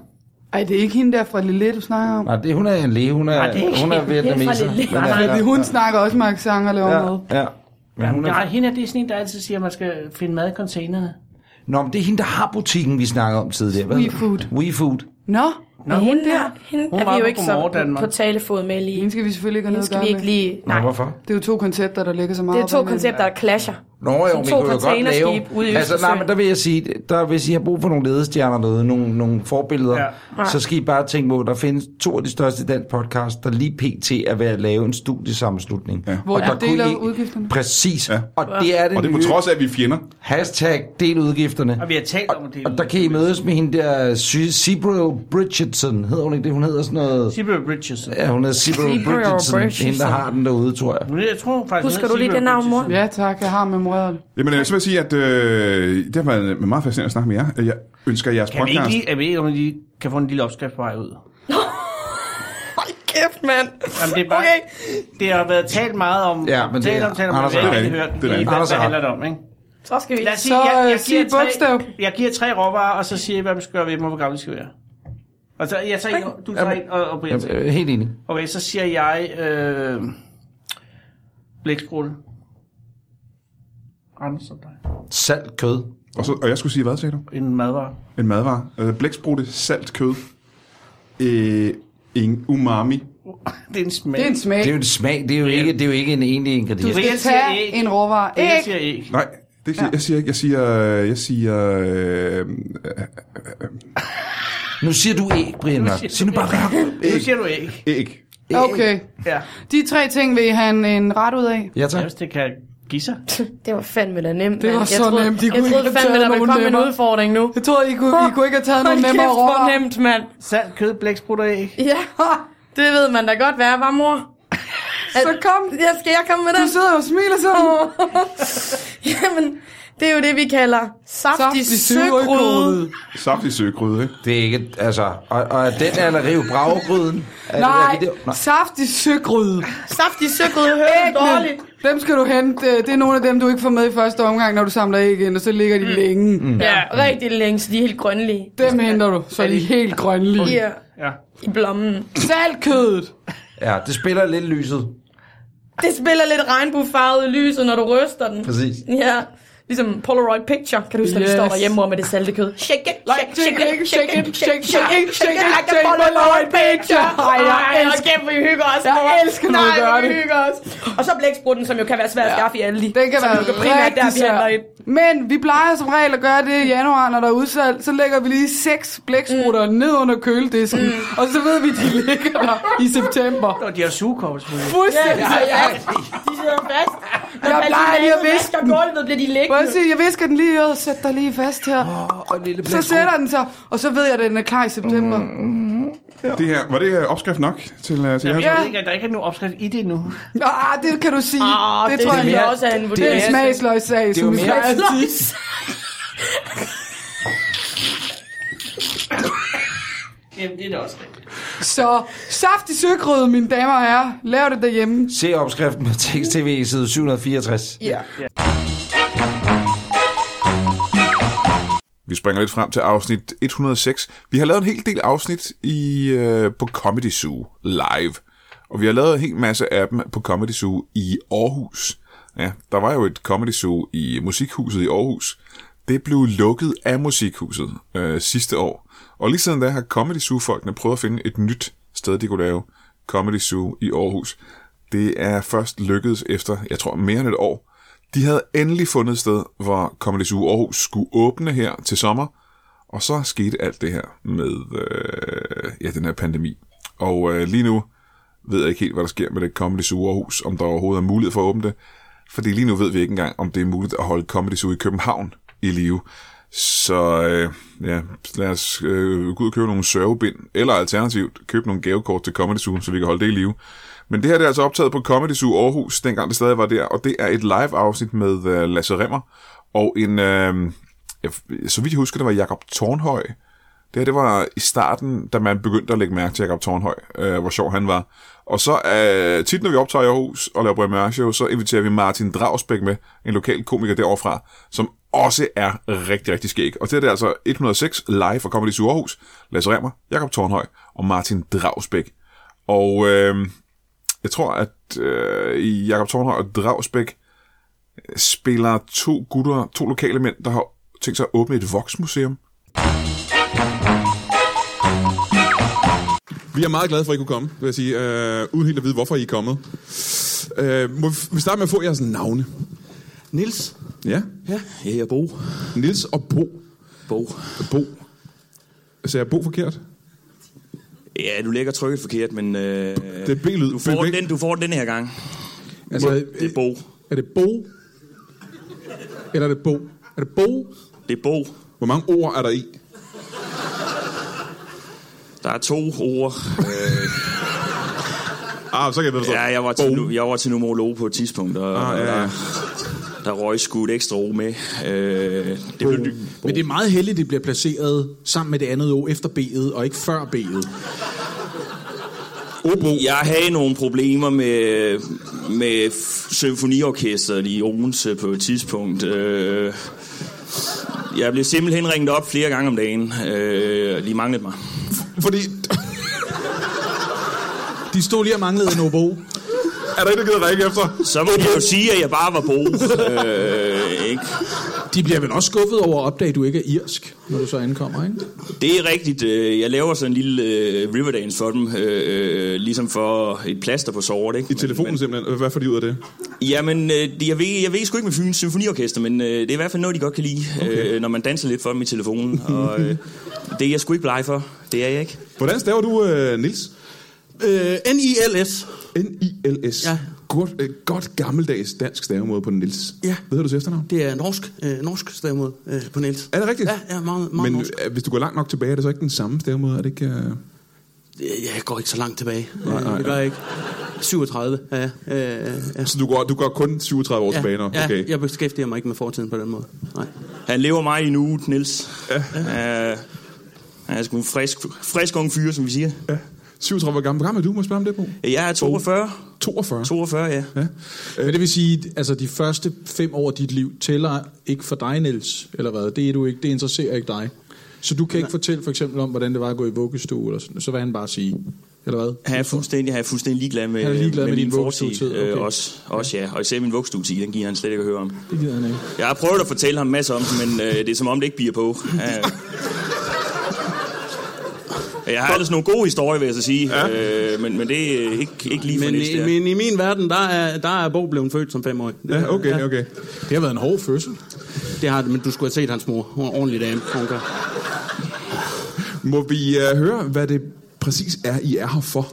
Speaker 6: Ej, det er ikke hende der fra Lille, du snakker om.
Speaker 7: Nej, det, hun er en læge, hun er,
Speaker 8: Nej, det er ikke
Speaker 7: hun er
Speaker 8: hende. Det er fra
Speaker 7: vietnameser.
Speaker 8: Lille-
Speaker 7: Men, altså,
Speaker 8: Nej,
Speaker 7: ja,
Speaker 6: Fordi hun snakker også med accent og laver
Speaker 7: ja,
Speaker 6: mad.
Speaker 7: ja. Men
Speaker 8: Jamen,
Speaker 7: hun er
Speaker 8: nej, hende er det er sådan en, der altid siger, at man skal finde mad i containerne.
Speaker 7: Nå, men det er hende, der har butikken, vi snakkede om tidligere. Hvad?
Speaker 6: WeFood.
Speaker 7: WeFood.
Speaker 6: Nå,
Speaker 5: Nå, hende, der, hende
Speaker 8: Hun
Speaker 5: er
Speaker 8: var
Speaker 5: vi jo
Speaker 8: på
Speaker 5: ikke så
Speaker 8: Godmorgen Danmark.
Speaker 5: på talefod med lige.
Speaker 6: hende skal vi selvfølgelig ikke have
Speaker 5: Hende
Speaker 6: noget at
Speaker 5: skal
Speaker 6: gøre
Speaker 5: vi ikke
Speaker 6: med.
Speaker 5: lige...
Speaker 7: Nå,
Speaker 5: Nej,
Speaker 7: hvorfor?
Speaker 6: Det er jo to koncepter, der ligger så meget
Speaker 5: det er to
Speaker 6: op ad hinanden.
Speaker 5: koncepter, der clasher.
Speaker 7: Nå, jo,
Speaker 5: Som
Speaker 7: men
Speaker 5: to
Speaker 7: kunne jo godt lave...
Speaker 5: containerskib ude i
Speaker 7: altså, nej,
Speaker 5: Østersøen.
Speaker 7: men der vil jeg sige, der, hvis I har brug for nogle ledestjerner derude, nogle, nogle forbilleder,
Speaker 8: Ja.
Speaker 7: ja. så skal I bare tænke på, at der findes to af de største dansk podcast, der lige pt. er ved at lave en studiesammenslutning. Ja.
Speaker 6: Hvor
Speaker 7: og
Speaker 6: de
Speaker 7: der kunne
Speaker 6: deler
Speaker 7: I-
Speaker 6: udgifterne.
Speaker 7: Præcis. Ja. Og det er det,
Speaker 4: og det er på
Speaker 7: nye.
Speaker 4: trods af, at vi er fjender.
Speaker 7: Hashtag del udgifterne.
Speaker 8: Og vi har talt om det.
Speaker 7: Og der kan I mødes med hende der, Sibril Bridgetson, hedder hun ikke det? Hun hedder sådan noget...
Speaker 8: Sibyl Bridges.
Speaker 7: Ja, hun er Sibyl
Speaker 5: Sibrel
Speaker 7: Bridgetson,
Speaker 5: Bridgerton.
Speaker 7: hende der har den derude, tror jeg.
Speaker 8: Nu jeg tror faktisk...
Speaker 5: Husker
Speaker 8: hun hedder
Speaker 5: du lige
Speaker 8: Sibyl
Speaker 5: det navn, mor?
Speaker 8: Bridgerton.
Speaker 6: Ja tak, jeg har memoreret.
Speaker 4: Jamen, øh, så vil jeg sige, at øh, det har været meget fascinerende at snakke med jer. Jeg ønsker jeres
Speaker 8: Kan vi ikke
Speaker 4: podcast...
Speaker 8: lige, jeg ved ikke, om vi lige kan få en lille opskrift på vej ud.
Speaker 5: Hold kæft, mand.
Speaker 8: Jamen, det er bare,
Speaker 5: Okay.
Speaker 8: Det har været talt meget om,
Speaker 7: Ja, men det
Speaker 8: talt
Speaker 7: er-
Speaker 8: om, talt om,
Speaker 7: Anders
Speaker 8: men
Speaker 7: har
Speaker 8: vi har
Speaker 4: ret.
Speaker 8: ikke hørt,
Speaker 4: Det er
Speaker 8: det,
Speaker 4: rigtigt.
Speaker 8: hvad,
Speaker 7: Anders
Speaker 8: hvad
Speaker 7: har
Speaker 8: handler det om, ikke?
Speaker 5: Så skal vi...
Speaker 8: Lad os
Speaker 6: Så,
Speaker 8: sige, jeg,
Speaker 6: øh,
Speaker 8: jeg,
Speaker 6: sig
Speaker 8: giver
Speaker 6: et bogstav.
Speaker 8: tre, jeg giver tre råvarer, og så siger jeg, hvad vi skal gøre ved dem, og hvor gamle de skal være. Og så, jeg tager en, du tager en, og, og Brian
Speaker 7: Jamen,
Speaker 8: tager en.
Speaker 7: øh, helt enig.
Speaker 8: Okay, så siger jeg, øh, blækskrulle. Anders og dig.
Speaker 7: Salt kød.
Speaker 4: Og, så, og jeg skulle sige, hvad sagde du?
Speaker 8: En madvare.
Speaker 4: En madvare. Øh, blæksprutte, salt, kød, øh, en umami.
Speaker 8: Det er en smag.
Speaker 6: Det er en smag.
Speaker 7: Det er jo en smag, det er jo ikke, det er jo ikke en egentlig
Speaker 6: Du
Speaker 7: ingrediens.
Speaker 8: Brian
Speaker 6: skal
Speaker 8: siger
Speaker 6: tage
Speaker 8: æg.
Speaker 6: en råvare.
Speaker 8: Jeg
Speaker 6: Æg.
Speaker 8: siger ikke.
Speaker 4: Nej, det, ja. jeg siger ikke. Jeg siger... øh, Jeg siger øh,
Speaker 7: Nu siger du æg, Brian Mørk.
Speaker 8: siger du
Speaker 7: Sig nu bare hvad.
Speaker 8: Nu siger du ikke.
Speaker 4: æg.
Speaker 6: Okay.
Speaker 8: Ja.
Speaker 6: De tre ting vil I have en, en ret ud af.
Speaker 7: Ja, tak.
Speaker 8: Jeg synes, det kan give sig.
Speaker 5: Det var fandme da nemt.
Speaker 6: Det var
Speaker 5: mand. jeg
Speaker 6: så
Speaker 5: troede,
Speaker 6: nemt. De
Speaker 5: jeg
Speaker 6: kunne
Speaker 5: troede
Speaker 6: ikke have
Speaker 5: fandme,
Speaker 6: taget
Speaker 5: der ville
Speaker 6: nogen
Speaker 5: komme en
Speaker 6: nemmere.
Speaker 5: udfordring nu.
Speaker 6: Jeg tror, I kunne, I kunne ikke have taget
Speaker 5: Hold
Speaker 6: nogen nemmere
Speaker 5: kæft, hvor
Speaker 6: råvarer.
Speaker 5: nemt, mand.
Speaker 8: Salt, kød, blæksprutter, æg.
Speaker 5: Ja, det ved man da godt, hvad er, var mor?
Speaker 6: Så kom.
Speaker 5: Jeg skal jeg komme med
Speaker 6: Du
Speaker 5: den?
Speaker 6: sidder og smiler sådan.
Speaker 5: Jamen, det er jo det, vi kalder saftig
Speaker 6: Saftig
Speaker 5: søgryde.
Speaker 4: Saftig søgryde, ikke?
Speaker 7: Det er ikke, altså, og, og den er eller rive bragegryden. Er
Speaker 6: Nej,
Speaker 7: det, er det, nej.
Speaker 6: saftig søgryde.
Speaker 5: Saftig søgryde hører du dårligt.
Speaker 6: Dem skal du hente. Øh, Det er nogle af dem, du ikke får med i første omgang, når du samler æg ind, og så ligger de længe. Mm.
Speaker 5: Ja, rigtig længe, så de er helt grønlige.
Speaker 6: Dem henter du, så er de helt grønlige.
Speaker 5: Ja,
Speaker 8: Ja.
Speaker 5: i blommen.
Speaker 6: Saltkødet.
Speaker 7: Ja, det spiller lidt lyset.
Speaker 5: Det spiller lidt regnbuefarvet i lyset, når du ryster den.
Speaker 7: Præcis.
Speaker 5: Ja, Ligesom Polaroid Picture, kan du huske, yes.
Speaker 6: Yes.
Speaker 5: de står derhjemme over med det salte kød. Shake it,
Speaker 6: Like,
Speaker 5: shake, shake it, shake it, shake it, shake it, shake it, like
Speaker 6: shake
Speaker 5: a
Speaker 6: it,
Speaker 5: Polaroid Picture. Ej, jeg
Speaker 6: elsker-
Speaker 5: elsker, vi hygger os.
Speaker 6: Jeg
Speaker 5: Ej,
Speaker 6: elsker, når du
Speaker 5: nej,
Speaker 6: gør
Speaker 5: vi
Speaker 6: det.
Speaker 5: hygger os. Og så blæksprutten, som jo kan være svær at skaffe i Aldi.
Speaker 6: Den kan
Speaker 5: som
Speaker 6: være
Speaker 5: jo primært der, vi
Speaker 6: rigtig
Speaker 5: handler
Speaker 6: svær.
Speaker 5: ind.
Speaker 6: Men vi plejer som regel at gøre det i januar, når der er udsalg. Så lægger vi lige seks blæksprutter mm. ned under køledisken. Mm. Og så ved vi, de ligger der i september.
Speaker 8: Og de har sugekopsmulighed.
Speaker 6: Fuldstændig.
Speaker 5: Ja, ja, ja. De sidder fast. Når
Speaker 6: Jeg
Speaker 5: man
Speaker 6: plejer lige at
Speaker 5: vasker
Speaker 6: viske den.
Speaker 5: gulvet, bliver de liggende.
Speaker 6: Præcis, jeg visker den lige i øret, sæt dig lige fast her. Oh, og lille så sætter den sig, og så ved jeg, at den er klar i september. Mm.
Speaker 4: Det her, var det øh, opskrift nok til, øh, til
Speaker 8: Jeg
Speaker 4: jer?
Speaker 6: Ja.
Speaker 8: ved ikke, at der ikke er nogen opskrift i det nu.
Speaker 6: Ah, det kan du sige.
Speaker 5: Ah, det
Speaker 6: tror
Speaker 5: er
Speaker 6: jeg
Speaker 5: mere-
Speaker 6: jeg
Speaker 5: også er en
Speaker 6: Det er
Speaker 5: vurdering.
Speaker 6: en smagsløjssag, som vi
Speaker 7: mere-
Speaker 6: plejer at sige.
Speaker 8: Jamen, det er det også rigtigt.
Speaker 6: Så saftig søgrød, mine damer og herrer. Lav det derhjemme.
Speaker 7: Se opskriften på Tekst TV, side 764.
Speaker 6: Ja.
Speaker 1: Vi springer lidt frem til afsnit 106. Vi har lavet en hel del afsnit i øh, på Comedy Zoo live. Og vi har lavet en hel masse af dem på Comedy Zoo i Aarhus. Ja, der var jo et Comedy Zoo i Musikhuset i Aarhus. Det blev lukket af Musikhuset øh, sidste år. Og lige siden da har Comedy Zoo-folkene prøvet at finde et nyt sted, de kunne lave Comedy Zoo i Aarhus. Det er først lykkedes efter, jeg tror, mere end et år. De havde endelig fundet et sted, hvor Comedy Zoo Aarhus skulle åbne her til sommer, og så skete alt det her med øh, ja, den her pandemi. Og øh, lige nu ved jeg ikke helt, hvad der sker med det Comedy Zoo Aarhus, om der overhovedet er mulighed for at åbne det, fordi lige nu ved vi ikke engang, om det er muligt at holde Comedy Zoo i København i live. Så øh, ja, lad os øh, gå ud og købe nogle sørgebind, eller alternativt købe nogle gavekort til Comedy Zoo, så vi kan holde det i live. Men det her det er altså optaget på Comedy Zoo Aarhus, dengang det stadig var der, og det er et live-afsnit med øh, Lasse Remmer og en, øh, jeg, så vidt jeg husker, det var Jakob Tornhøj. Det her, det var i starten, da man begyndte at lægge mærke til Jakob Tornhøj, øh, hvor sjov han var. Og så øh, tit, når vi optager i Aarhus og laver Brian Mørk Show, så inviterer vi Martin Dragsbæk med, en lokal komiker derovre, som også er rigtig, rigtig skæg. Og det her, det er altså 106 live fra Comedy Zoo Aarhus, Lasse Remmer, Jakob Tornhøj og Martin Dragsbæk. Og øh, jeg tror, at øh, Jakob Tornhøj og Dragsbæk øh, spiller to gutter, to lokale mænd, der har tænkt sig at åbne et voksmuseum.
Speaker 10: Vi er meget glade for, at I kunne komme, vil jeg sige. Øh, uden helt at vide, hvorfor I er kommet. Øh, må vi- vi starte med at få jeres navne?
Speaker 11: Nils.
Speaker 10: Ja.
Speaker 11: Ja, jeg er Bo.
Speaker 10: Nils og Bo.
Speaker 11: Bo.
Speaker 10: Bo. Så jeg Bo forkert?
Speaker 11: Ja, du ligger trykket forkert, men... Øh, det
Speaker 10: er B-lyd.
Speaker 11: Du får,
Speaker 10: Men-
Speaker 11: den, du får den den her gang.
Speaker 10: Altså,
Speaker 11: Det er Bo.
Speaker 10: er det Bo? Eller er det Bo? Er det Bo?
Speaker 11: Det er Bo.
Speaker 10: Hvor mange ord er der i?
Speaker 11: Der er to ord. Øh,
Speaker 10: Ah, så kan jeg ved det.
Speaker 11: ja, jeg var, til, nu- jeg var til numerolog på et tidspunkt, og
Speaker 10: Ah, ja, ja.
Speaker 11: der, der røg sgu et ekstra ord med. Øh, det blev dy-
Speaker 12: Men det er meget heldigt, det bliver placeret sammen med det andet O efter B'et, og ikke før B'et.
Speaker 11: Jeg havde nogle problemer med, med f- symfoniorkestret i Odense på et tidspunkt. Øh, jeg blev simpelthen ringet op flere gange om dagen. Øh, de manglede mig.
Speaker 10: Fordi,
Speaker 12: De stod lige og manglede en obo.
Speaker 10: er der ikke, der gider ringe efter?
Speaker 11: Så må de jo sige, at jeg bare var bo. Øh, ikke?
Speaker 12: De bliver vel også skuffet over at opdage, at du ikke er irsk, når du så ankommer, ikke?
Speaker 11: Det er rigtigt. øh, Jeg laver sådan en lille øh, Riverdance for dem. Øh, øh, ligesom for et plaster på såret. Ikke?
Speaker 10: I telefonen simpelthen. Hvad får de ud af det?
Speaker 11: Jamen, øh, det- jeg ved, jeg ved sgu ikke med Fyns Symfoniorkester, men øh, det er i hvert fald noget, de godt kan lide, okay. øh, når man danser lidt for dem i telefonen. Og øh, det er jeg sgu ikke bleg for. Det er jeg ikke.
Speaker 10: Hvordan staver du, øh, Nils?
Speaker 12: Øh, N-I-L-S.
Speaker 10: N-I-L-S.
Speaker 12: Ja.
Speaker 10: Godt, øh, godt gammeldags dansk stavemåde på Nils.
Speaker 12: Ja.
Speaker 10: Ved du til efternavn?
Speaker 12: Det er norsk, øh, norsk stavemåde øh, på Niels.
Speaker 10: Er det rigtigt?
Speaker 12: ja, meget,
Speaker 10: Men øh, hvis du går langt nok tilbage, er det så ikke den samme stavemåde? Er det ikke... Øh...
Speaker 12: Jeg går ikke så langt tilbage.
Speaker 10: Nej,
Speaker 9: Øh,
Speaker 10: nej,
Speaker 12: det gør jeg ikke. 37, ja. Øh, ja.
Speaker 10: Så du går, du går kun 37 år ja, tilbage nu? Okay.
Speaker 12: jeg beskæftiger mig ikke med fortiden på den måde. Nej.
Speaker 11: Han lever mig endnu, Niels. Ja. Øh, han er sgu en frisk, frisk ung fyr, som vi siger.
Speaker 10: ja. 37 år gammel. Hvor gammel er du? Må jeg spørge om det, Bo?
Speaker 11: Jeg er 42.
Speaker 10: 42.
Speaker 11: 42, ja.
Speaker 10: Ja.
Speaker 12: Men det vil sige, altså de første fem år af dit liv tæller ikke for dig, Niels, eller hvad? Det, er du ikke, det interesserer ikke dig. Så du kan ikke fortælle for eksempel om, hvordan det var at gå i vuggestue, eller sådan. så vil han bare sige, Eller hvad?
Speaker 11: Han er fuldstændig, han er fuldstændig ligeglad med,
Speaker 12: Han er ligeglad med
Speaker 11: min
Speaker 12: din
Speaker 11: fortid.
Speaker 12: vuggestuetid,
Speaker 11: Øh,
Speaker 12: okay.
Speaker 11: også, også ja. Og især min vuggestuetid, den giver han slet ikke at høre om.
Speaker 12: Det gider han ikke.
Speaker 11: Jeg har prøvet at fortælle ham masser om det, men øh, det er som om, det ikke bier på. Øh. Jeg har ellers nogle gode historier, vil jeg så sige. Ja. Øh, men, men det er ikke, ikke lige for
Speaker 9: Men,
Speaker 11: næste,
Speaker 9: i,
Speaker 11: ja.
Speaker 9: men i min verden, der er, der er Bo blevet født som femårig.
Speaker 11: Ja, okay,
Speaker 12: okay. Det har været en hård fødsel.
Speaker 9: Det har det, men du skulle have set hans mor. Hun er en ordentlig dame, hun gør.
Speaker 4: Må vi
Speaker 10: øh,
Speaker 4: uh, høre, hvad det præcis er, I er her for?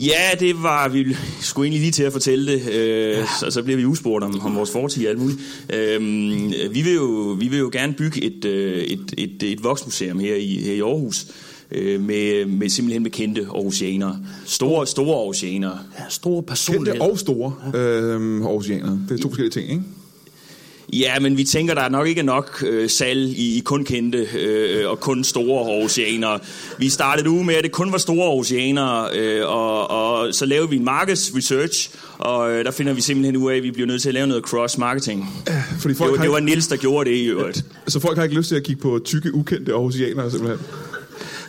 Speaker 11: Ja, det var vi skulle egentlig lige til at fortælle det, øh, ja. så, så bliver vi uspurgt om, om vores fortid og alt muligt. Øh, vi, vil jo, vi vil jo gerne bygge et, øh, et, et, et voksmuseum her i, her i Aarhus, øh, med, med simpelthen med kendte aarhusianere. Store, store aarhusianere.
Speaker 9: Ja, store
Speaker 11: personligheder.
Speaker 4: Kendte og store øh, aarhusianere. Det er to forskellige ting, ikke?
Speaker 11: Ja, men vi tænker, der er nok ikke nok øh, salg i, i kun kendte øh, og kun store oceaner. Vi startede uge med, at det kun var store oceaner, øh, og, og så lavede vi en markedsresearch, og øh, der finder vi simpelthen ud af, at vi bliver nødt til at lave noget cross-marketing.
Speaker 4: Fordi
Speaker 11: Det, var-
Speaker 4: har
Speaker 11: det var
Speaker 4: ikke-
Speaker 11: Nils der gjorde det i øvrigt.
Speaker 4: Så folk har ikke lyst til at kigge på tykke, ukendte aarhusianere, simpelthen?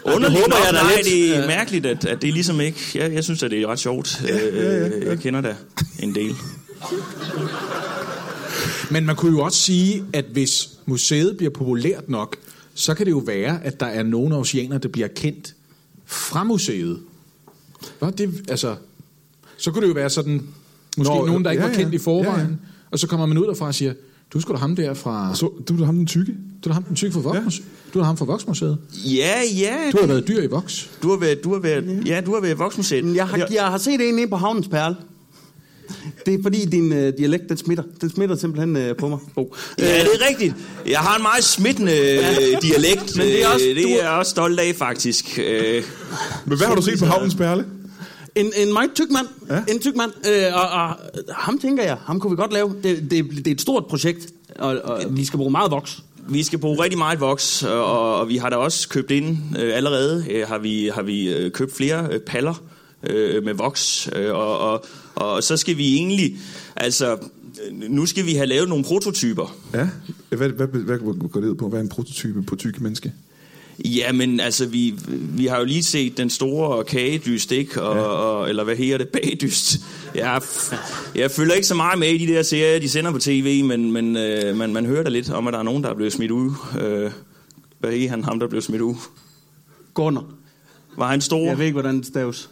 Speaker 11: Underligt
Speaker 4: håber
Speaker 11: nok,
Speaker 4: jeg da
Speaker 11: nej,
Speaker 4: lidt.
Speaker 11: det
Speaker 4: Ja.
Speaker 11: er mærkeligt, at, at det ligesom ikke... Jeg, jeg synes, at det er ret sjovt. Øh, Jeg kender da en del.
Speaker 12: Men man kunne jo også sige, at hvis museet bliver populært nok, så kan det jo være, at der er nogle oceaner, der bliver kendt fra museet. Nå, det, altså, så kunne det jo være sådan, måske
Speaker 4: Nå,
Speaker 12: Nå,
Speaker 4: øh,
Speaker 12: nogen, der ikke
Speaker 4: ja,
Speaker 12: var
Speaker 4: ja.
Speaker 12: kendt i forvejen,
Speaker 4: Ja, ja.
Speaker 12: ja, ja. og så kommer man ud derfra og siger, du skulle da ham der fra... Så,
Speaker 4: du er da ham den tykke?
Speaker 12: Du er da ham den tykke fra Voksmuseet. Ja. Du er da ham fra Voksmuseet.
Speaker 11: Ja, ja.
Speaker 12: Du har været dyr i voks.
Speaker 11: Du har været, du har været, ja, du har været voksmuseet.
Speaker 9: Jeg har, jeg har set en inde på Havnens Perle. Det er fordi, din øh, dialekt, den smitter. Den smitter simpelthen øh, på mig, Bo. Øh,
Speaker 11: Ja, det er rigtigt. Jeg har en meget smittende øh, dialekt.
Speaker 9: Men det er også-
Speaker 11: Øh, det
Speaker 9: du-
Speaker 11: er jeg også stolt af, faktisk. Øh.
Speaker 4: Men hvad har du set på Havnens Perle?
Speaker 9: En, en meget tyk mand. Ja. En tyk mand. Øh, og, og, ham tænker jeg, ham kunne vi godt lave. Det, det, det er et stort projekt, og, og vi skal bruge meget voks.
Speaker 11: Vi skal bruge rigtig meget voks, og, og vi har da også købt ind øh, allerede. Øh, har vi, har vi øh, købt flere øh, paller øh, med voks, øh, og, og, og så skal vi egentlig, altså, øh, nu skal vi have lavet nogle prototyper.
Speaker 4: Ja. Hvad, hvad, hvad, hvad går det ud på? Hvad er en prototype på tykke menneske?
Speaker 11: Jamen, altså, vi, vi har jo lige set den store kagedyst, ikke? Og, ja. og, eller hvad hedder det? Bagdyst. Jeg, jeg følger ikke så meget med i de der serier, de sender på tv, men, men øh, man, man hører da lidt om, at der er nogen, der er blevet smidt ud. Øh, hvad er han, ham, der blev smidt ud?
Speaker 9: Gunnar.
Speaker 11: Var han stor?
Speaker 9: Jeg ved ikke, hvordan det staves.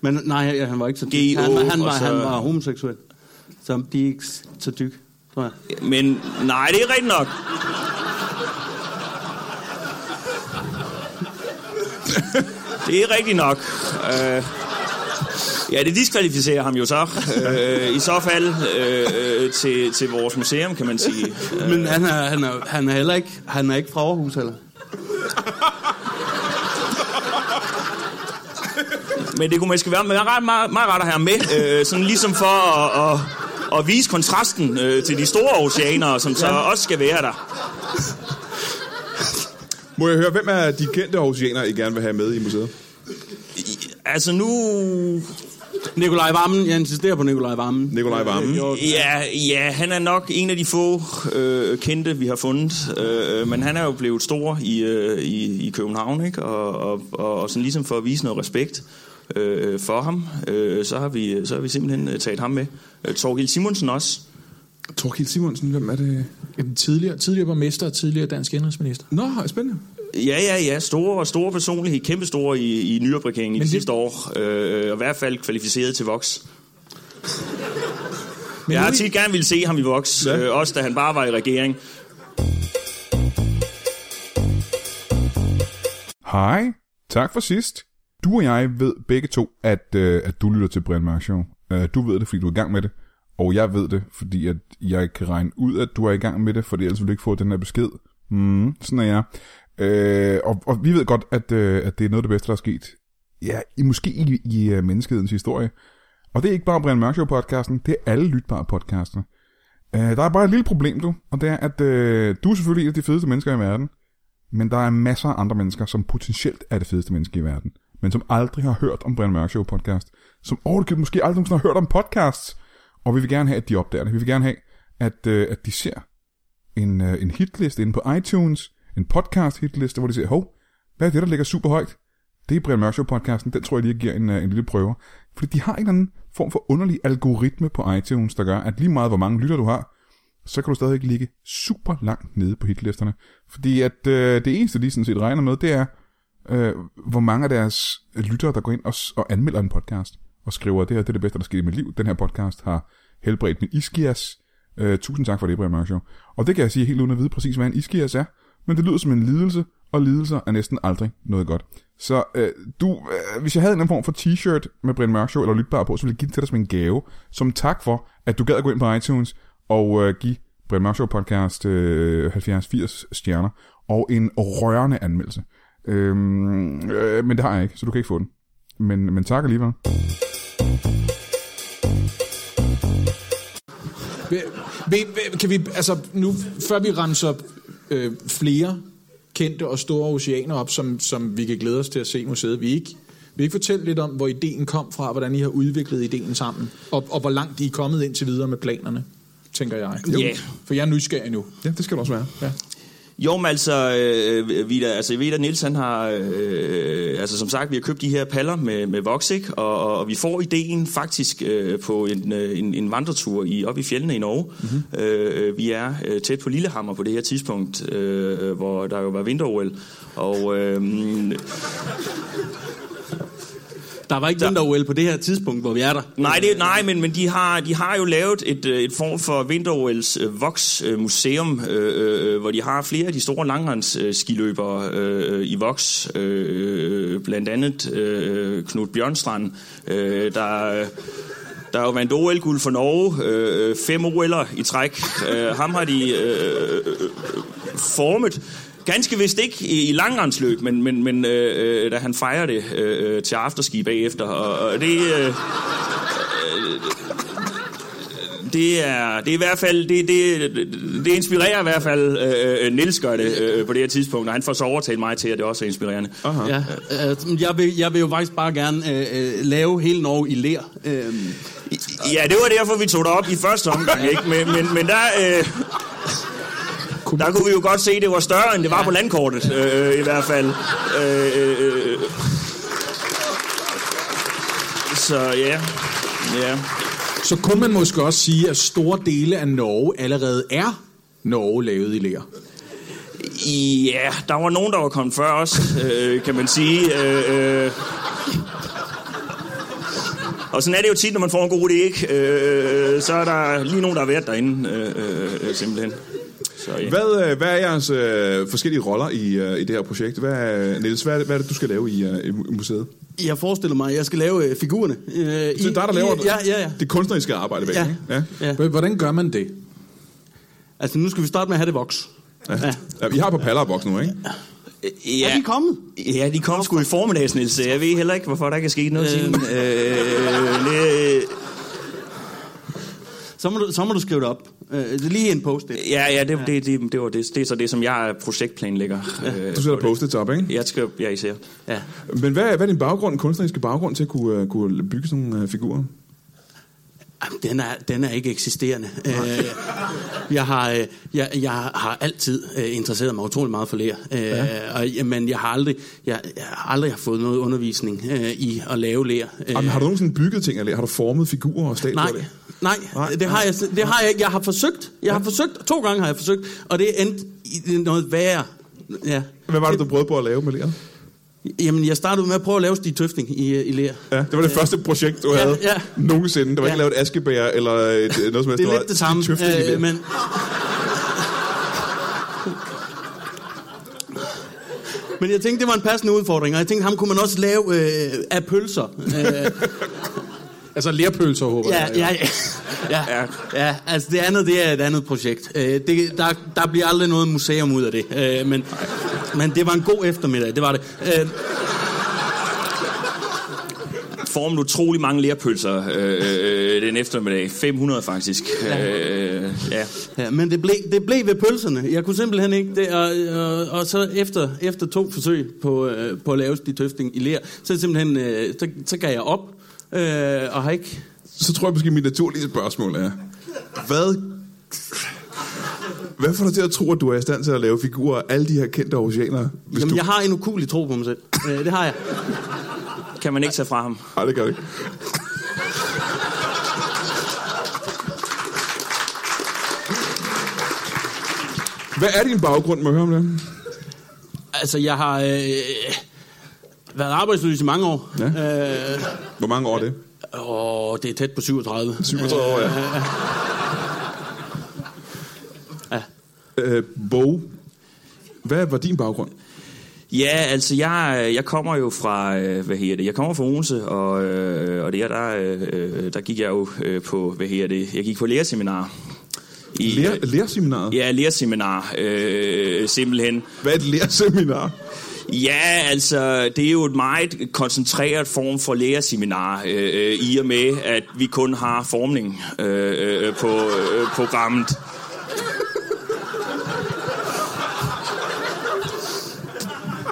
Speaker 9: Men nej, ja, han var ikke så tyk.
Speaker 11: G.O.,
Speaker 9: Han, var- han, var,
Speaker 11: og så-
Speaker 9: han var homoseksuel. Så de er ikke s- så tyk, tror jeg.
Speaker 11: Men nej, det er rigtigt nok. Det er rigtigt nok. Øh, ja, det diskvalificerer ham jo så. Øh, I så fald øh, øh, til, til vores museum, kan man sige.
Speaker 9: Men Øh, han er, han er, han er heller ikke, han er ikke fra Aarhus heller.
Speaker 11: Men det kunne måske være meget, ret- meget, meget rart at have ham med. Øh, sådan ligesom for at, at, at vise kontrasten øh, til de store oceaner, som så også skal være der.
Speaker 4: Må jeg høre, hvem er de kendte aarhusianere, I gerne vil have med i museet?
Speaker 11: Altså nu...
Speaker 9: Nikolaj Vammen, jeg insisterer på Nikolaj Vammen. Øh,
Speaker 4: Nikolaj Vammen?
Speaker 11: Ja, ja, han er nok en af de få øh, kendte, vi har fundet. Øh, øh, men han er jo blevet stor i, øh, i, i København, ikke? Og, og, og, og sådan ligesom for at vise noget respekt øh, for ham, øh, så, har vi, så har vi simpelthen øh, taget ham med. Øh, Torgild Simonsen også.
Speaker 4: Torkild Simonsen, hvem er det?
Speaker 12: Jamen, tidligere, tidligere borgmester og tidligere dansk indrigsminister.
Speaker 4: Nå, spændende.
Speaker 11: Ja, ja, ja. Store, store personlighed. Kæmpe store i, i nyopregeringen i de sidste år. Øh, og i hvert fald kvalificeret til Vox. jeg har tit gerne ville se ham i Vox. Ja. Øh, også da han bare var i regering.
Speaker 1: Hej, tak for sidst. Du og jeg ved begge to, at, øh, at du lytter til Brian Mørk Show. Øh, du ved det, fordi du er i gang med det, og jeg ved det, fordi at jeg kan regne ud, at du er i gang med det, for ellers vil du ikke få den her besked. Mm, sådan er jeg. Øh, og, og vi ved godt, at, øh, at det er noget af det bedste, der er sket. Ja, i, måske i, i øh, menneskehedens historie. Og det er ikke bare Brian Mørk Show-podcasten, det er alle lytbare podcaster. Øh, der er bare et lille problem, du, og det er, at øh, du er selvfølgelig en af de fedeste mennesker i verden. Men der er masser af andre mennesker, som potentielt er det fedeste menneske i verden, men som aldrig har hørt om Brian Mørk Show podcast, som overhovedet måske aldrig nogensinde har hørt om podcasts, og vi vil gerne have, at de opdager det. Vi vil gerne have, at, øh, at de ser en, øh, en hitliste inde på iTunes, en podcast hitliste, hvor de siger, hov, hvad er det, der ligger super højt? Det er Brian Mørk Show podcasten. Den tror jeg lige, jeg giver en, øh, en lille prøve. Fordi de har en eller anden form for underlig algoritme på iTunes, der gør, at lige meget hvor mange lytter du har, så kan du stadigvæk ligge super langt nede på hitlisterne. Fordi at øh, det eneste, de sådan set regner med, det er, øh, hvor mange af deres lyttere, der går ind og, s- og anmelder en podcast, og skriver, det her det er det bedste, der skete i mit liv. Den her podcast har helbredt min iskias. Øh, tusind tak for det, Brian Mørk Show. Og det kan jeg sige helt uden at vide præcis, hvad en iskias er. Men det lyder som en lidelse, og lidelser er næsten aldrig noget godt. Så øh, du, øh, hvis jeg havde en eller anden form for t-shirt med Brian Mørk Show eller lytbar på, så ville jeg give den til dig som en gave, som tak for, at du gad at gå ind på iTunes og øh, give Brian Mørk Show podcast øh, 70-80 stjerner og en rørende anmeldelse. Øhm, øh, men det har jeg ikke, så du kan ikke få den. Men, men tak alligevel.
Speaker 12: Vi, vi, vi- kan vi, altså nu, før vi ramser øh, flere kendte og store oceaner op, som, som vi kan glæde os til at se i museet, vi ikke, vi ikke fortælle lidt om, hvor ideen kom fra, hvordan I har udviklet ideen sammen, og, og hvor langt I er kommet indtil videre med planerne, tænker jeg.
Speaker 11: Jo. Ja.
Speaker 12: For jeg er nysgerrig nu.
Speaker 4: Ja, det skal du også være.
Speaker 12: Ja.
Speaker 11: Jo, men altså, øh, Vida, altså Vida Nielsen har, øh, altså som sagt, vi har købt de her paller med, med voks, ikke? Og, og, og vi får ideen faktisk øh, på en, øh, en, en vandretur i, op i fjellene i Norge.
Speaker 4: Mhm.
Speaker 11: Mm-hmm. Øh, vi er øh, tæt på Lillehammer på det her tidspunkt, øh, hvor der jo var vinter-OL, og... Øh,
Speaker 9: Der var ikke vinter på det her tidspunkt, hvor vi er der.
Speaker 11: Nej, det, nej men, men de, har, de har jo lavet et, øh, et form for Vinter-OL's øh, Vox-museum, øh, øh, hvor de har flere af de store langrendsskiløbere øh, øh, i Vox. Øh, øh, blandt andet øh, Knud Bjørnstrand, øh, der... øh, Der er jo vandt OL-guld for Norge, øh, øh, fem OL'er i træk. Øh, ham har de øh, øh, øh, formet. Ganske vist ikke i, i langrendsløb, men, men, men øh, øh, da han fejrer det øh, øh, til afterski bagefter. Og, og det... Øh, det er, det er i hvert fald, det, det, det inspirerer i hvert fald, øh, øh, Nils gør det øh, på det her tidspunkt, og han får så overtalt mig til, at det også er inspirerende.
Speaker 9: Aha. Ja, øh, jeg, vil, jeg vil jo faktisk bare gerne øh, øh, lave hele Norge i ler. Øh,
Speaker 11: Ja, det var derfor, vi tog det op i første omgang, ikke? Men, men, men der, øh, der kunne vi jo godt se, at det var større, end det var på landkortet, øh, øh, i hvert fald. Øh, øh, øh. Så ja, ja.
Speaker 12: Så kunne man måske også sige, at store dele af Norge allerede er Norge lavet i ler.
Speaker 11: Ja, der var nogen, der var kommet før os, øh, kan man sige. Øh, øh. Og sådan er det jo tit, når man får en god idé, ikke? Øh, øh, så er der lige nogen, der har været derinde, øh, øh, øh, simpelthen. Så, ja.
Speaker 4: Hvad, øh, hvad er jeres øh, forskellige roller i, øh, i det her projekt? Hvad, øh, Niels, hvad, er det- hvad er det, du skal lave i, øh, i mu- i museet?
Speaker 9: jeg forestiller mig, at jeg skal lave øh, figurerne. Øh, så det
Speaker 4: Så det er dig, der laver
Speaker 9: ja, ja, ja.
Speaker 4: det kunstneriske arbejde bag,
Speaker 9: Ja.
Speaker 4: ikke? Ja.
Speaker 9: ja.
Speaker 12: Hvordan gør man det?
Speaker 9: Altså, nu skal vi starte med at have det voks.
Speaker 4: Ja. ja. I har på paller og voks nu, ikke?
Speaker 11: Ja. Er de kommet? Ja, de kom sgu i formiddags, Niels. Jeg ved heller ikke, hvorfor der ikke er sket noget siden. Øh, det-
Speaker 9: Så må du, så må du skrive det op. Øh, det er lige en post det.
Speaker 11: Ja, ja, det, det, det, det, var det, det er så det, som jeg er projektplanlægger. Øh,
Speaker 4: Du sætter post-its op, ikke?
Speaker 11: Jeg skal, jeg især. Ja.
Speaker 4: Men hvad, hvad er din baggrund, kunstneriske baggrund til at kunne, øh, kunne bygge sådan nogle øh, figurer?
Speaker 9: Jamen, den er, den er ikke eksisterende. Øh, jeg, har, øh, jeg, jeg har altid øh, interesseret mig utrolig meget for lærer, øh,
Speaker 4: Ja.
Speaker 9: og, ja, men jeg har aldrig, jeg, jeg har aldrig har fået noget undervisning øh, i at lave lærer.
Speaker 4: Øh. Jamen, har du nogensinde bygget ting, eller har du formet figurer og statuer?
Speaker 9: Nej,
Speaker 4: af det?
Speaker 9: nej, det har jeg, det har jeg ikke. Jeg har forsøgt, jeg har forsøgt, to gange har jeg forsøgt, og det endte i noget værre. Ja.
Speaker 4: Hvad var det, du prøvede på at lave med læret?
Speaker 9: Jamen, jeg startede med at prøve at lave Stig Tøfting i, i lærer.
Speaker 4: Ja, det var det
Speaker 9: Øh,
Speaker 4: første projekt, du
Speaker 9: ja,
Speaker 4: havde
Speaker 9: ja.
Speaker 4: nogensinde. Der var ikke
Speaker 9: Ja.
Speaker 4: lavet et askebær eller et,
Speaker 10: øh,
Speaker 4: noget som helst.
Speaker 9: Det er
Speaker 4: var
Speaker 9: lidt det samme,
Speaker 4: tøftet i læder.
Speaker 9: øh, men... Men jeg tænkte, det var en passende udfordring, og jeg tænkte, ham kunne man også lave øh, af pølser. Øh,
Speaker 12: Altså lærpølser, håber
Speaker 9: ja,
Speaker 12: jeg.
Speaker 9: ja, ja, ja, ja. Altså det andet, det er et andet projekt. Øh, det, der, der bliver aldrig noget museum ud af det. Øh, men, men det var en god eftermiddag, det var det. Øh,
Speaker 11: Formen utrolig mange lærpølser øh, øh, den eftermiddag. 500 faktisk.
Speaker 9: Ja.
Speaker 11: Øh, ja.
Speaker 9: Ja, men det blev, det blev ved pølserne. Jeg kunne simpelthen ikke det. Og, og, og så efter, efter to forsøg på, øh, på at lave de tøfting i lær, så simpelthen, øh, så, så gav jeg op. Øh, og har ikke...
Speaker 4: Så tror jeg måske, mit naturlige spørgsmål er, hvad,
Speaker 10: Hvad får dig til at tro, at du er i stand til at lave figurer af alle de her kendte oceaner? Hvis
Speaker 9: Jamen,
Speaker 10: du...
Speaker 9: jeg har en ukulig tro på mig selv. Øh, det har jeg.
Speaker 11: Kan man ikke tage fra ham?
Speaker 10: Nej, det gør det ikke. Hvad er din baggrund, må jeg høre om det?
Speaker 9: Altså, jeg har øh, været arbejdsløs i mange år. Ja. Øh,
Speaker 10: Hvor mange år er det?
Speaker 9: åh, det er tæt på 37.
Speaker 10: 37 år, ja. Øh, Bo, hvad var din baggrund?
Speaker 11: Ja, altså jeg, jeg kommer jo fra, øh, hvad hedder det, jeg kommer fra Odense, og, øh, og der, der, øh, der gik jeg jo øh, på, hvad hedder det, jeg gik på lærerseminar. I,
Speaker 10: Lærer- lærerseminaret?
Speaker 11: Ja, lærerseminar, øh, simpelthen.
Speaker 10: Hvad er et lærerseminar?
Speaker 11: Ja, altså, det er jo et meget koncentreret form for lærerseminar, øh, øh, i og med, at vi kun har formning øh, øh, på øh, programmet.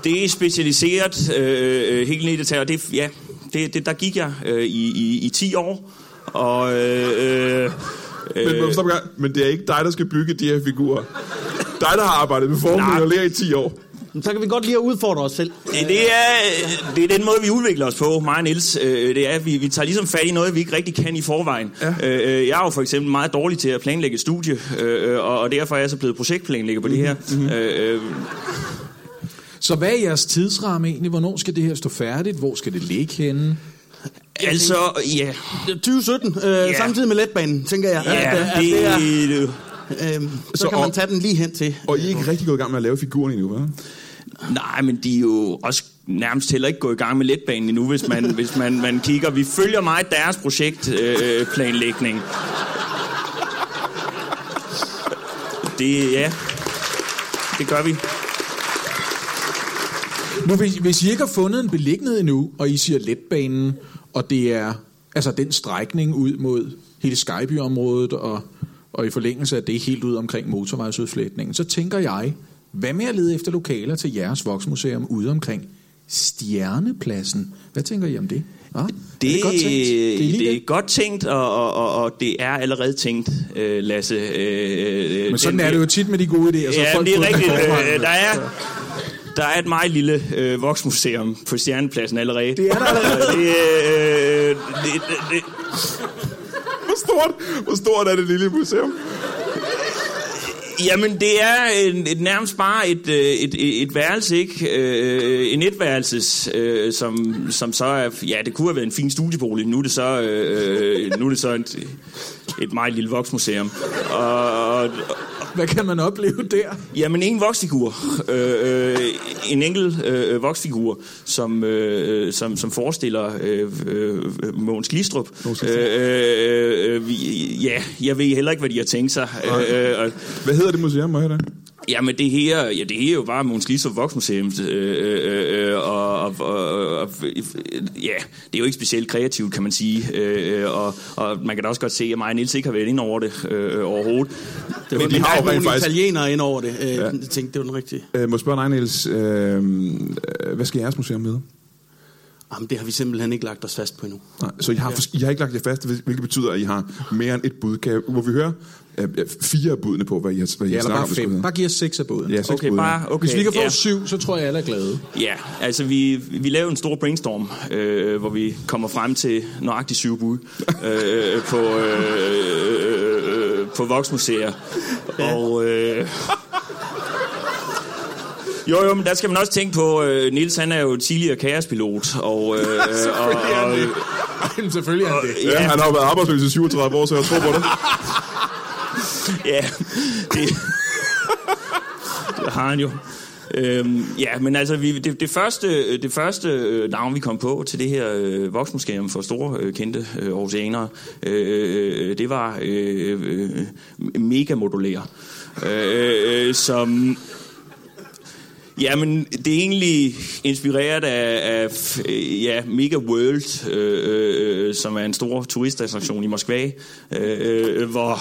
Speaker 11: Det er specialiseret øh, øh, helt ned i detaljer. og Det, ja, det, det, der gik jeg øh, i, i, i 10 år. Og, øh, øh,
Speaker 10: Men,
Speaker 11: øh,
Speaker 10: men, stop en gang. men det er ikke dig, der skal bygge de her figurer. Dig, der har arbejdet med
Speaker 11: Nej.
Speaker 10: formel og lærer i 10 år.
Speaker 9: Så kan vi godt lige at udfordre os selv.
Speaker 11: Ja, Det er, øh, det er den måde, vi udvikler os på, mig og Niels. Øh, Det er, at vi, vi tager ligesom fat i noget, vi ikke rigtig kan i forvejen. Ja. Jeg er jo for eksempel meget dårlig til at planlægge et studie, øh, og og derfor er jeg så blevet projektplanlægger på det her.
Speaker 10: Mhm,
Speaker 11: Mm-hmm. Øh, øh,
Speaker 12: Så hvad er jeres tidsramme egentlig? Hvornår skal det her stå færdigt? Hvor skal det ligge henne?
Speaker 11: Altså, ja.
Speaker 9: 2017, øh, yeah. samtidig med letbanen, tænker jeg. øh,
Speaker 11: Ja,
Speaker 9: det er,
Speaker 11: det
Speaker 9: øh, så, så kan man tage den lige hen til.
Speaker 10: Og I er ikke rigtig gået i gang med at lave figuren endnu, hva'?
Speaker 11: Nej, men de er jo også nærmest heller ikke gået i gang med letbanen endnu, hvis man, hvis man, man kigger. Vi følger meget deres projektplanlægning. Øh, planlægning. det, ja, det gør vi.
Speaker 12: Nu, hvis, hvis I ikke har fundet en beliggenhed endnu, og I siger letbanen, og det er altså den strækning ud mod hele Skyby-området, og, og i forlængelse af det helt ud omkring motorvejsudflætningen, så tænker jeg, hvad med at lede efter lokaler til jeres voksmuseum ude omkring Stjernepladsen? Hvad tænker I om det? Ah,
Speaker 11: Det,
Speaker 12: er det godt tænkt? Det er lige
Speaker 11: det er godt tænkt, og, og, og, og det er allerede tænkt, øh, Lasse. Øh, øh,
Speaker 12: Men sådan
Speaker 11: den-
Speaker 12: er det jo tit med de gode idéer. Så
Speaker 11: Ja,
Speaker 12: folk
Speaker 11: det
Speaker 12: får
Speaker 11: er
Speaker 12: dem
Speaker 11: rigtigt.
Speaker 12: i forvejen.
Speaker 11: Øh, der, er, der er et meget lille øh, voksmuseum på Stjernepladsen allerede. Det er der allerede. det, øh, det, det, det,
Speaker 10: Hvor stort, hvor stort er det lille museum?
Speaker 11: Jamen, det er en, et, nærmest bare et, øh, et, et, et værelse, ikke? Øh, en etværelses, øh, som, som så er... Ja, det kunne have været en fin studiebolig. Nu er det så, øh, nu er det så et, et meget lille voksmuseum. Og, og,
Speaker 12: Hvad kan man opleve der?
Speaker 11: Jamen, en voksfigur. Øh, øh, en enkelt øh, voksfigur, som, øh, øh, som, som forestiller øh, øh, Måns Glistrup. Øh, øh, øh, vi- ja, jeg ved heller ikke, hvad de har tænkt sig. Øh, øh,
Speaker 10: Hvad hedder det museum, må jeg høre det?
Speaker 11: Jamen det her, ja, det her er jo bare Måns Glistrup Voksmuseum, øh, øh, øh, og, og, og, og øh, ja, det er jo ikke specielt kreativt, kan man sige, øh, øh, og, og man kan da også godt se, at mig og Niels ikke har været ind over det øh, øh, overhovedet.
Speaker 9: Det var, men de har jo rent faktisk... italienere ind over det. Øh, ja. Jeg tænkte, det var den rigtige.
Speaker 10: Øh, må jeg spørge dig, Niels, øh, øh, hvad skal jeres museum hedde?
Speaker 9: Jamen, det har vi simpelthen ikke lagt os fast på endnu.
Speaker 10: Nej, så I har, ja. I har ikke lagt jer fast, hvil- hvilket betyder, at I har mere end et bud. Kan, jeg- må vi høre øh, øh, fire af budene på, hvad I har hvad I
Speaker 12: Ja,
Speaker 10: har
Speaker 12: eller
Speaker 10: snakket
Speaker 12: bare
Speaker 10: om? det skulle
Speaker 12: fem.
Speaker 10: hedde?
Speaker 12: Bare giv os seks af båden.
Speaker 10: Ja, seks Okay, båden. bare- okay,
Speaker 12: Hvis vi kan få
Speaker 11: ja.
Speaker 12: syv, så tror jeg, alle er glade.
Speaker 11: Ja, altså vi, vi lavede en stor brainstorm, øh, hvor vi kommer frem til nøjagtigt syv bud øh, på, øh, øh, på voksmuseer. Og, øh, jo, jo, men der skal man også tænke på, øh, Nils han er jo tidligere kaospilot, og... Øh,
Speaker 10: Selvfølgelig er han det.
Speaker 12: Ej, men selvfølgelig er han det.
Speaker 11: Ja.
Speaker 10: Ja, han har jo været arbejdsløs i 37 år, så jeg tror på det.
Speaker 11: ja, det, det har han jo. Øhm, ja, men altså, vi, det, det første, det første øh, navn, vi kom på til det her øh, voksmuseum for store øh, kendte øh, aarhusianere, øh, øh, det var øh, øh, megamodulær, øh, øh, som... Jamen, det er egentlig inspireret af, af øh, ja, Mega World, øh, øh, som er en stor turistattraktion i Moskva, øh, øh, hvor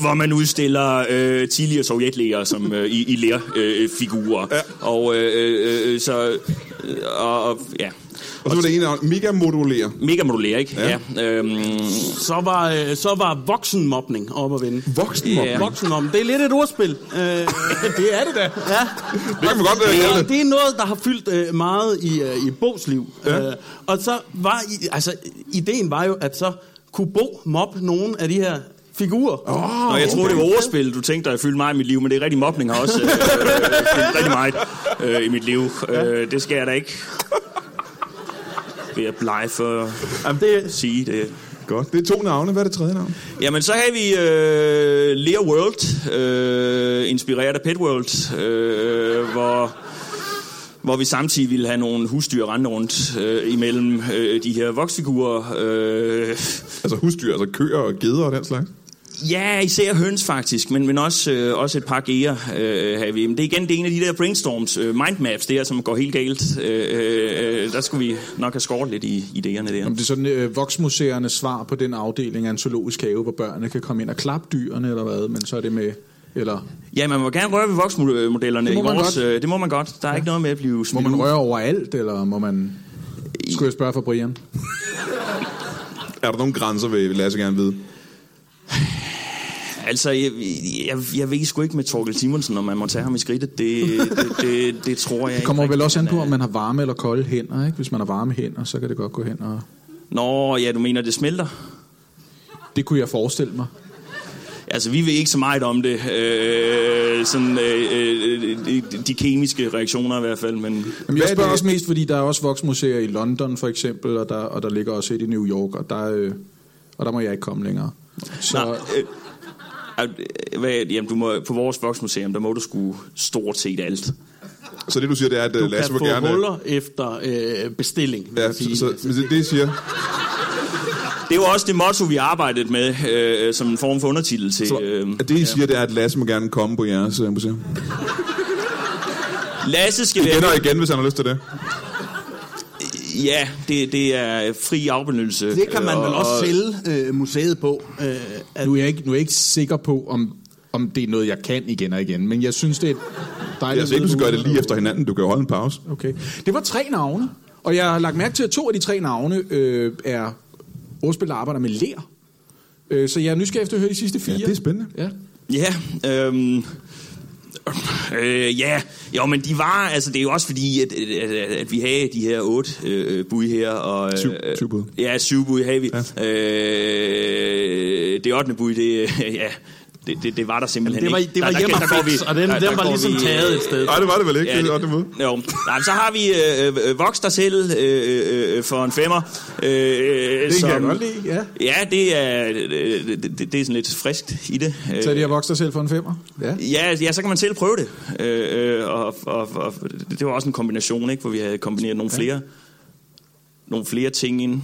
Speaker 11: hvor man udstiller øh, tidligere sovjetlæger som øh, i, i lærfigurer. Øh, figurer. Og øh, øh, øh, så... Øh, og, og, ja.
Speaker 10: Og så var det ene navn, mega modulere.
Speaker 11: Mega modulere, ikke?
Speaker 10: Ja.
Speaker 11: Ja. ja. Øhm,
Speaker 9: Så var, øh, så var voksenmobning op at vinde.
Speaker 10: Voksenmobning?
Speaker 9: Ja, voksenmobning. Det er lidt et ordspil. Øh, det er det da. Ja. Det
Speaker 10: kan man godt, øh,
Speaker 9: det,
Speaker 10: kalde
Speaker 9: er,
Speaker 10: det.
Speaker 9: det er noget, der har fyldt øh, meget i, øh, i Bo's liv.
Speaker 10: Ja.
Speaker 9: Øh, og så var, i- altså, ideen var jo, at så kunne Bo mobbe nogle af de her figurer.
Speaker 11: oh, Nå, jeg troede, det var ordspil, du tænkte dig at fylde meget i mit liv, men det er rigtig mobning har også øh, øh, fyldt rigtig meget øh, i mit liv. Øh, det skal jeg da ikke være bleg for
Speaker 9: Jamen, det...
Speaker 11: sige det.
Speaker 10: Godt. Det er to navne. Hvad er det tredje navn?
Speaker 11: Jamen, så havde vi øh, Lea World, øh, inspireret af Pet World, øh, hvor, hvor vi samtidig ville have nogle husdyr rende rundt øh, imellem øh, de her voksfigurer. Øh.
Speaker 10: Altså husdyr, altså køer og geder og den slags?
Speaker 11: Ja, især høns faktisk, men, men også, øh, også et par gear øh, havde vi. Men det er igen det er en af de der brainstorms, øh, mindmaps der, som går helt galt. Øh, øh, øh, der skulle vi nok have skåret lidt i idéerne der.
Speaker 12: Om det er sådan øh, voksmuseernes svar på den afdeling af en zoologisk have, hvor børnene kan komme ind og klappe dyrene eller hvad, men så er det med... Eller,
Speaker 11: Ja, man må gerne røre ved voksmodellerne
Speaker 12: Det
Speaker 11: det
Speaker 12: må
Speaker 11: i
Speaker 12: man
Speaker 11: vores.
Speaker 12: godt.
Speaker 11: øh, Det må man godt. Der er ja. ikke noget med at blive
Speaker 12: må
Speaker 11: smidt
Speaker 12: man
Speaker 11: ud.
Speaker 12: røre overalt, eller må man... Skulle jeg spørge for Brian?
Speaker 10: Er der nogle grænser, vil Lasse gerne vide?
Speaker 11: Altså, jeg, jeg, jeg ved sgu ikke med Torkel Simonsen, om man må tage ham i skridtet. Det, det, det, det tror jeg
Speaker 12: Det kommer
Speaker 11: ikke.
Speaker 12: vel også an på, om man har varme eller kolde hænder, ikke? Hvis man har varme hænder, så kan det godt gå hen og...
Speaker 11: Nå, ja, du mener, det smelter?
Speaker 12: Det kunne jeg forestille mig.
Speaker 11: Altså, vi ved ikke så meget om det. Øh, sådan, øh, øh, de- de kemiske reaktioner i hvert fald, men...
Speaker 12: Jamen, jeg spørger også mest, fordi der er også voksmuseer i London for eksempel, og der, og der ligger også et i New York, og der, øh, og der må jeg ikke komme længere.
Speaker 11: Så... Nå, øh, øh, hvad, jamen, du må, på vores voksmuseum, der må du sgu stort set alt.
Speaker 10: Så det, du siger, det er, at
Speaker 9: Du
Speaker 10: øh, Lasse
Speaker 9: kan
Speaker 10: vil
Speaker 9: få
Speaker 10: gerne...
Speaker 9: huller efter øh, bestilling. vil
Speaker 10: Ja,
Speaker 9: jeg sige.
Speaker 10: så, så, men det, det siger...
Speaker 11: Det var også det motto, vi arbejdede med, øh, som en form for undertitel til...
Speaker 10: Så,
Speaker 11: Øh,
Speaker 10: at det, I siger, det er, at Lasse må gerne komme på jeres øh, museum.
Speaker 11: Lasse skal
Speaker 10: Igen og
Speaker 11: være...
Speaker 10: igen, hvis han har lyst til det.
Speaker 11: Ja, det, det er fri afbenyttelse.
Speaker 9: Det kan man
Speaker 11: øh,
Speaker 9: vel også
Speaker 11: og-
Speaker 9: sælge øh, museet på. Øh, at,
Speaker 12: Nu er jeg ikke, nu er jeg ikke sikker på, om, om det er noget, jeg kan igen og igen, men jeg synes, det er et dejligt...
Speaker 10: Jeg altså ikke, du
Speaker 12: sted,
Speaker 10: skal gøre det
Speaker 12: er.
Speaker 10: lige efter hinanden. Du kan jo holde en pause.
Speaker 12: Okay. Det var tre navne, og jeg har lagt mærke til, at to af de tre navne øh, er ordspil, der arbejder med lær. Øh, så jeg er nysgerrig efter at høre de sidste fire. Ja, det er
Speaker 10: spændende.
Speaker 12: Ja.
Speaker 11: Ja, øhm, øh, ja, jo, men de var, altså det er jo også fordi, at, at, at, at vi havde de her otte øh, bud her. Og, øh,
Speaker 10: Syv- syv bud.
Speaker 11: Ja, syv bud havde vi. Ja. Øh, det ottende bud, det, øh, ja, det, det, det var der simpelthen
Speaker 9: Jamen, det var-
Speaker 11: ikke.
Speaker 9: det var
Speaker 11: Der- der-
Speaker 9: hjemme
Speaker 11: der går
Speaker 9: fix,
Speaker 11: vi-
Speaker 9: og den-
Speaker 11: der-
Speaker 9: den
Speaker 11: der
Speaker 9: var
Speaker 11: går
Speaker 9: ligesom
Speaker 11: vi, øh,
Speaker 9: taget et sted.
Speaker 10: Nej, det var det vel ikke. Det er ottende bud.
Speaker 11: Jo, Nej, men så har vi øh, øh, Vox der selv øh, øh, for en femmer. Øh, det
Speaker 12: kan jeg godt lide, ja.
Speaker 11: Ja, det er, øh, det, det, det er sådan lidt friskt i det.
Speaker 12: Så er det, jeg vokser selv for en femmer. Ja.
Speaker 11: Ja, ja, så kan man selv prøve det. Øh, øh, og, og, og, det var også en kombination, ikke, hvor vi havde kombineret nogle flere, nogle flere ting ind.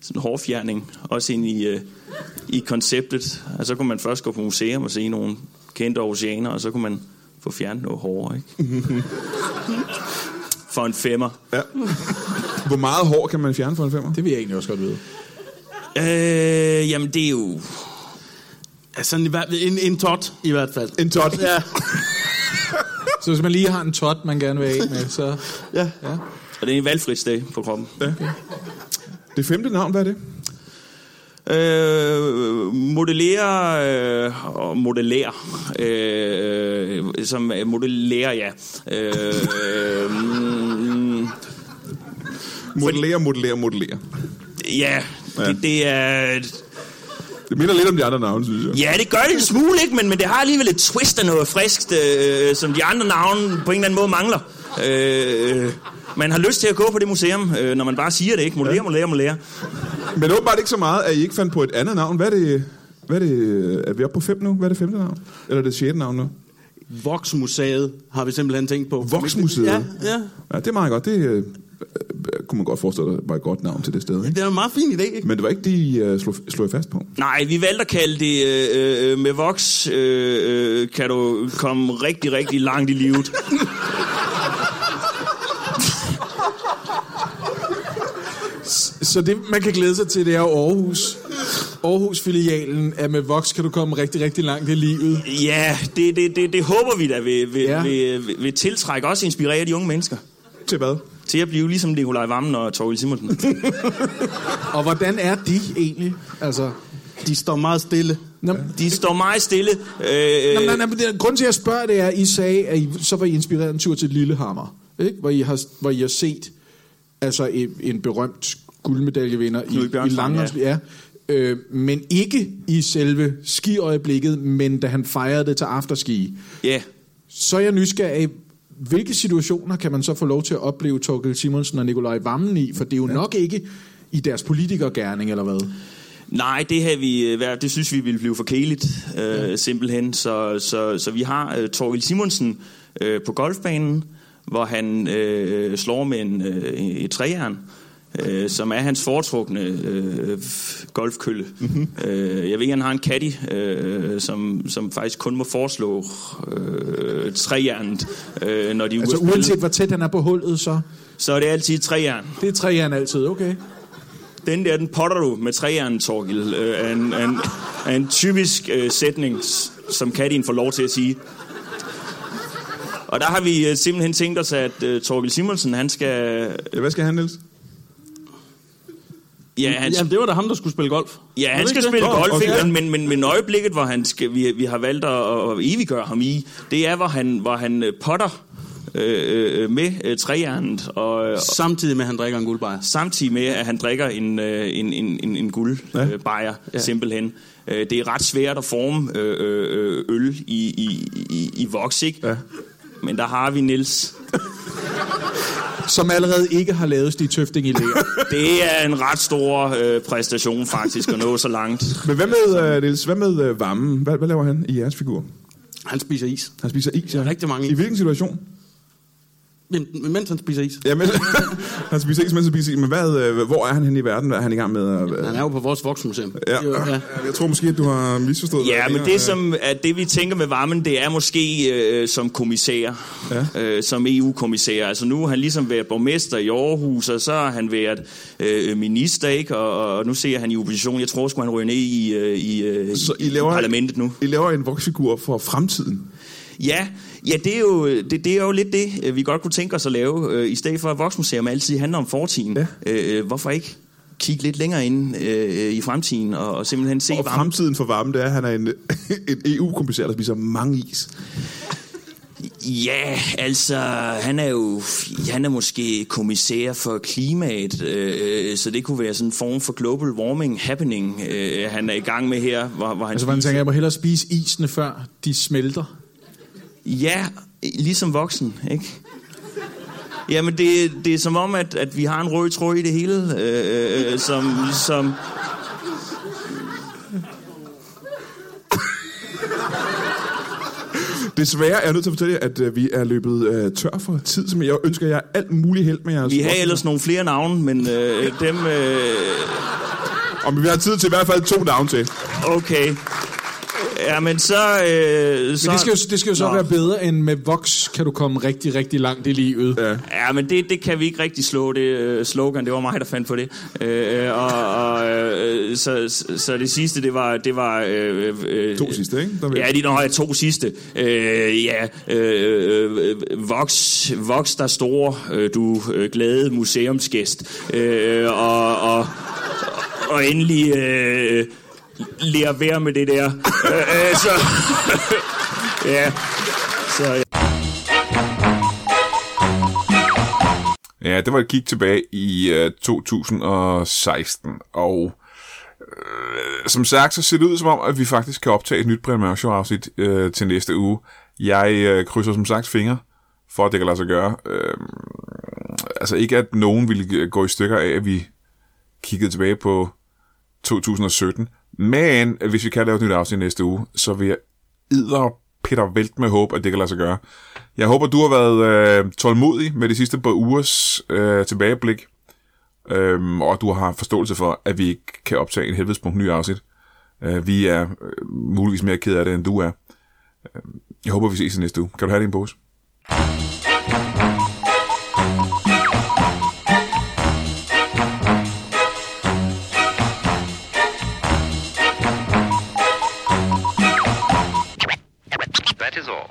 Speaker 11: Sådan en hårfjerning, også ind i, øh, i konceptet. Og så kunne man først gå på museum og se nogle kendte oceaner, og så kunne man få fjernet noget hår, ikke? For en femmer.
Speaker 10: Ja. Hvor meget hår kan man fjerne for en femmer?
Speaker 12: Det vil jeg egentlig også godt vide.
Speaker 11: Øh, jamen, det er jo...
Speaker 9: Altså en, en, en tot i hvert fald.
Speaker 10: En tot?
Speaker 9: Ja.
Speaker 12: Så hvis man lige har en tot, man gerne vil af med, så...
Speaker 9: ja.
Speaker 12: ja.
Speaker 11: Og det er en valgfri sted på kroppen.
Speaker 10: Ja. Det femte navn, hvad er det?
Speaker 11: Øh, modellere øh, og modellere, øh, øh, som øh, modellerer, ja. Øh, øh, mm,
Speaker 10: Modellere, modellere, modellere.
Speaker 11: ja, det, det er...
Speaker 10: Det minder lidt om de andre navne, synes jeg.
Speaker 11: Ja, det gør det en smule, ikke? Men, men det har alligevel et twist af noget friskt, øh, som de andre navne på en eller anden måde mangler. Øh, man har lyst til at gå på det museum, øh, når man bare siger det, ikke? Modellere, modellere, modellere.
Speaker 10: Men åbenbart ikke så meget, at I ikke fandt på et andet navn. Hvad er det? Hvad er, det, er vi oppe på fem nu? Hvad er det femte navn? Eller er det sjette navn nu?
Speaker 9: Voksmuseet har vi simpelthen tænkt på.
Speaker 10: Voksmuseet?
Speaker 9: Ja, ja.
Speaker 10: Ja, det er meget godt. Det øh, øh, kunne man godt forestille sig var et godt navn til det sted. Ikke?
Speaker 9: Det er en meget fin idé, ikke?
Speaker 10: Men det var ikke det, I øh, slog, slog I fast på.
Speaker 11: Nej, vi valgte at kalde det øh, øh, med voks, øh, øh, kan du komme rigtig, rigtig langt i livet.
Speaker 12: Så det, man kan glæde sig til, det er jo Aarhus. Aarhus-filialen er med Vox, kan du komme rigtig, rigtig langt i livet.
Speaker 11: Ja, det, det, det, det håber vi da vil, vil,
Speaker 12: Ja.
Speaker 11: ja. vil, vil, vil tiltrække, også inspirere de unge mennesker.
Speaker 10: Til hvad?
Speaker 11: til at blive ligesom Nikolaj Vammen og Torgild Simonsen.
Speaker 12: og hvordan er de egentlig? Altså,
Speaker 9: de står meget stille.
Speaker 12: Nå,
Speaker 11: de står meget stille. Øh,
Speaker 12: Nå, men, nej, men det- grunden til, at jeg spørger, det er, at I sagde, at I, så var I inspireret af en tur til Lillehammer, ikke? Hvor, I har, hvor I har set altså, en, en berømt guldmedaljevinder
Speaker 11: Knud
Speaker 12: i, i
Speaker 11: Bjørnson,
Speaker 12: langrens, ja. Øh, men ikke i selve skiøjeblikket, men da han fejrede det til afterski.
Speaker 11: Ja.
Speaker 12: Så er jeg nysgerrig, hvilke situationer kan man så få lov til at opleve Torkel Simonsen og Nikolaj Vammen i? For det er jo ja. nok ikke i deres politikergærning, eller hvad?
Speaker 11: Nej, det, havde vi, øh, været- det synes vi ville blive for kæligt, øh, simpelthen. Så, så, så vi har øh, Torvild Simonsen øh, på golfbanen, hvor han øh, slår med en, øh, et træjern, øh, som er hans foretrukne øh, f- golfkølle.
Speaker 12: Mhm.
Speaker 11: Mm-hmm. Øh, jeg ved, han har en caddy, øh, som, som faktisk kun må foreslå øh, træjernet, øh, når de er ude
Speaker 12: Altså
Speaker 11: at spille.
Speaker 12: uanset hvor tæt han er på hullet, så... Altså,
Speaker 11: Så er det altid træjern.
Speaker 12: Det er træjern altid, okay.
Speaker 11: Den der, den potter du med træjern, Torgild, øh, er en, er en, er en typisk øh, sætning, s- som Kattin får lov til at sige. Og der har vi øh, simpelthen tænkt os, at øh, Torgild Simonsen, han skal... Ja, hvad skal han, Niels? Ja, han,
Speaker 9: Jamen, det var da ham, der skulle spille golf.
Speaker 11: Ja,
Speaker 9: Var
Speaker 11: han
Speaker 9: det
Speaker 11: skal
Speaker 9: ikke det?
Speaker 11: spille
Speaker 9: Nå,
Speaker 11: golf,
Speaker 9: okay.
Speaker 11: okay. men, men, men øjeblikket, hvor han skal, vi, vi har valgt at, at eviggøre ham i, det er, hvor han, hvor han øh, potter øh, øh, med øh, træjernet. Og, øh,
Speaker 9: samtidig med, at han drikker en guldbejer.
Speaker 11: Samtidig med, at han drikker en, øh, en, en, en, en guldbejer, øh, bajer,
Speaker 9: Ja.
Speaker 11: simpelthen. Øh, det er ret svært at forme øh, øh, øh, øl i, i, i, i voks, ikke? Ja. Men der har vi Nils.
Speaker 12: Som allerede ikke har lavet Stig Tøfting i læger.
Speaker 11: Det er en ret stor øh, præstation, faktisk, at nå så langt.
Speaker 4: Men hvad
Speaker 10: øh,
Speaker 4: med, uh, Niels, hvad med uh, varmen? Hvad, hvad laver han i jeres figur?
Speaker 9: Han spiser is.
Speaker 4: Han spiser is, ja.
Speaker 9: Rigtig mange
Speaker 4: I hvilken situation?
Speaker 9: Jamen, mens han spiser is.
Speaker 4: Ja, men, han spiser is, mens han spiser is. Men
Speaker 10: øh,
Speaker 4: hvad,
Speaker 9: øh,
Speaker 4: uh, hvor er han henne i verden? Hvad Er han i gang med? Uh,
Speaker 9: Han er jo på vores voksmuseum.
Speaker 4: Ja. ja. Jeg tror måske, at du har misforstået. hvad
Speaker 11: Ja,
Speaker 4: jeg
Speaker 11: men
Speaker 4: mener.
Speaker 11: det, som, at det vi tænker med varmen, det er måske øh, som kommissær, ja. øh, som EU-kommissær. Altså nu har han ligesom været borgmester i Aarhus, og så har han været øh, minister, ikke? Og, og nu ser han i opposition. Jeg tror sgu, han ryger ned i, øh, i, øh,
Speaker 4: Så
Speaker 11: i,
Speaker 4: I laver-
Speaker 11: i parlamentet nu.
Speaker 4: I laver en voksfigur for fremtiden.
Speaker 11: Ja, ja det, er jo, det, det er jo lidt det, øh, vi godt kunne tænke os at lave. øh, I stedet for at Voksmuseum altid handler om fortiden. Ja. Øh, øh, hvorfor ikke kigge lidt længere ind øh, i fremtiden og, og simpelthen se
Speaker 4: Og
Speaker 11: varmen?
Speaker 4: fremtiden for varmen, det er, at han er en, E en EU-kommissær, der spiser mange is.
Speaker 11: Ja, altså, han er jo han er måske kommissær for klimaet, øh, øh, så det kunne være sådan en form for global warming happening, øh, han er i gang med her, hvor, hvor han
Speaker 12: altså, man
Speaker 11: spiser-
Speaker 12: tænker, jeg må hellere spise isene, før de smelter.
Speaker 11: Ja, ligesom voksen, ikke? Jamen, det, det er som om, at, at vi har en rød tråd i det hele, øh, øh, som, som...
Speaker 4: Desværre er jeg nødt til at fortælle jer, at øh, vi er løbet øh, tør for tid, som jeg ønsker jer alt muligt held med jeres
Speaker 11: Vi har
Speaker 4: voksne.
Speaker 11: ellers nogle flere navne, men øh, dem... Øh...
Speaker 4: Og vi har tid til i hvert fald to navne til.
Speaker 11: Okay. Ja, men så... Øh, så...
Speaker 12: Men det skal jo, det skal jo så
Speaker 11: Nå.
Speaker 12: være bedre, end med voks kan du komme rigtig, rigtig langt i livet.
Speaker 4: Ja.
Speaker 11: Ja, men det, det kan vi ikke rigtig slå, det øh, slogan. Det var mig, der fandt på det. Øh, øh, og, og, øh, så, så- så det sidste, det var... Det var øh, øh,
Speaker 4: To sidste, ikke? Der vil-
Speaker 11: ja, de når jeg to sidste. Øh, ja, øh, øh, voks, voks der store, øh, du øh, glade museumsgæst. Øh, og, og, og endelig... Øh, lære være med det der. øh, øh, så... ja, så... Ja.
Speaker 1: Ja, det var et kig tilbage i øh, 2016, og øh, som sagt, så ser det ud som om, at vi faktisk kan optage et nyt Brian Mørk Show afsnit øh, til næste uge. Jeg øh, krydser som sagt fingre for, at det kan lade sig gøre. Øh, altså ikke, at nogen ville øh, gå i stykker af, at vi kiggede tilbage på 2017, men øh, hvis vi kan lave et nyt afsnit næste uge, så vil jeg idder Peter Velt med håb, at det kan lade sig gøre. Jeg håber, du har været øh, tålmodig med de sidste par ugers øh, tilbageblik, øhm, og du har forståelse for, at vi ikke kan optage en helvedespunkt ny afsnit. Øh, vi er øh, muligvis mere ked af det, end du er. Øh, Jeg håber, vi ses i næste uge. Kan du have det i en pose?
Speaker 13: That is all.